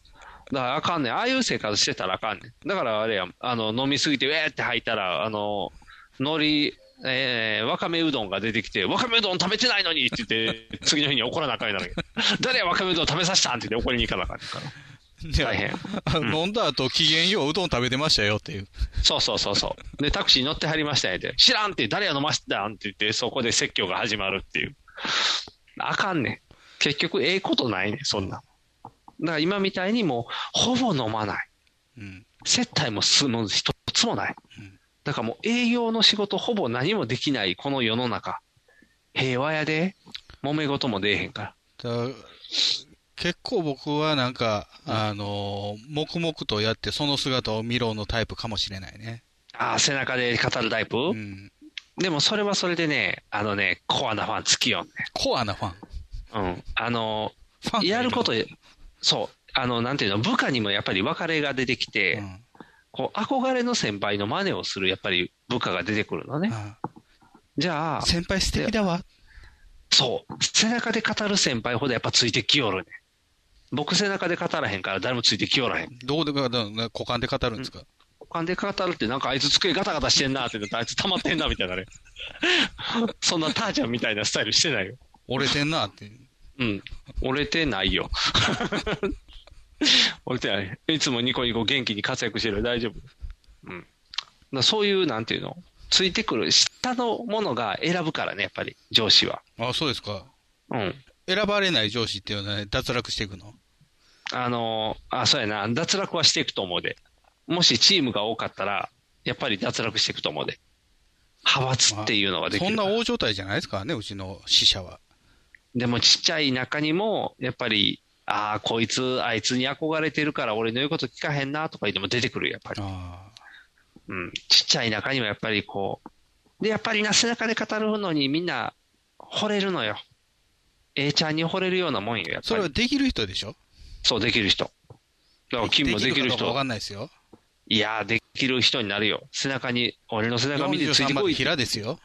Speaker 2: だからあかんねん。ああいう生活してたらあかんねん。だからあれやん、あの、飲みすぎて、ウェーって吐いたら、あの、海苔、えー、わかめうどんが出てきて、わかめうどん食べてないのにって言って、次の日に怒らなあかんやなる誰やわかめうどん食べさせたんって言って怒りに行かなあかんねんから。
Speaker 3: で
Speaker 2: 大変
Speaker 3: あ飲んだ後、機嫌よううどん食べてましたよっていう。
Speaker 2: そうそうそうそう。で、タクシーに乗ってはりましたねって、知らんって、誰が飲ましたんって言って、そこで説教が始まるっていう。あかんねん。結局、ええことないねん、そんなん。だから今みたいにもう、ほぼ飲まない。接待もすもう一つもない。だからもう営業の仕事ほぼ何もできないこの世の中。平和やで、揉め事も出えへんから。
Speaker 3: だから結構僕はなんか、あのー黙々とやって、その姿を見ろのタイプかもしれないね。
Speaker 2: ああ、背中で語るタイプ、でもそれはそれでね、あのね、コアなファンつきよんね。
Speaker 3: コアなファン。
Speaker 2: うん。あの、 やること、そう、あの、なんていうの、部下にもやっぱり別れが出てきて、こう、憧れの先輩の真似をする、やっぱり部下が出てくるのね。じゃあ、
Speaker 3: 先輩素敵だわ。
Speaker 2: そう、背中で語る先輩ほどやっぱついてきよるね。僕背中で語らへんから誰もついてきよらへん。
Speaker 3: どうでか、だ股間で語るんですか、
Speaker 2: 股間で語るってなんかあいつ机ガタガタしてんなって言ってあいつ溜まってんなみたいなね。 そんなターちゃんみたいなスタイルしてないよ。
Speaker 3: 折れてんなって。
Speaker 2: うん。折れてないよ。 折れてない。いつもニコニコ元気に活躍してるよ大丈夫。うん。だからそういう、なんていうのついてくる、下のものが選ぶからね、やっぱり、上司は。
Speaker 3: あ、そうですか。
Speaker 2: うん。
Speaker 3: 選ばれない上司っていうのは、ね、脱落していくの。
Speaker 2: あのーあ、そうやな、脱落はしていくと思うで。もしチームが多かったら、やっぱり脱落していくと思うで。派閥っていうのができ
Speaker 3: そ
Speaker 2: る
Speaker 3: ん。な大所帯じゃないですからね、うちの死者は。
Speaker 2: でもちっちゃい中にも、やっぱり、ああ、こいつ、あいつに憧れてるから俺の言うこと聞かへんなとか言っても出てくるよやっぱり。うん。ちっちゃい中にもやっぱりこう。で、やっぱりな、背中で語るのにみんな惚れるのよ。A ちゃんに惚れるようなもんよ、やっぱり。
Speaker 3: それはできる人でしょ
Speaker 2: そう、できる人。だから、金もでき
Speaker 3: かどう
Speaker 2: る
Speaker 3: か
Speaker 2: 人
Speaker 3: わ。かんないですよ。
Speaker 2: いやー、できる人になるよ。背中に、俺の背中見てついて
Speaker 3: 43ま
Speaker 2: こ
Speaker 3: で
Speaker 2: いって。
Speaker 3: 平ですよ。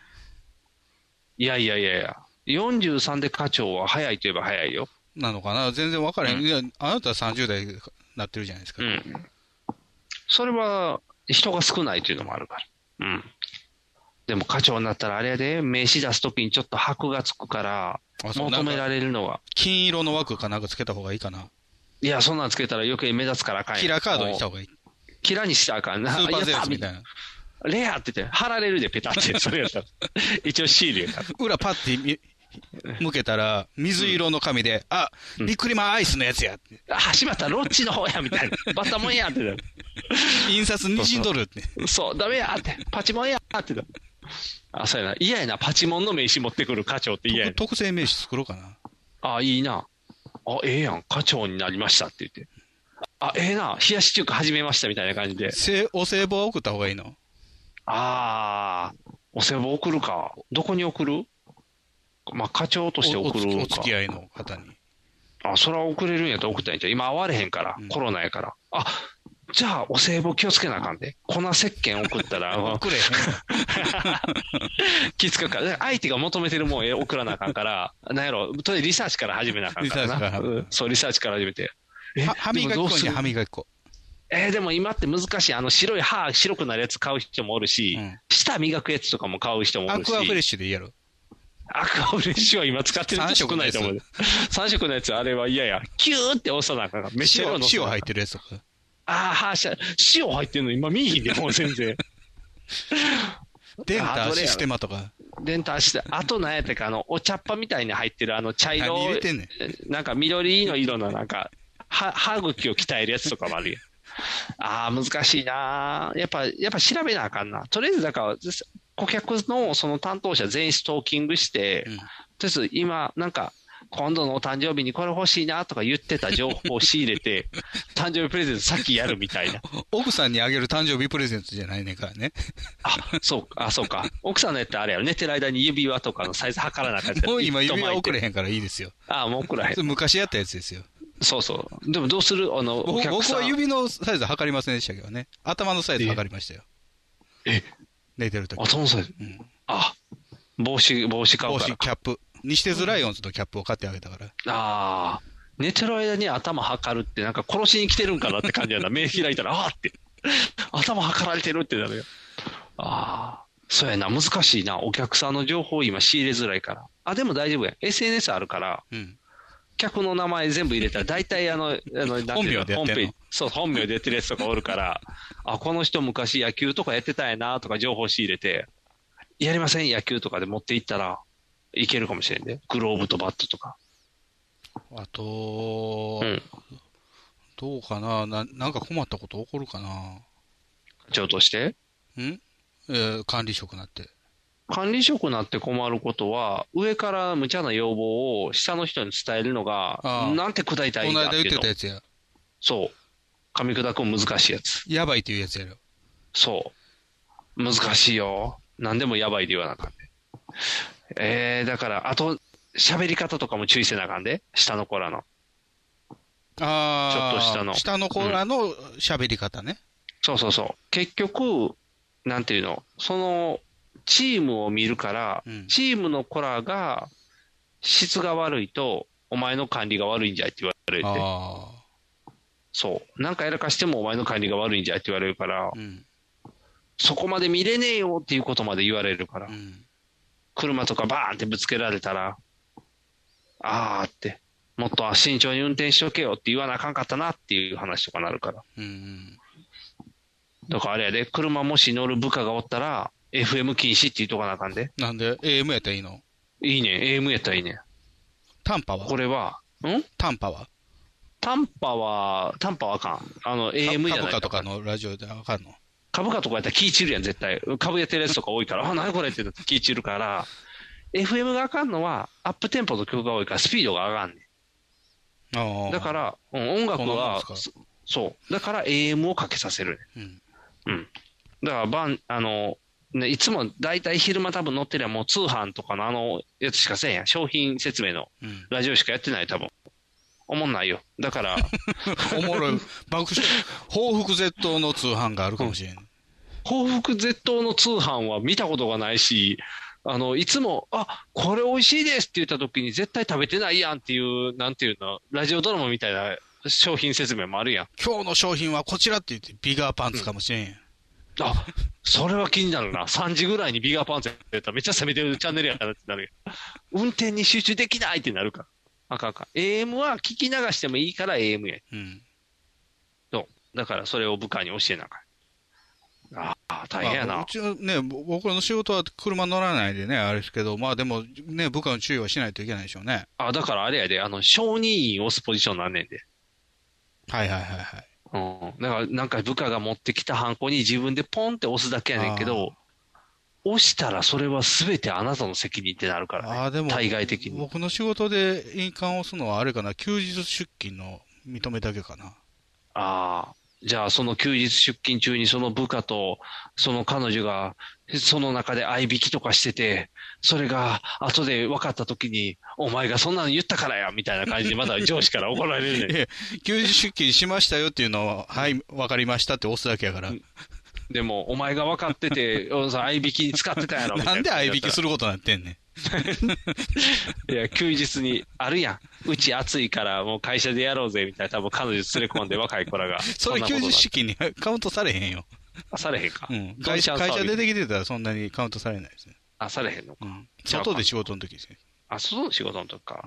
Speaker 2: いやいやいやいや。43で課長は早いといえば早いよ。
Speaker 3: なのかな全然わからへん。いや、あなたは30代になってるじゃないですか。
Speaker 2: うん。それは、人が少ないというのもあるから。うん。でも課長になったらあれやで、名刺出すときにちょっと箔がつくから、
Speaker 3: あそう
Speaker 2: 求められるのが。
Speaker 3: 金色の枠かなんかつけた方がいいかな。
Speaker 2: いや、そんなんつけたら余計目立つからあかんやん
Speaker 3: キラーカードにした方がいい。ス
Speaker 2: キラにしたらあかんな。
Speaker 3: ーパーゼウスみた
Speaker 2: や
Speaker 3: い
Speaker 2: っ
Speaker 3: な。
Speaker 2: たレアって言って、貼られるで、ペタ って。それやったら。一応シールやから。
Speaker 3: 裏パッてみ向けたら、水色の紙で、あ、ビックリマンアイスのやつや。
Speaker 2: あ、しまった、ロッチの方や、み たいな。バッタモンや、ってなる。
Speaker 3: 印刷20ドルって。
Speaker 2: そう、ダメやって、パチモンやってな。あ、そうやな。嫌やな、パチモンの名刺持ってくる課長って嫌やな。
Speaker 3: 特製名刺作ろうかな。
Speaker 2: あ、いいな。あ、ええやん、課長になりましたって言って。あ、ええな、冷やし中華始めましたみたいな感じで。
Speaker 3: せお歳暮は送った方がいいの
Speaker 2: ああ、お歳暮送るか。どこに送るまあ、課長として
Speaker 3: おお
Speaker 2: 送
Speaker 3: つ
Speaker 2: る
Speaker 3: お
Speaker 2: か
Speaker 3: 付。き合いの方に。
Speaker 2: あ、それは送れるんやったら送ったんじゃう。今会われへんから、
Speaker 3: うん
Speaker 2: コロナやから。あ、じゃあ、お歳暮気をつけなあかんで。粉石鹸送ったら、
Speaker 3: 送れへん。
Speaker 2: 気使うから、だから相手が求めてるもんえ送らなあかんから、なんやろ、とりあえずリサーチから始めなあかんから
Speaker 3: リサーチから
Speaker 2: な。
Speaker 3: 始める
Speaker 2: うんそう、リサーチから始めて。え
Speaker 3: は歯磨き
Speaker 2: でもど
Speaker 3: 粉
Speaker 2: うす
Speaker 3: に
Speaker 2: る
Speaker 3: 歯磨き粉。
Speaker 2: えーでも今って難しい。あの、白い歯、白くなるやつ買う人もおるし、
Speaker 3: うん
Speaker 2: 舌磨くやつとかも買う人もお
Speaker 3: ア
Speaker 2: るし。
Speaker 3: クアフレッシュでいいやろ。
Speaker 2: アクアフレッシュは今使ってる人少ないと思う。3色のやつ、あれは嫌や。キューって押さなあかんから。めっちゃ
Speaker 3: 塩
Speaker 2: 色の。
Speaker 3: 塩入っ
Speaker 2: って
Speaker 3: るやつとか。
Speaker 2: ああ、歯、し塩入ってんの今見えひんで、もう全 然。
Speaker 3: デン
Speaker 2: あ
Speaker 3: タ
Speaker 2: どれやろ
Speaker 3: システマとか。
Speaker 2: レンタして、あと何やったか、あの、お茶っ葉みたいに入ってる、あの、茶色
Speaker 3: 何入れ
Speaker 2: い
Speaker 3: てんねん。
Speaker 2: なんか緑の色のなんか、は歯茎を鍛えるやつとかもあるやん。ああ、難しいなーやっぱ、やっぱ調べなあかんな。とりあえず、だから、顧客のその担当者全員ストーキングして、
Speaker 3: うん
Speaker 2: とりあえず今、なんか、今度のお誕生日にこれ欲しいなとか言ってた情報を仕入 れて、誕生日プレゼントさっきやるみたいな。
Speaker 3: 奥さんにあげる誕生日プレゼントじゃないねんから ね。
Speaker 2: あ、そうか、あ、そうか。奥さんのやってあれやろ、寝てる間に指輪とかのサイズ測らなあかんじゃん
Speaker 3: もう今指輪送れ
Speaker 2: 一
Speaker 3: へんからいいですよ。
Speaker 2: 枚あ、もう送らへん
Speaker 3: そ。れ昔やったやつですよ。
Speaker 2: そうそう。でもどうするあの、お
Speaker 3: 僕
Speaker 2: 客
Speaker 3: 僕
Speaker 2: さん。
Speaker 3: は指のサイズ測りませんでしたけどね。頭のサイズ測りましたよ。
Speaker 2: え
Speaker 3: 寝てるとき
Speaker 2: あ、。そうそう
Speaker 3: うん
Speaker 2: あ、帽子、帽子買う
Speaker 3: 帽
Speaker 2: か
Speaker 3: 子、
Speaker 2: ら。
Speaker 3: キャップ。西鉄ライオンズのキャップを買ってあげたから。
Speaker 2: ああ。寝てる間に頭測るって、なんか殺しに来てるんかなって感じやな。目開いたら、ああって。頭測られてるってなるよ。ああ。そうやな。難しいな。お客さんの情報を今仕入れづらいから。あ、でも大丈夫や。SNS あるから、
Speaker 3: うん。
Speaker 2: 客の名前全部入れたら、大体あの、あの、なんていうの
Speaker 3: 本名でやってんの
Speaker 2: ホームページそう、本名でやってるやつとかおるから、 あ、この人昔野球とかやってたんやなとか情報仕入れて、やりません、野球とかで持っていったら、いけるかもしれんね。グローブとバットとか。
Speaker 3: あと、
Speaker 2: うん。
Speaker 3: どうかなななんか困ったこと起こるかなん
Speaker 2: 長として。
Speaker 3: ん、えー管理職になって。
Speaker 2: 管理職になって困ることは、上から無茶な要望を下の人に伝えるの
Speaker 3: あ
Speaker 2: が
Speaker 3: あ、
Speaker 2: なんて砕いた
Speaker 3: こ
Speaker 2: らい
Speaker 3: の
Speaker 2: い
Speaker 3: 間
Speaker 2: んだって
Speaker 3: 言っ
Speaker 2: いう
Speaker 3: て
Speaker 2: の
Speaker 3: た。やつや。
Speaker 2: そう。噛み砕くの難しいやつ。
Speaker 3: やばいっていうやつやろ。
Speaker 2: そう。難しいよ。何でもやばいで言わなあかんで。えー、だから、あと、喋り方とかも注意せなあかんで。下の子らの。
Speaker 3: ああ、
Speaker 2: ちょっと下の
Speaker 3: 下の子らの喋り方ね。
Speaker 2: そうそうそう。結局、なんていうの、その、チームを見るから、
Speaker 3: うん
Speaker 2: チームの子らが、質が悪いと、お前の管理が悪いんじゃいって言われて、
Speaker 3: あ
Speaker 2: そう。なんかやらかしてもお前の管理が悪いんじゃいって言われるから、
Speaker 3: あ、うん、
Speaker 2: そこまで見れねえよっていうことまで言われるから
Speaker 3: う、ん。
Speaker 2: 車とかバーンってぶつけられたら、あーって、もっと慎重に運転しとけよって言わなあかんかったなっていう話とかなるから。
Speaker 3: うんうん。
Speaker 2: だからあれやで、車もし乗る部下がおったら、FM 禁止って言うとかなあかんで。
Speaker 3: なんで、AM やったらいいの
Speaker 2: いいね、AM やったらいいね。
Speaker 3: 短波は
Speaker 2: これは、ん
Speaker 3: 短波は
Speaker 2: 短波は、短波はあかん。あの、AM じゃ
Speaker 3: 株
Speaker 2: ない
Speaker 3: 価とかのラジオでわかんの
Speaker 2: 株価とかやったら気い散るやん、絶対。株やってるやつとか多いから、あ、何これってなって気い散るから、FM があかんのは、アップテンポと曲が多いから、スピードが上がんねん。
Speaker 3: ああ。
Speaker 2: だから、うん、音楽
Speaker 3: そうなん
Speaker 2: は
Speaker 3: ですか
Speaker 2: そ、そう。だから AM をかけさせるね。うん。だから、晩、あの、ね、いつも大体昼間多分乗ってりゃもう通販とかのあのやつしかせんやん。商品説明の
Speaker 3: うん、
Speaker 2: ラジオしかやってない多分。おもんないよ。だから、
Speaker 3: おもろい。爆笑。報復絶倒の通販があるかもしれん。
Speaker 2: 報復絶倒の通販は見たことがないし、あの、いつも、あ、これ美味しいですって言った時に絶対食べてないやんっていう、なんていうの、ラジオドラマみたいな商品説明もあるやん。
Speaker 3: 今日の商品はこちらって言って、ビガーパンツかもしれんやん。
Speaker 2: あ、それは気になるな。3時ぐらいにビガーパンツやってたらめっちゃ攻めてるチャンネルやからってなるやん。運転に集中できないってなるから。あかんあかん。AM は聞き流してもいいから AM や。
Speaker 3: うん。
Speaker 2: そう。だからそれを部下に教えなあかん。ああ、大変や
Speaker 3: まあ
Speaker 2: な
Speaker 3: う。ちのね、ぼ僕らの仕事は車乗らないでね、あれですけど、まあでも、ね、部下の注意はしないといけないでしょうね。
Speaker 2: あ、だからあれやで、あの、承認員押すポジションなんねんで。
Speaker 3: はいはいはいはい。
Speaker 2: うん。だから、なんか部下が持ってきたハンコに自分でポンって押すだけやねんけど、押したらそれは全てあなたの責任ってなるからね。
Speaker 3: ああ、でも、
Speaker 2: 対外的に。
Speaker 3: 僕の仕事で印鑑を押すのはあれかな、休日出勤の認めだけかな。。
Speaker 2: ああ。じゃあ、その休日出勤中にその部下と、その彼女が、その中で合いびきとかしてて、それが後で分かった時に、お前がそんなの言ったからや、みたいな感じでまだ上司から怒られるねん
Speaker 3: 休日出勤しましたよっていうのは、はい、わかりましたって押すだけやから。
Speaker 2: でも、お前が分かってて、おさん合いびきに使ってたやろ、みた
Speaker 3: ないんで
Speaker 2: な。
Speaker 3: 合いびきすることになってんねん。
Speaker 2: いや、休日にあるやん。うち暑いからもう会社でやろうぜ、みたいな。多分彼女連れ込んで若い子ら が。
Speaker 3: それ
Speaker 2: んな
Speaker 3: 休
Speaker 2: こ
Speaker 3: 日
Speaker 2: とな
Speaker 3: 出勤に カウントされへんよ。
Speaker 2: あされへんか。
Speaker 3: うん。会社、会社出てきてたらそんなにカウントされないですね。
Speaker 2: あ、されへんのか。
Speaker 3: うん。
Speaker 2: じゃあ
Speaker 3: 外で仕事の時ですね。
Speaker 2: あ、外の仕事の時か。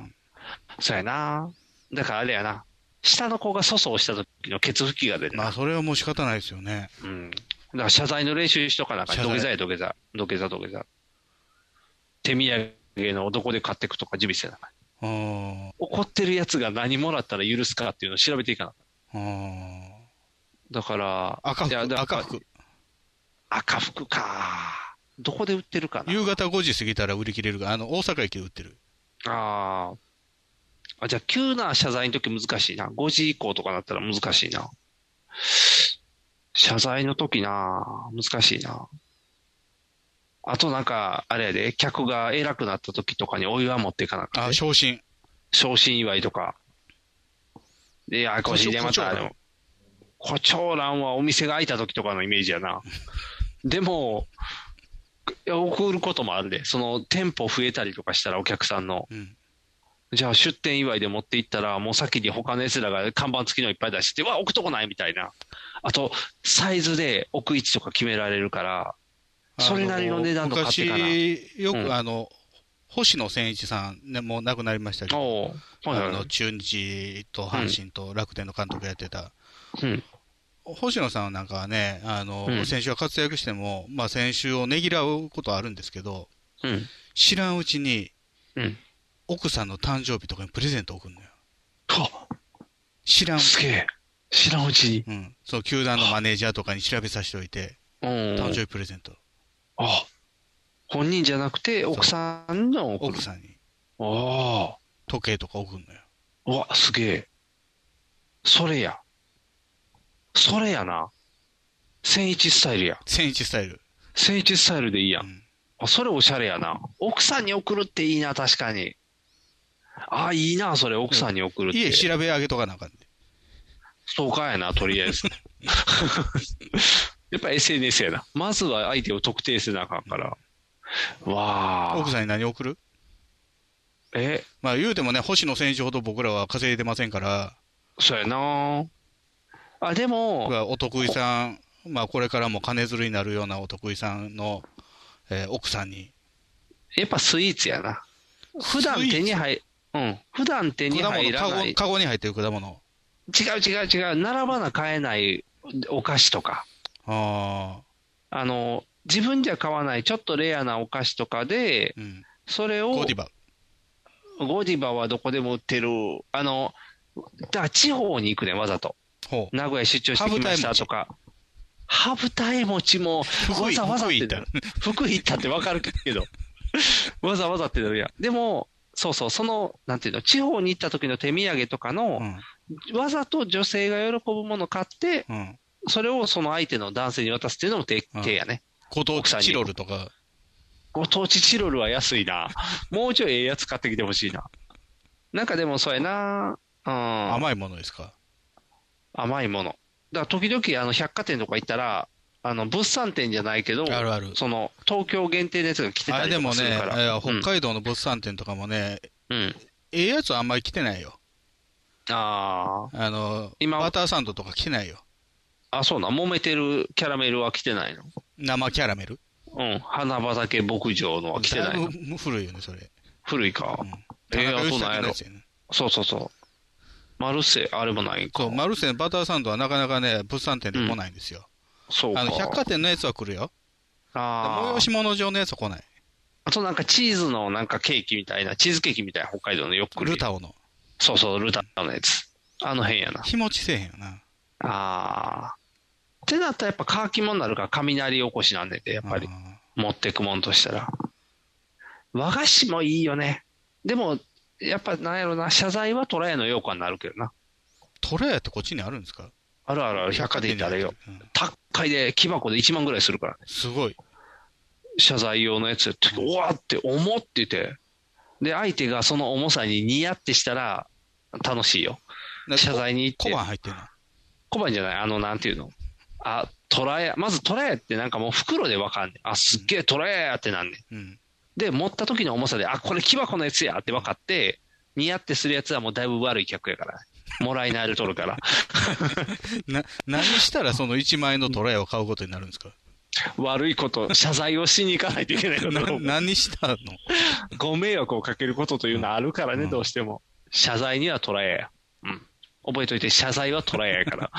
Speaker 2: そうやな。だからあれやな。下の子が粗相した時のケツ拭きが出るな。
Speaker 3: まあ、それはもう仕方ないですよね。
Speaker 2: うん。だから謝罪の練習しとかなんかん、
Speaker 3: 謝罪
Speaker 2: 土下座や土下座。土下座土下座。手土産のどこで買ってくとか準備してなあかん。
Speaker 3: あ
Speaker 2: 怒ってるやつが何もらったら許すかっていうのを調べていかなあか
Speaker 3: あ。
Speaker 2: ん。
Speaker 3: あ
Speaker 2: だから、
Speaker 3: あ。赤
Speaker 2: いや
Speaker 3: 服、
Speaker 2: だ
Speaker 3: 赤服。
Speaker 2: 赤服か。どこで売ってるかな。
Speaker 3: 夕方5時過ぎたら売り切れるが、あの、大阪駅で売ってる。
Speaker 2: あーあ。じゃあ、急な謝罪の時難しいな。5時以降とかだったら難しいな。謝罪の時な、難しいな。あとなんか、あれやで、客が偉くなった時とかにお祝い持っていかなあかん
Speaker 3: あ
Speaker 2: ね
Speaker 3: あ、昇進。
Speaker 2: 昇進祝いとか。で、いや、こしでまた、
Speaker 3: 胡蝶蘭
Speaker 2: でも、胡蝶蘭はお店が開いた時とかのイメージやな。でも、いや送ることもあるで、その店舗増えたりとかしたらお客さんの、
Speaker 3: うん。
Speaker 2: じゃあ出店祝いで持って行ったら、もう先に他の奴らが看板付きのいっぱい出して、わ、置くとこないみたいな。あと、サイズで置く位置とか決められるから、それなりの値段の買ってかな
Speaker 3: 昔、よ
Speaker 2: うん
Speaker 3: くあの、星野千一さん、ね、もう亡くなりましたけど、
Speaker 2: おうはい
Speaker 3: あ
Speaker 2: はいは
Speaker 3: の、
Speaker 2: い
Speaker 3: 中日と阪神と楽天の監督やってた。
Speaker 2: うん
Speaker 3: 星野さんなんかはね、あの、
Speaker 2: うん
Speaker 3: 先週は活躍しても、まあ先週をねぎらうことはあるんですけど、
Speaker 2: うん
Speaker 3: 知らんうちに、
Speaker 2: うん
Speaker 3: 奥さんの誕生日とかにプレゼント送るのよ。
Speaker 2: は
Speaker 3: 知らん
Speaker 2: っ。すげえ。知らんうちに。
Speaker 3: うん。そう、球団のマネージャーとかに調べさせておいて、
Speaker 2: うん。
Speaker 3: 誕生日プレゼント。
Speaker 2: あ本人じゃなくて、奥さんの送る
Speaker 3: 奥さんに
Speaker 2: あ
Speaker 3: 時計とか送るのよ。
Speaker 2: あ。うわ、すげえ。それや。それやな。千一スタイルや。
Speaker 3: 千一スタイル。
Speaker 2: 千一スタイルでいいや
Speaker 3: うんん。
Speaker 2: あ、それおしゃれやな。奥さんに送るっていいな、確かに。ああ、いいな、それ、奥さんに送るって。
Speaker 3: 家調べ上げとかなんかんで。
Speaker 2: そうかやな、とりあえ ず。やっぱ SNS やな。まずは相手を特定せなあかんから。わ
Speaker 3: 奥
Speaker 2: あ。
Speaker 3: さんに何送る
Speaker 2: え、
Speaker 3: まあ言うてもね、星野選手ほど僕らは稼いでませんから、
Speaker 2: そうやな。あ、でも
Speaker 3: 僕、はお得意さん、まあこれからも金づるになるようなお得意さんの、えー奥さんに、
Speaker 2: やっぱスイーツやな。普段手に入、うん。普段手に
Speaker 3: 果
Speaker 2: 入
Speaker 3: 物、
Speaker 2: ら
Speaker 3: カ
Speaker 2: ない。違
Speaker 3: ゴカゴに入ってる果物。
Speaker 2: う違う違う。並ばな買えないお菓子とか。
Speaker 3: ああ、
Speaker 2: あの、自分じゃ買わないちょっとレアなお菓子とかで、
Speaker 3: うん。
Speaker 2: それを、
Speaker 3: ゴディバ。
Speaker 2: ゴディバはどこでも売ってる。あの、だから地方に行くねん、わざと。
Speaker 3: ほう。
Speaker 2: 名古屋出張してきましたとか。羽二重餅も、
Speaker 3: 福
Speaker 2: わ
Speaker 3: 井
Speaker 2: ざわざって
Speaker 3: 福井行ったら
Speaker 2: なる 福井行ったってわかるけ ど、わざわざってなるやん。でも、そうそう、その、なんていうの、地方に行った時の手土産とか
Speaker 3: う
Speaker 2: の、
Speaker 3: ん。
Speaker 2: わざと女性が喜ぶもの買って、
Speaker 3: うん。
Speaker 2: それをその相手の男性に渡すっていうのも手
Speaker 3: うん
Speaker 2: 手やね。
Speaker 3: ご当
Speaker 2: 奥さん
Speaker 3: 地
Speaker 2: に
Speaker 3: チロルとか、
Speaker 2: ご当地チ ロルは安いな。もうちょいええやつ買ってきてほしいな。なんかでもそうやな。甘
Speaker 3: 甘いものですか
Speaker 2: 甘いもの。だから時々、あの、百貨店とか行ったら、あの、物産展じゃないけど、
Speaker 3: あるある
Speaker 2: その、東京限定のやつが来て
Speaker 3: あ
Speaker 2: た
Speaker 3: れ
Speaker 2: り
Speaker 3: で
Speaker 2: と
Speaker 3: も
Speaker 2: かす
Speaker 3: ね、
Speaker 2: る
Speaker 3: い
Speaker 2: から。
Speaker 3: や北海道の物産展とかもね、
Speaker 2: うん。うん
Speaker 3: ええやつはあんまり来てないよ。
Speaker 2: あ
Speaker 3: あの、
Speaker 2: 今
Speaker 3: バターサンドとか来てないよ。
Speaker 2: あ。あ、そうなん。揉めてるキャラメルは来てないの。
Speaker 3: 生キャラメル。
Speaker 2: うん。花畑牧場のは来てない
Speaker 3: だ。
Speaker 2: の
Speaker 3: ぶ古いよね、それ。
Speaker 2: 古いか。
Speaker 3: 田
Speaker 2: ええ
Speaker 3: 中
Speaker 2: あ
Speaker 3: 義
Speaker 2: そう
Speaker 3: 時
Speaker 2: なんや
Speaker 3: の
Speaker 2: ろ
Speaker 3: やつ。やね
Speaker 2: そうそうそう。マルセイ、あれもないんか。
Speaker 3: そう、マルセンバターサンドはなかなかね、物産展で来ないんですよ。
Speaker 2: そうか。
Speaker 3: あの、百貨店のやつは来るよ。
Speaker 2: あ
Speaker 3: 催
Speaker 2: ー
Speaker 3: し物上のやつは来ない。
Speaker 2: あとなんかチーズのなんかケーキみたいな、チーズケーキみたいな北海道のよく来る
Speaker 3: ルタオの。
Speaker 2: そうそう、ルタのやつ。あの辺やな。
Speaker 3: 日持ちせえへんよな。
Speaker 2: ああ。ってなったらやっぱ乾き物になるから雷起こしなんでね、やっぱり。
Speaker 3: あ
Speaker 2: 持ってくもんとしたら。和菓子もいいよね。でも、やっぱなんやろな、謝罪は虎屋のようかになるけどな。
Speaker 3: ートラヤってこっちにあるんですか
Speaker 2: あるあるある、百貨店行ったらよ。
Speaker 3: うん
Speaker 2: 高いで、木箱で1万ぐらいするからね。
Speaker 3: すごい。
Speaker 2: 謝罪用のやつやった時、うわーって思ってて。で、相手がその重さにニヤってしたら、楽しいよ。謝罪に行って
Speaker 3: 小判入ってるな。
Speaker 2: 小判じゃない、あの、なんていうの。あ、トラヤ、まずトラヤってなんかもう袋でわかんねん。あ、すっげえトラヤやってなんねん。
Speaker 3: うん。
Speaker 2: で、持った時の重さで、あ、これ木箱のやつやって分かって、似合ってするやつはもうだいぶ悪い客やから。もらいなれとるから。
Speaker 3: な、何したらその1万円のトラヤを買うことになるんですか
Speaker 2: 悪いこと、謝罪をしに行かないといけないか
Speaker 3: な
Speaker 2: ら、
Speaker 3: 何したの
Speaker 2: ご迷惑をかけることというのはあるからね、どうしても。謝罪にはトラヤや。うん。覚えといて、謝罪はトラヤやから。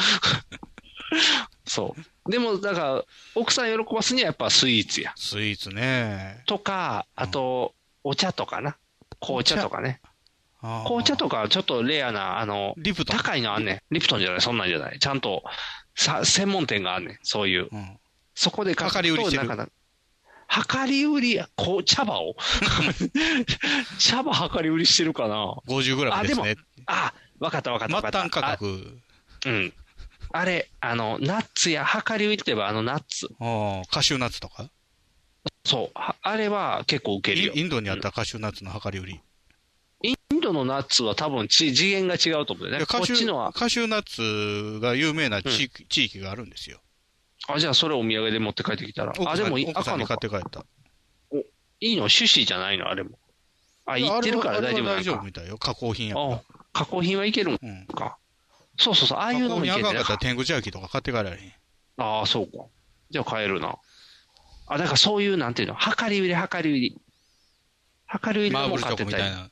Speaker 2: そう。でも、だから、奥さん喜ばすにはやっぱスイーツや。
Speaker 3: スイーツね。
Speaker 2: とか、あと、お茶とかな。紅茶とかね。
Speaker 3: あー
Speaker 2: 紅茶とか、ちょっとレアな、あの、
Speaker 3: リプトン。
Speaker 2: 高いのあんねん。リプトンじゃない、そんなんじゃない。ちゃんと、さ、専門店があんねん。そういう。
Speaker 3: うん。
Speaker 2: そこで書くと
Speaker 3: 量り売りしてる
Speaker 2: なんかな量り売りや、こう、茶葉を 茶葉量り売りしてるかな
Speaker 3: 50グラム
Speaker 2: あ、で
Speaker 3: です
Speaker 2: も
Speaker 3: ね。、
Speaker 2: あ、わかったわかっ
Speaker 3: 末
Speaker 2: たわかった。
Speaker 3: 端価格。
Speaker 2: あ。うん。あれ、あの、ナッツや、量り売りって言えばあのナッツ。
Speaker 3: あーカシューナッツとか
Speaker 2: そう。ああれは結構受けるよ。
Speaker 3: インドにあったカシューナッツの量り売り。
Speaker 2: インドのナッツは多分ち次元が違うと思うんだよ
Speaker 3: いや
Speaker 2: ね。こ
Speaker 3: カ
Speaker 2: っ
Speaker 3: シュ
Speaker 2: ちの
Speaker 3: ー
Speaker 2: は、
Speaker 3: カシューナッツが有名な地域,、地域があるんですよ。
Speaker 2: あ、じゃあそれお土産で持って帰ってきたら。あ、
Speaker 3: 奥
Speaker 2: で
Speaker 3: さん
Speaker 2: も
Speaker 3: 奥さ
Speaker 2: 赤
Speaker 3: んに
Speaker 2: の
Speaker 3: 買
Speaker 2: か
Speaker 3: っ。て帰った。
Speaker 2: いいの種子じゃないのあれも。あ、
Speaker 3: いや
Speaker 2: 言ってるから
Speaker 3: あれは
Speaker 2: 大丈夫
Speaker 3: あれは大
Speaker 2: なん
Speaker 3: 丈
Speaker 2: か
Speaker 3: 夫。みたいよ。加工品やから。
Speaker 2: あ加工品はいける
Speaker 3: うん。
Speaker 2: のか。そうそうそう、ああ
Speaker 3: 加
Speaker 2: いうの
Speaker 3: 工
Speaker 2: もい
Speaker 3: 品
Speaker 2: け
Speaker 3: あ
Speaker 2: る
Speaker 3: かんかっ
Speaker 2: ね
Speaker 3: たら天狗ジャーキーとか買って帰られへん。
Speaker 2: ああ、そうか。じゃあ買えるな。あ、だからそういう、なんていうの、量り売り、量り売り。量り売り
Speaker 3: マーブ
Speaker 2: も
Speaker 3: ルチ
Speaker 2: 買っ
Speaker 3: ョコみ
Speaker 2: てた
Speaker 3: たい
Speaker 2: り。
Speaker 3: な。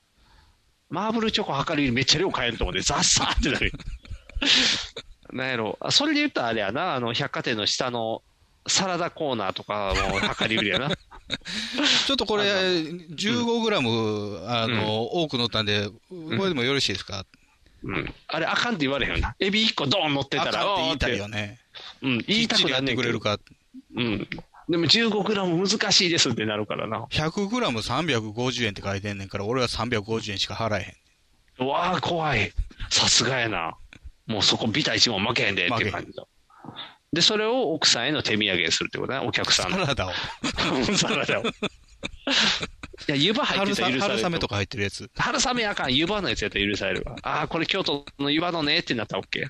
Speaker 2: マーブルチョコ、量り売り、めっちゃ量買えると思うで、ザッサーって なる。なんやろ。あそれで言ったらあれやな、あの、百貨店の下のサラダコーナーとかも量り売 りやな。
Speaker 3: ちょっとこれ、
Speaker 2: あ
Speaker 3: 15グラム、あの、多く乗ったんで、これでもよろしいですか
Speaker 2: うん。あれ、あかんって言われへんよな。エビ1個ドーン乗って
Speaker 3: あ
Speaker 2: たら、
Speaker 3: かんって言いたい
Speaker 2: おー
Speaker 3: よね。
Speaker 2: って。うん、言いた
Speaker 3: きっち
Speaker 2: く
Speaker 3: りや
Speaker 2: な
Speaker 3: っ
Speaker 2: んね
Speaker 3: て
Speaker 2: ん
Speaker 3: く
Speaker 2: け
Speaker 3: れ
Speaker 2: ど
Speaker 3: る。か。
Speaker 2: うん。でも15グラム難しいですってなるからな。
Speaker 3: 100グラム350円って書いてんねんから、俺は350円しか払え
Speaker 2: うわあ、怖い。さすがやな。もうそこビタ一問負けへんでっていう感じだ。で、それを奥さんへの手土産にするってことね、お客さ
Speaker 3: へ
Speaker 2: ん
Speaker 3: ん。
Speaker 2: の
Speaker 3: サ。ラダを。
Speaker 2: サラ ダを。いや、湯 葉入っ
Speaker 3: 春
Speaker 2: てたら許
Speaker 3: 雨
Speaker 2: される。
Speaker 3: 春雨とか入ってるやつ。
Speaker 2: 春雨あかん、湯葉のやつやったら許されるわ。ああ、これ京都の湯葉のねってなったら OK。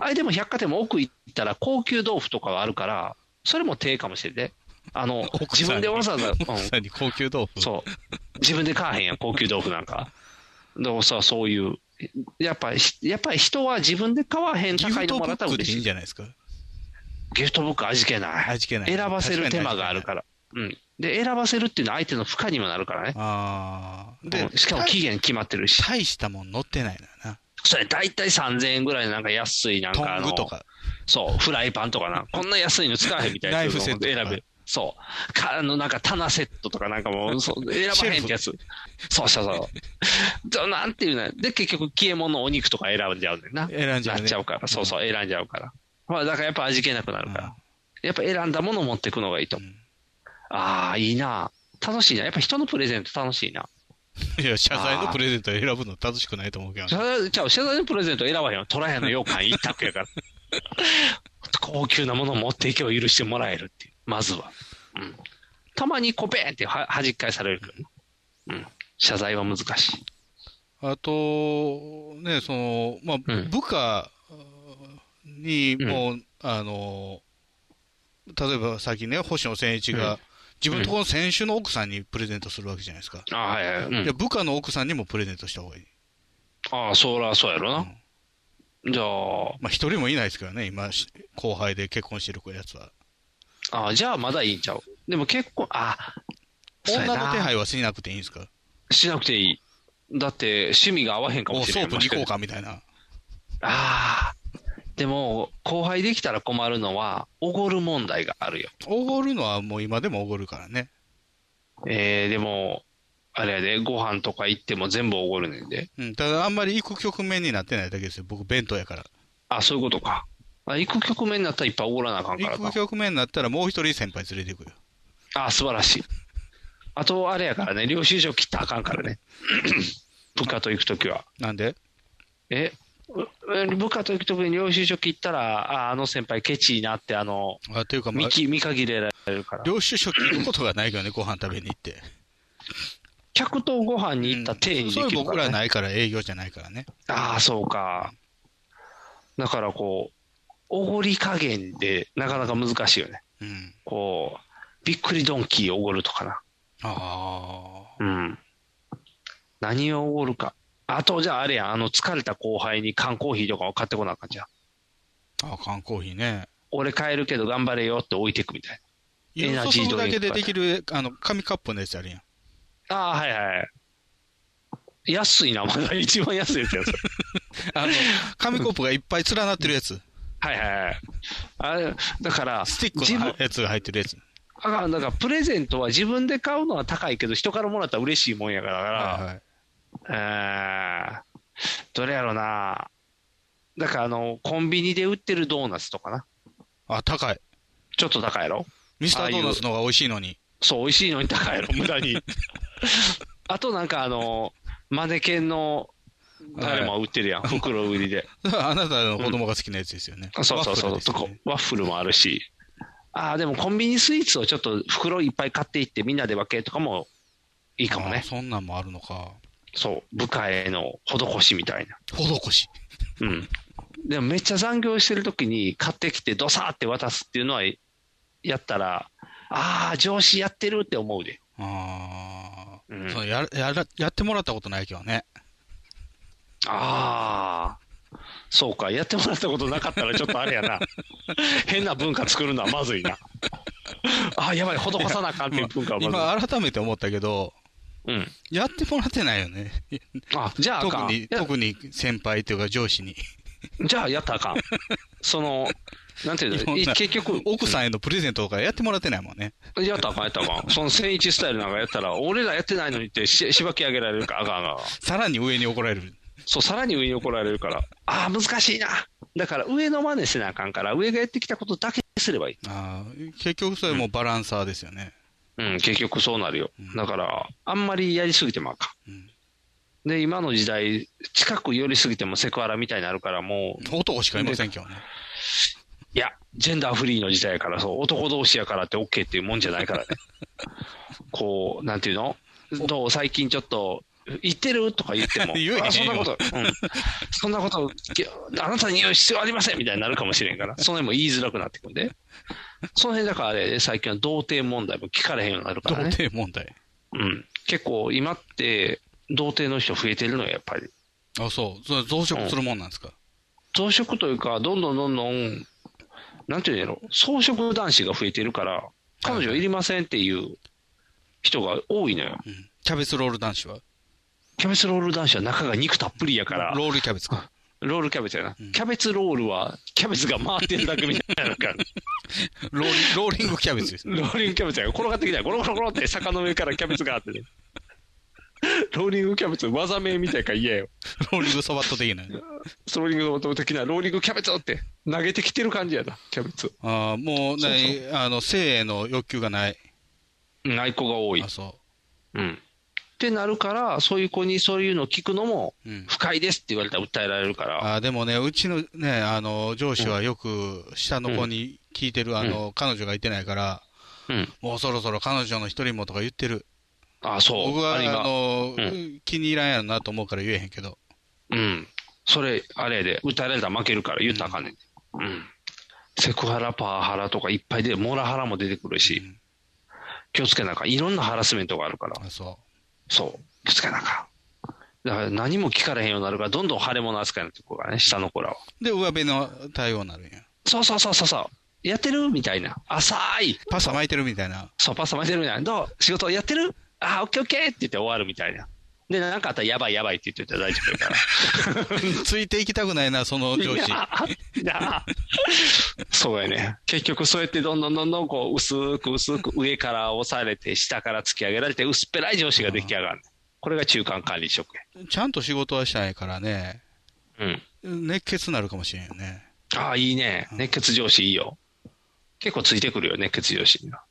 Speaker 2: あれでも百貨店も奥行ったら高級豆腐とかがあるから、それも手かもしれんね。あの、
Speaker 3: 奥さんに
Speaker 2: 自分でわざわざ、うん
Speaker 3: 奥さんに高級豆腐。
Speaker 2: そう。自分で買わへんやん、高級豆腐なんか。でもさ、そういう。やっぱり、やっぱり人は自分で買わへん
Speaker 3: ギ
Speaker 2: 高
Speaker 3: フ
Speaker 2: いの
Speaker 3: ト
Speaker 2: も
Speaker 3: ブ
Speaker 2: らったら
Speaker 3: ックで
Speaker 2: 嬉
Speaker 3: いい
Speaker 2: し
Speaker 3: ん
Speaker 2: い。
Speaker 3: じゃないですか。
Speaker 2: ギフトブック味気ない。
Speaker 3: 味気ない
Speaker 2: 選ばせる手間があるから。うん。で、選ばせるっていうのは相手の負荷にもなるからね。
Speaker 3: ああ。
Speaker 2: で
Speaker 3: で、、
Speaker 2: しかも期限決まってるし。
Speaker 3: 大したもん乗ってないのよな。
Speaker 2: それ大体3000円ぐらいのなんか安いなん
Speaker 3: ト
Speaker 2: かあ
Speaker 3: ン
Speaker 2: の
Speaker 3: グ、とか。
Speaker 2: そう、フライパンとかな。こんな安いの使わへんみたいなや
Speaker 3: ナ
Speaker 2: つを
Speaker 3: イフセットとか
Speaker 2: 選べる。そう。か、あの、なんか棚セットとかなんか もう、そう、選ばへんってやつ。そうそうそう。どなんていうので、結局、消え物のお肉とか選んじゃうんだよな。
Speaker 3: 選んじゃうね
Speaker 2: なっちゃうから。そうそう、選んじゃうから。まあ、だからやっぱ味気なくなるから。やっぱ選んだものを持ってくのがいいと思う。ああ、いいな。楽しいな。やっぱ人のプレゼント楽しいな。
Speaker 3: いや、謝罪のプレゼント選ぶの楽しくないと思うけど
Speaker 2: 謝
Speaker 3: な。
Speaker 2: 罪ちゃう、謝罪のプレゼント選ばへんわ。トラヤの羊羹一択やから。高級なものを持っていけば許してもらえるっていう。まずは。うん。たまにこう、べーンっては、弾き返されるけどね。うん。謝罪は難しい。
Speaker 3: あと、ね、その、まあ、
Speaker 2: うん
Speaker 3: 部下に、もう、あの、例えば先ね、星野千一が、
Speaker 2: うん
Speaker 3: 自分のところの選手の奥さんにプレゼントするわけじゃないですか。
Speaker 2: あはいはいうん
Speaker 3: じゃあ部下の奥さんにもプレゼントした方がいい。
Speaker 2: ああ、そらそうやろな。じゃあ、
Speaker 3: まあ、一人もいないですけどね、今、し後輩で結婚してるやつは。
Speaker 2: ああ、じゃあまだいいんちゃう。でも結構、あそう
Speaker 3: 女
Speaker 2: や
Speaker 3: の
Speaker 2: な
Speaker 3: 手配はしなくていいんですか
Speaker 2: しなくていい。だって、趣味が合わへんか
Speaker 3: お
Speaker 2: もしれ
Speaker 3: ソ
Speaker 2: ない。
Speaker 3: ープに行こうかみたいな。
Speaker 2: ああ、でも、後輩できたら困るのは、おごる問題があるよ。
Speaker 3: おごるのはもう今でもおごるからね。
Speaker 2: えー、でも、あれやで、ご飯とか行っても全部おごるねんで。
Speaker 3: うん、ただあんまり行く局面になってないだけですよ。僕、弁当やから。
Speaker 2: あ、そういうことか。あ行く局面になったらいっぱいおごらなあかんから
Speaker 3: 行
Speaker 2: か
Speaker 3: く。局面になったらもう一人先輩連れて行くよ。
Speaker 2: あ、素晴らしい。あと、あれやからね、領収書切ったらあかんからね。 部下と行くときは。
Speaker 3: なんで
Speaker 2: えうう部下と行くときに領収書切ったら、あ、あの先輩ケチいなって、あの、
Speaker 3: あというか、ま
Speaker 2: 見
Speaker 3: あ、
Speaker 2: き見限られるから。
Speaker 3: 領収書聞くことがないからね、ご飯食べに行って。
Speaker 2: 客とご飯に行った体にで
Speaker 3: そうい
Speaker 2: き
Speaker 3: う
Speaker 2: るか
Speaker 3: 僕
Speaker 2: ら、
Speaker 3: ら
Speaker 2: ね。
Speaker 3: ないから、営業じゃないからね。
Speaker 2: ああ、そうか。だからこう、おごり加減でなかなか難しいよね。
Speaker 3: うん。
Speaker 2: こう、びっくりドンキーおごるとかな。
Speaker 3: ああ。
Speaker 2: うん。何をおごるか。あと、じゃああれやん、あの疲れた後輩に缶コーヒーとかを買ってこなあかんじゃん。
Speaker 3: あー缶コーヒーね。
Speaker 2: 俺買えるけど頑張れよって置いてくみたいエ
Speaker 3: い
Speaker 2: ナ
Speaker 3: や
Speaker 2: ジー
Speaker 3: 注
Speaker 2: ド
Speaker 3: ぐ
Speaker 2: リ
Speaker 3: だけ
Speaker 2: ンク
Speaker 3: でできる、あの、紙カップのやつあるやん。
Speaker 2: な。ああ、はいはい。安いな、まだ一番安いやつやつ。
Speaker 3: あの、紙コップがいっぱい連なってるやつ。
Speaker 2: はいはいはい。あれだから、
Speaker 3: スティッ
Speaker 2: 自
Speaker 3: ク
Speaker 2: 分
Speaker 3: のやつが入ってるやつ。
Speaker 2: あかんだからプレゼントは自分で買うのは高いけど、人からもらったら嬉しいもんやから、
Speaker 3: はいはい。
Speaker 2: えーどれやろな。だから、あの、コンビニで売ってるドーナツとかな。
Speaker 3: あ、高い。
Speaker 2: ちょっと高いやろ
Speaker 3: ミスタードーナツの方が美味しいのに。
Speaker 2: そう、美味しいのに高いやろ無 駄に。あとなんか、あの、マネケンの、誰も売ってるやん、袋売りで。
Speaker 3: あなたの子供が好きなやつですよね。
Speaker 2: あそうそうそう、
Speaker 3: ワッフルです
Speaker 2: と
Speaker 3: よね
Speaker 2: こワッフルもあるし、ああ、でもコンビニスイーツをちょっと袋いっぱい買っていって、みんなで分けとかもいいかも
Speaker 3: あ
Speaker 2: ね、
Speaker 3: そんなんもあるのか。
Speaker 2: そう、部下への施しみたいな。
Speaker 3: 施し。
Speaker 2: うん、でもめっちゃ残業してる時に買ってきて、どさーって渡すっていうのは、やったら、ああ、上司やってるって思うで。
Speaker 3: ああ、
Speaker 2: うん
Speaker 3: そうやらやらやってもらったことないけどね。
Speaker 2: ああ、そうか、やってもらったことなかったら、ちょっとあれやな、 変な文化作るのはまずいな。 ああ、やばい、施さなあかんっていう文化はまずい。
Speaker 3: 今改めて思ったけど、
Speaker 2: うん
Speaker 3: やってもらってないよね。
Speaker 2: あ、じゃああかん
Speaker 3: 特に、
Speaker 2: いや
Speaker 3: 特に先輩というか上司に。
Speaker 2: じゃあやったらあかん。その、なんていうの、
Speaker 3: いろん
Speaker 2: い
Speaker 3: な
Speaker 2: 結局、
Speaker 3: 奥さんへのプレゼントとかやってもらってないもんね。
Speaker 2: やったらあかん、やったら あかん。その千一スタイルなんかやったら、俺らやってないのにってし、しばき上げられるから、あかんあかん。
Speaker 3: さらに上に怒られる。
Speaker 2: そう、さらに上に怒られるから、ああ、難しいな。だから上の真似せなあかんから、上がやってきたことだけすればいい。
Speaker 3: あー結局それもうバランサーですよね。
Speaker 2: うん、結局そうなるよ。だから、あんまりやりすぎてもあか
Speaker 3: うん
Speaker 2: ん。で、今の時代、近く寄りすぎてもセクハラみたいになるから、もう、
Speaker 3: 男しかいませんけどね。、
Speaker 2: いや、ジェンダーフリーの時代やから、そう、男同士やからって OK っていうもんじゃないからね。 こう、なんていうのどう最近ちょっと、言ってるとか言っても
Speaker 3: 言えへんよ
Speaker 2: あそんなこと、うん、そんなこと、きあなたに言う必要ありませんみたいになるかもしれんから、その辺も言いづらくなってくんで、その辺だからあれ、最近は童貞問題も聞かれへんようになるか
Speaker 3: 童
Speaker 2: らね。
Speaker 3: 貞問題。
Speaker 2: うん、結構、今って、童貞の人増えてるのよ、やっぱり。
Speaker 3: あ、そう。それ増殖するもんなんですか。
Speaker 2: 増殖というか、どんどんどんどん、なんていうんやろ、草食男子が増えてるから、彼女いりませんっていう人が多いのよ。
Speaker 3: うんキャベツロール男子は
Speaker 2: キャベツロール男子は中が肉たっぷりやから、
Speaker 3: ロールキャベツ か。
Speaker 2: ロールキャベツやな。キャベツロールは、キャベツが回ってるだけみたいなから、
Speaker 3: ローリローリングキャベツです。
Speaker 2: ローリングキャベツやから転がってきたよ。ゴロゴロゴロって坂の上からキャベツがあってね。 ローリングキャベツ、技名みたいから嫌よ。
Speaker 3: ローリングソバット的な。
Speaker 2: ローリングの音的なローリングキャベツって投げてきてる感じやな、キャベツ。
Speaker 3: ああ、もうない、
Speaker 2: そう
Speaker 3: あの、性への欲求がない。
Speaker 2: ない子が多い
Speaker 3: あ、。そ
Speaker 2: うん。ってなるから、そういう子にそういうのを聞くのも
Speaker 3: う。うん。
Speaker 2: 不快ですって言われたら訴えられるから、
Speaker 3: ああ、でもね、うちのね、あの、上司はよく、下の子に聞いてる、あの、彼女がいてないから、
Speaker 2: うん、
Speaker 3: もうそろそろ彼女の一人もとか言ってる。
Speaker 2: あ、そう。
Speaker 3: 僕は、
Speaker 2: あれ今
Speaker 3: あの、
Speaker 2: うん
Speaker 3: 気に入らんやろなと思うから言えへんけど。
Speaker 2: うん。それ、あれやで、歌られたら負けるから言ったらあかんねん。うん。セクハラ、パワハラとかいっぱい出て、モラハラも出てくるし、気をつけなあかん。いろんなハラスメントがあるから。
Speaker 3: あそ
Speaker 2: そう。気をつけなあかん。だから何も聞かれへんようになるから、どんどん腫れ物扱いになってくるからね、下の子らは。
Speaker 3: う。で、上辺の対応になるんや。
Speaker 2: そうそうそうそうそう。やってるみたいな。浅い。
Speaker 3: パス巻いてるみたいな。
Speaker 2: そう、パスタ巻いてるみたいな。どう仕事やってるあー、オッケーオッケーって言って終わるみたいな。で、なんかあったらやばいやばいって言ってたら大丈夫だから。
Speaker 3: ついていきたくないな、その上司。
Speaker 2: いやそうやね。結局そうやってどんどんどんどんこう薄く薄く上から押されて下から突き上げられて薄っぺらい上司が出来上がる。これが中間管理職や。
Speaker 3: ちゃんと仕事はしたいからね、
Speaker 2: うん。
Speaker 3: 熱血なるかもしれんよね。
Speaker 2: ああ、いいね。熱血上司いいよ。結構ついてくるよ、熱血上司には。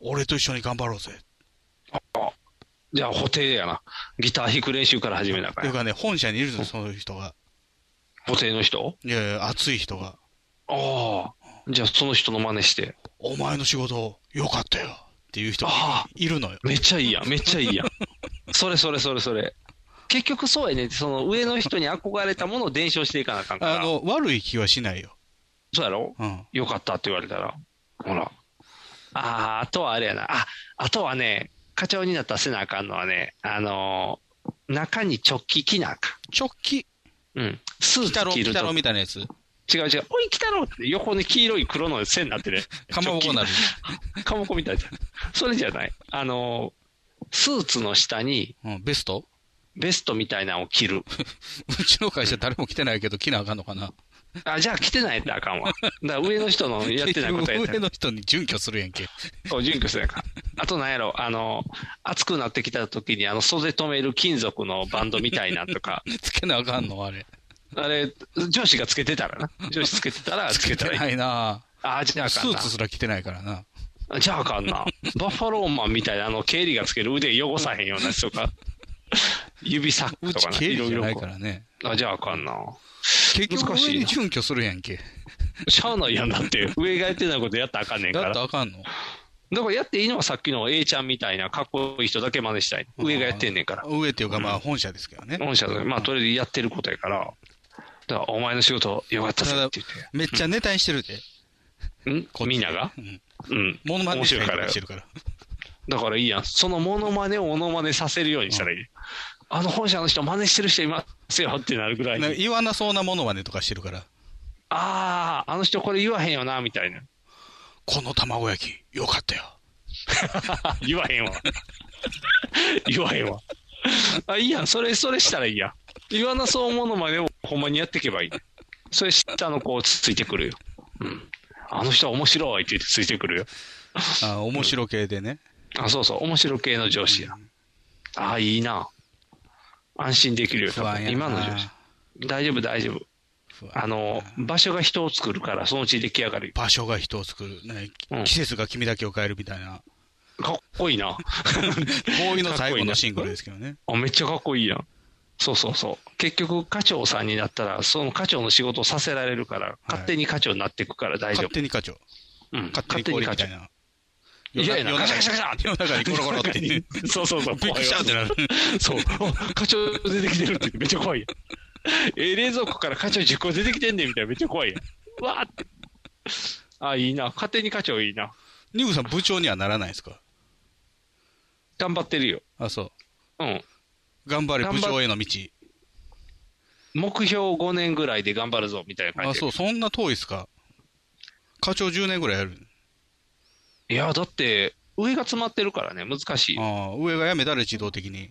Speaker 3: 俺と一緒に頑張ろうぜ。
Speaker 2: じゃあ、補定やな。ギター弾く練習から始めなあか
Speaker 3: というん
Speaker 2: や。
Speaker 3: かね、本社にいるぞ、そういう人が。
Speaker 2: 補定の人
Speaker 3: いやいや、熱い人が。
Speaker 2: ああ。じゃあ、その人の真似して。
Speaker 3: お前の仕事、よかったよ。っていう人が
Speaker 2: あ
Speaker 3: いるのよ。
Speaker 2: めっちゃいいやん、めっちゃ いいやん。それそれそれそれ。結局そうやね。その上の人に憧れたものを伝承していかなあかんから。
Speaker 3: あの、悪い気はしないよ。
Speaker 2: そうやろ
Speaker 3: うん。
Speaker 2: よかったって言われたら。ほら。ああ、あとはあれやな。あ、あとはね、課長になったらせなあかんのはね、あのー中に直帰着なあか
Speaker 3: 直帰、
Speaker 2: ん。うん。スー
Speaker 3: 鬼太
Speaker 2: ツ
Speaker 3: 郎、
Speaker 2: 着
Speaker 3: 鬼
Speaker 2: る
Speaker 3: 太郎
Speaker 2: と。
Speaker 3: みたいなやつ。
Speaker 2: 違う違う。おい、来たろって横に黄色い黒の線になってね。
Speaker 3: かまぼこなる。
Speaker 2: 直帰かまぼこみたいじゃん。それじゃない。あのースーツの下に
Speaker 3: うん、ベスト
Speaker 2: ベストみたいなのを着る。
Speaker 3: うちの会社誰も来てないけど、来なあかんのかな。
Speaker 2: あ、じゃあ着てないとあかんわ。だから上の人のやってないことやっ
Speaker 3: 結 局上
Speaker 2: てない。
Speaker 3: の人に準拠するやんけ。
Speaker 2: そう、準拠してないから。あとなんやろ、あの、暑くなってきた時に、あの、袖止める金属のバンドみたいな とか、
Speaker 3: つけなあかんの、あれ。
Speaker 2: あれ、上司がつけてたらな。上司つけてたら、つけたらいい。
Speaker 3: ないな
Speaker 2: あ、じゃああ
Speaker 3: ス
Speaker 2: かん
Speaker 3: ーツ
Speaker 2: な。
Speaker 3: すら着てないからな。
Speaker 2: じゃああかんな。バッファローマンみたいな、あの、経理がつける腕汚さへんようなやつと か、指サッ
Speaker 3: う
Speaker 2: クと
Speaker 3: ち
Speaker 2: かな、
Speaker 3: 経
Speaker 2: い
Speaker 3: 理
Speaker 2: ろ
Speaker 3: じ
Speaker 2: い
Speaker 3: ゃ
Speaker 2: ろ
Speaker 3: ない
Speaker 2: こ
Speaker 3: からね。
Speaker 2: う。あ、じゃああかんな。
Speaker 3: 結局
Speaker 2: 難しいな
Speaker 3: 上に準拠するやんけ。
Speaker 2: しゃあないやんだって、上がやってないことやったらあかんねんか
Speaker 3: だ
Speaker 2: ら
Speaker 3: っ。たあかんの
Speaker 2: だからやっていいのはさっきの A ちゃんみたいなかっこいい人だけ真似したい。上がやってんねんから。
Speaker 3: 上っていうか、まあ本社ですけどね。
Speaker 2: 御社の、まあとりあえずやってることやから。だからお前の仕事よかったぜ
Speaker 3: た
Speaker 2: っ
Speaker 3: だ
Speaker 2: て、
Speaker 3: めっちゃネタにしてるで。
Speaker 2: 言って。
Speaker 3: こっち
Speaker 2: んみんなが
Speaker 3: うん。
Speaker 2: うん。
Speaker 3: モノマネ
Speaker 2: 面
Speaker 3: し
Speaker 2: 白い
Speaker 3: て
Speaker 2: からよ
Speaker 3: してるから。
Speaker 2: だからいいやん。そのモノマネをモノマネさせるようにしたらいい。あの本社の人真似してる人いますよってなるぐらいに。
Speaker 3: なんか言わなそうなモノマネとかしてるから。
Speaker 2: ああ、あの人これ言わへんよな、みたいな。
Speaker 3: この卵焼き、よかったよ。
Speaker 2: 言わへんわ。言わへんわ。あ、いいやん。それ、それしたらいいやん。言わなそうものまでをほんまにやっていけばいい。それ下の子をつついてくるよ。うん。あの人面白いって言ってついてくるよ。
Speaker 3: あ面白系でね。
Speaker 2: あ、そうそう。面白系の上司や。あ、いいな。安心できるよ。
Speaker 3: 不安やな
Speaker 2: 今の上司。大丈夫、大丈夫。
Speaker 3: 不安
Speaker 2: あの、場所が人を作るから、そのうち出来上がるよ。
Speaker 3: 場所が人を作る、ね
Speaker 2: うん
Speaker 3: 季節が君だけを変えるみたいな、
Speaker 2: かっこいいな。
Speaker 3: ボーイの最後のシング
Speaker 2: かっこ
Speaker 3: ル
Speaker 2: いいな
Speaker 3: ですけどね。
Speaker 2: あ、めっちゃかっこいいやん。そうそうそう。結局、課長さんになったら、その課長の仕事をさせられるから、勝手に課長になっていくから大丈
Speaker 3: 勝
Speaker 2: 夫。
Speaker 3: 手に課長。
Speaker 2: うん
Speaker 3: 勝手に氷みたいな。
Speaker 2: いやいや
Speaker 3: 夜
Speaker 2: な、
Speaker 3: 中
Speaker 2: ガシャガシャガシャって
Speaker 3: 夜中にコロコロって。びっ
Speaker 2: そうそうそう。
Speaker 3: くりしたってなる。
Speaker 2: そう。あ課長出てきてるってめっちゃ怖いやん。 え、冷蔵庫から課長10個出てきてんねんみたいな、めっちゃ怖いやん。わーって。あ、いいな。勝手に課長いいな。
Speaker 3: ニグさん部長にはならないですか
Speaker 2: 頑張ってるよ。
Speaker 3: あ、そう。
Speaker 2: うん。
Speaker 3: 頑張れ部長への道。
Speaker 2: 目標5年ぐらいで頑張るぞ、みたいな感
Speaker 3: あ、
Speaker 2: じ
Speaker 3: そう、そんな遠いですか課長10年ぐらいやる。
Speaker 2: いや、だって、上が詰まってるからね、難しいよ。
Speaker 3: ああ、上が辞めたら自動的に。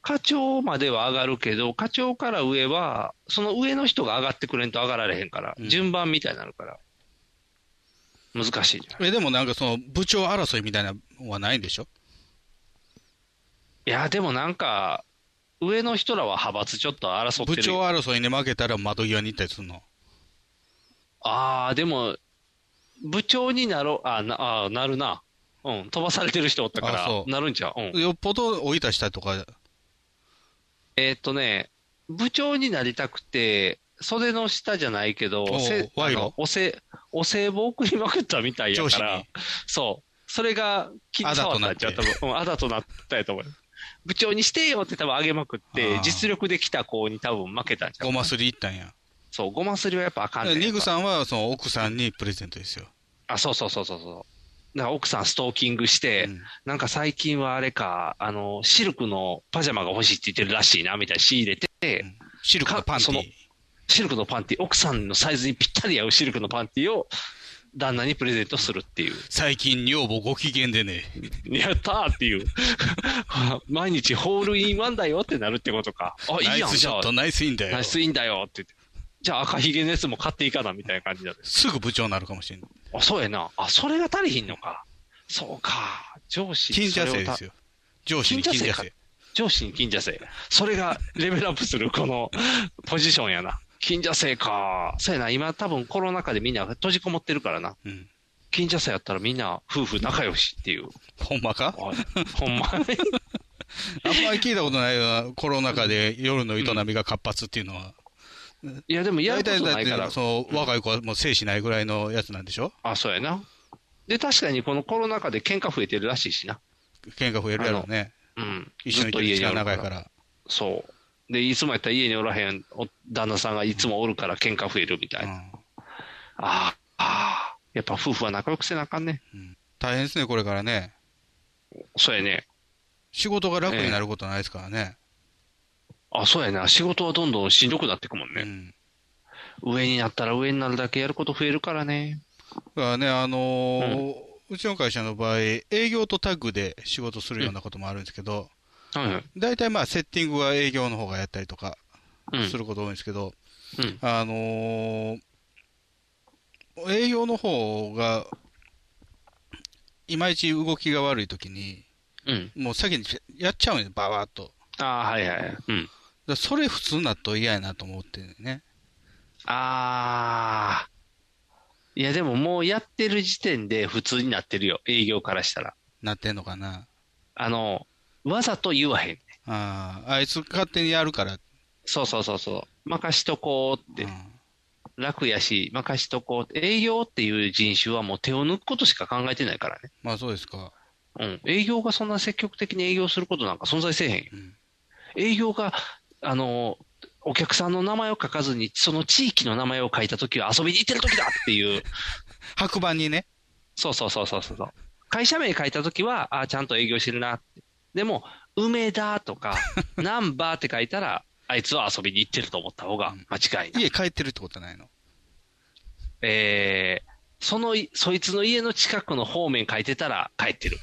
Speaker 2: 課長までは上がるけど、課長から上は、その上の人が上がってくれんと上がられへんから、
Speaker 3: うん
Speaker 2: 順番みたいになるから、難しいじゃん。
Speaker 3: え、でもなんかその部長争いみたいなのはないんでしょ
Speaker 2: いや、でもなんか、上の人らは派閥ちょっと争って
Speaker 3: 部
Speaker 2: る。
Speaker 3: 長争いに負けたら窓際に行ったりするの。
Speaker 2: ああ、でも、部長になろう、あなあー、なるな。うん、飛ばされてる人おったか
Speaker 3: あそ
Speaker 2: ら、
Speaker 3: う
Speaker 2: なるんちゃう。うん。
Speaker 3: よっぽど追い出したりとか、
Speaker 2: えーっとね、部長になりたくて、袖の下じゃないけど
Speaker 3: お、う賄賂
Speaker 2: あのおせ、お歳暮送りまくったみたいや
Speaker 3: 上司
Speaker 2: か
Speaker 3: に
Speaker 2: ら、そう。それが気に触ったんちゃう多分、うんあだとなったやと思う。部長にしてよって多分あげまくっ
Speaker 3: あ
Speaker 2: て
Speaker 3: ー、
Speaker 2: 実力で来た子に多分負けたんちゃう
Speaker 3: ごますり行ったんや。
Speaker 2: そう、ごますりはやっぱあかんねん。
Speaker 3: リグさんは、その奥さんにプレゼントですよ。
Speaker 2: あ、そうそうそうそうそう。なんか奥さんストーキングして、なんか最近はあれか、あの、シルクのパジャマが欲しいって言ってるらしいな、みたいな仕入れて、
Speaker 3: シルクのパンティー。
Speaker 2: シルクのパンティ、奥さんのサイズにぴったり合うシルクのパンティを旦那にプレゼントするっていう。
Speaker 3: 最近女房ご機嫌でね。
Speaker 2: やったーっていう。 毎日ホールインワンだよってなるってことか。あ、いいや
Speaker 3: ナ
Speaker 2: ん、
Speaker 3: イスショット、
Speaker 2: じゃあ
Speaker 3: ナイスインだよ
Speaker 2: ナイ。スインだよって言って。じゃあ赤ひげのやつも買っていかな、みたいな感じだった
Speaker 3: すぐ部長になるかもしれない。
Speaker 2: あ、そうやな。あ、それが足りひんのか。そうか。上司
Speaker 3: 金社生ですよ。。上司に金社
Speaker 2: 金社
Speaker 3: 生
Speaker 2: 生。上司に金蛇生。それがレベルアップするこの ポジションやな。金蛇生か。そうやな。今多分コロナ禍でみんな閉じこもってるからな。
Speaker 3: うん。
Speaker 2: 金蛇生やったらみんな夫婦仲良しっていう。
Speaker 3: ほんまか
Speaker 2: おいほんまに。
Speaker 3: あんまり聞いたことないよな、コロナ禍で夜の営みが活発っていうのは。
Speaker 2: いやでもや ることないから。
Speaker 3: その、若い子はもう生死ないぐらいのやつなんでしょ
Speaker 2: あ、そうやな。で、確かにこのコロナ禍で喧嘩増えてるらしいしな。
Speaker 3: 喧嘩増えるやろうね。
Speaker 2: うん。
Speaker 3: 一緒にいてる時間長いから。
Speaker 2: そう。で、いつもやったら家におらへんお旦那さんがいつもおるから喧嘩増えるみたい
Speaker 3: う
Speaker 2: な。
Speaker 3: ん
Speaker 2: あーあー、やっぱ夫婦は仲良くせなあかんね。
Speaker 3: 大変ですね、これからね。
Speaker 2: そうやね。
Speaker 3: 仕事が楽になることないですからね。
Speaker 2: あ、そうやな。仕事はどんどんしんどくなってくもん
Speaker 3: う
Speaker 2: ね。
Speaker 3: ん。
Speaker 2: 上になったら上になるだけやること増えるからね。
Speaker 3: だからね、あのーうちの会社の場合、営業とタッグで仕事するようなこともあるんですけど、
Speaker 2: はいはい。
Speaker 3: 大体まあ、セッティングは営業の方がやったりとか
Speaker 2: うん
Speaker 3: す。ることが多いんですけど、
Speaker 2: うん。
Speaker 3: あのー営業の方が、いまいち動きが悪いときに、
Speaker 2: うん。
Speaker 3: もう先にやっちゃうんよ、ばばっと。だか
Speaker 2: ああ、はいはい。うん。
Speaker 3: らそれ普通になっと嫌やなと思ってね。
Speaker 2: ああ。いや、でももうやってる時点で普通になってるよ。営業からしたら。
Speaker 3: なってんのかな。
Speaker 2: あの、わざと言わへん。
Speaker 3: ああ、あいつ勝手にやるから。
Speaker 2: そうそうそうそう。任しとこうって。
Speaker 3: うん
Speaker 2: 楽やし、任しとこう。営業っていう人種はもう手を抜くことしか考えてないからね。
Speaker 3: まあそうですか。
Speaker 2: うん。営業がそんな積極的に営業することなんか存在せえへんよ。
Speaker 3: ん
Speaker 2: 営業が、あの、お客さんの名前を書かずに、その地域の名前を書いたときは遊びに行ってるときだっていう。
Speaker 3: 白板にね。
Speaker 2: そうそうそうそうそう。会社名書いたときは、ああ、ちゃんと営業してるなって。でも、梅田とか、ナンバーって書いたら、あいつは遊びに行ってると思った方が間違いない。
Speaker 3: 家帰ってるってことないの
Speaker 2: えーそのい、そいつの家の近くの方面書いてたら帰ってる。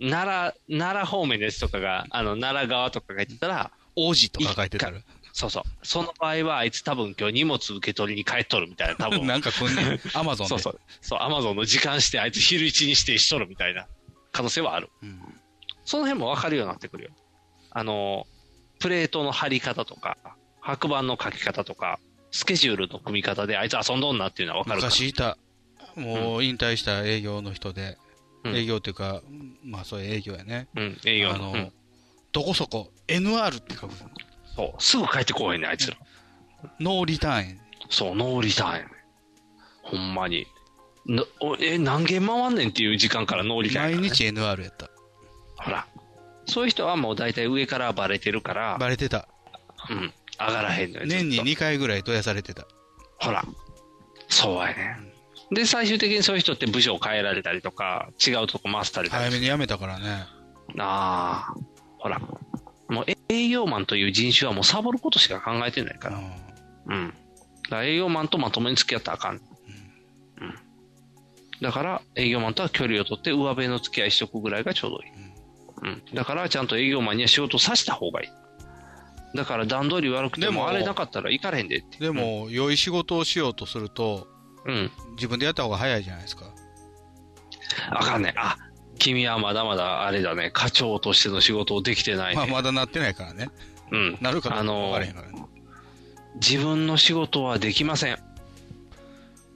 Speaker 2: 奈良、奈良方面ですとかが、あの、奈良側とか書いてたら、
Speaker 3: 王子とか書いてたら
Speaker 2: 一。そうそう。その場合は、あいつ多分今日荷物受け取りに帰っとるみたいな、多 分。
Speaker 3: なんかこん ねアマゾンで。
Speaker 2: そうそう。そう、アマゾンの時間して、あいつ昼一に指定しとるみたいな可能性はある。
Speaker 3: ん
Speaker 2: その辺もわかるようになってくるよ。あの、プレートの貼り方とか、白板の書き方とか、スケジュールの組み方で、あいつ遊んどんなっていうのはわかるから。
Speaker 3: 昔いた、もう引退した営業の人で、
Speaker 2: うん
Speaker 3: 営業っていうか、まあそういう営業やね。
Speaker 2: うん、営業
Speaker 3: あ
Speaker 2: の。
Speaker 3: の、
Speaker 2: うん
Speaker 3: どこそこ、NR って書く。
Speaker 2: そう、すぐ帰ってこうへんねんあいつら。
Speaker 3: ノーリターンやね
Speaker 2: そう、ノーリターンやねんほんまに。なおえ、何軒回んねんっていう時間からノーリターンや
Speaker 3: 毎
Speaker 2: からね、
Speaker 3: 日 NR やった。
Speaker 2: ほら。そういう人はもう大体上からバレてるから、
Speaker 3: バレてた。
Speaker 2: うん、上がらへんのよ。ずっと
Speaker 3: 年に2回ぐらいどやされてた。
Speaker 2: ほら。そうやねん。で、最終的にそういう人って部署を変えられたりとか、違うとこ回したりとか
Speaker 3: 早。めに辞めたからね。
Speaker 2: ああ、ほら。もう営業マンという人種はもうサボることしか考えてないから。
Speaker 3: う
Speaker 2: うん。だから営業マンとまともに付き合ったらあかん。うん。だから営業マンとは距離を取って上辺の付き合いしとくぐらいがちょうどいい。うん。だからちゃんと営業マンには仕事させた方がいい。だから段取り悪くて
Speaker 3: でも
Speaker 2: もあれなかったら行かれへんでって。
Speaker 3: んでも、良い仕事をしようとすると、
Speaker 2: うん。
Speaker 3: 自分でやった方が早いじゃないですか。
Speaker 2: あかんね。あ、君はまだまだあれだね。課長としての仕事をできてない
Speaker 3: まあ
Speaker 2: ね。
Speaker 3: まだなってないからね。
Speaker 2: うん。
Speaker 3: なるかど
Speaker 2: あ
Speaker 3: うか分
Speaker 2: の
Speaker 3: からへんからね。
Speaker 2: 自分の仕事はできません。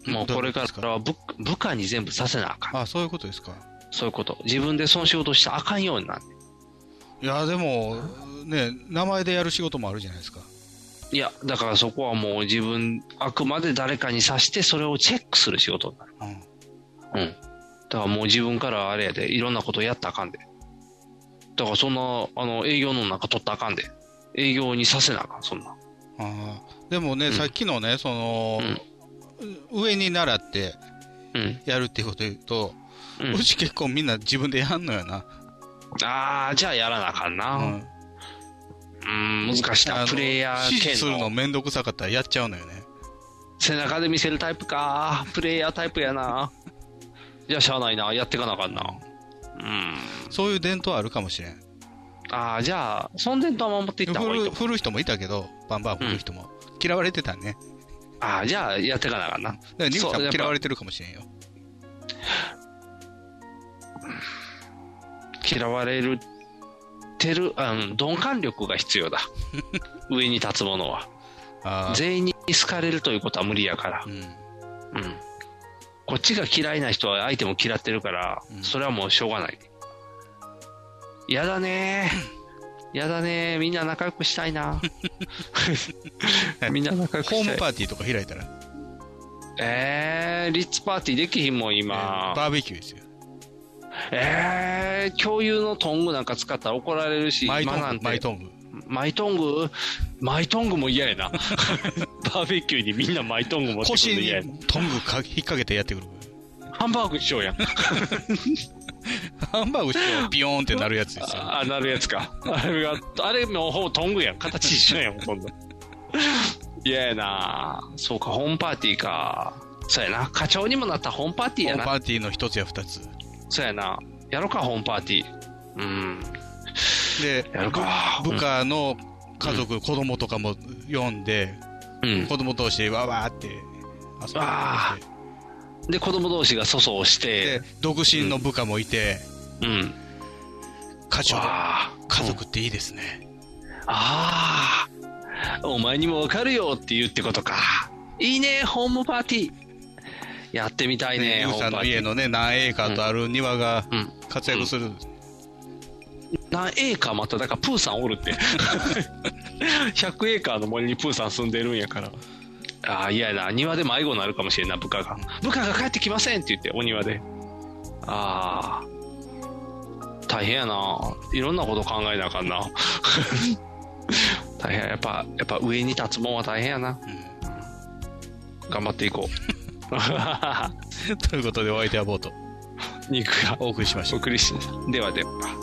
Speaker 2: もうこれからは部部下に全部させなあかん。
Speaker 3: あ、そういうことですか。
Speaker 2: そういうこと。自分でその仕事をしたらあかんようになる。
Speaker 3: いや、でも、ね、名前でやる仕事もあるじゃないですか。
Speaker 2: いや、だからそこはもう自分、あくまで誰かにさして、それをチェックする仕事になる。
Speaker 3: うん。
Speaker 2: うん。だからもう自分からあれやで、いろんなことやったらあかんで。だからそんな、あの、営業の中取ったらあかんで。営業にさせなあかん、そんな。
Speaker 3: あーでもね、さっきのね、その、上に習ってやるっていうこと言うと、う
Speaker 2: うん
Speaker 3: ち結構みんな自分でやんのよな。
Speaker 2: ああ、じゃあやらなあかんな。うん、難しい
Speaker 3: あ
Speaker 2: な。
Speaker 3: の
Speaker 2: プレイヤー
Speaker 3: 指
Speaker 2: 兼
Speaker 3: 示する
Speaker 2: の
Speaker 3: のめんどくさかったらやっちゃうのよね。
Speaker 2: 背中で見せるタイプか。プレイヤータイプやな。じゃあしゃあないな。やってかなあかんな。
Speaker 3: そういう伝統あるかもしれん。
Speaker 2: ああ、じゃあ、そんでとは守っていった方がいい
Speaker 3: 振
Speaker 2: と
Speaker 3: る
Speaker 2: 思う。
Speaker 3: 振る人もいたけど、バンバン振る人も。嫌われてたね。
Speaker 2: ああ、じゃあやってかなあかんな。だか
Speaker 3: だから、ニコさん嫌われてるかもしれんよ。
Speaker 2: 嫌われるてる、あの鈍感力が必 要だ上に立つものは全員に好かれるということは無理やから、
Speaker 3: うん
Speaker 2: こっちが嫌いな人は相手も嫌ってるから、それはもうしょうがないやだねーやだねーみんな仲良くした いなみんな仲良くしたい
Speaker 3: ホームパーティーとか開いたら、
Speaker 2: えー、リッツパーティーできひんもん今、
Speaker 3: バーベキューですよ。
Speaker 2: えー、共有のトングなんか使ったら怒られるし、
Speaker 3: マイトング
Speaker 2: 今なんて
Speaker 3: マイトング。
Speaker 2: マイトングマイトングも嫌やな。バ ーベキューにみんなマイトング持ってく
Speaker 3: 腰
Speaker 2: るの
Speaker 3: に
Speaker 2: 嫌やな。
Speaker 3: トングか引っ掛けてやってくる。
Speaker 2: ハンバーグしようやん。
Speaker 3: ハンバーグしてもビヨーンってなるやつですよ。
Speaker 2: あ、なるやつか。あれが、あれもほぼトングやん。形一緒やん、ほとんど。嫌やなそうか、ホームパーティーか。そうやな。課長にもなったホームパーティ
Speaker 3: ホ
Speaker 2: ーや
Speaker 3: ームパ
Speaker 2: な。
Speaker 3: ーティーの一つや二つ。
Speaker 2: そうやな。やろうか、ホームパーティー。うん。
Speaker 3: で、
Speaker 2: やるか。
Speaker 3: 部下の家族、子供とかも読んで、
Speaker 2: うん
Speaker 3: 子供同士でわーわーって遊んで
Speaker 2: あで、子供同士が粗相して、
Speaker 3: 独身の部下もいて、
Speaker 2: うん。
Speaker 3: 課長
Speaker 2: わ
Speaker 3: 家族っていいですね、
Speaker 2: ああ、お前にもわかるよって言うってことか。いいね、ホームパーティー。やってみたいね、
Speaker 3: ユウ
Speaker 2: ホー
Speaker 3: さん
Speaker 2: ムパ
Speaker 3: の
Speaker 2: ーティ
Speaker 3: 家
Speaker 2: ー。
Speaker 3: のね何エーカーとある庭が活躍する、
Speaker 2: 何エーカーまた、だからプーさんおるって。100エーカーの森にプーさん住んでるんやから。ああ、嫌やな。庭で迷子になるかもしれんな、部下が。部下が帰ってきませんって言って、お庭で。ああ。大変やな。いろんなこと考えなあかんな。 大変。やっぱ、やっぱ上に立つもんは大変やな。頑張っていこう。
Speaker 3: ということでお相手はボート
Speaker 2: 肉が
Speaker 3: お送りしました
Speaker 2: お送りしではでは。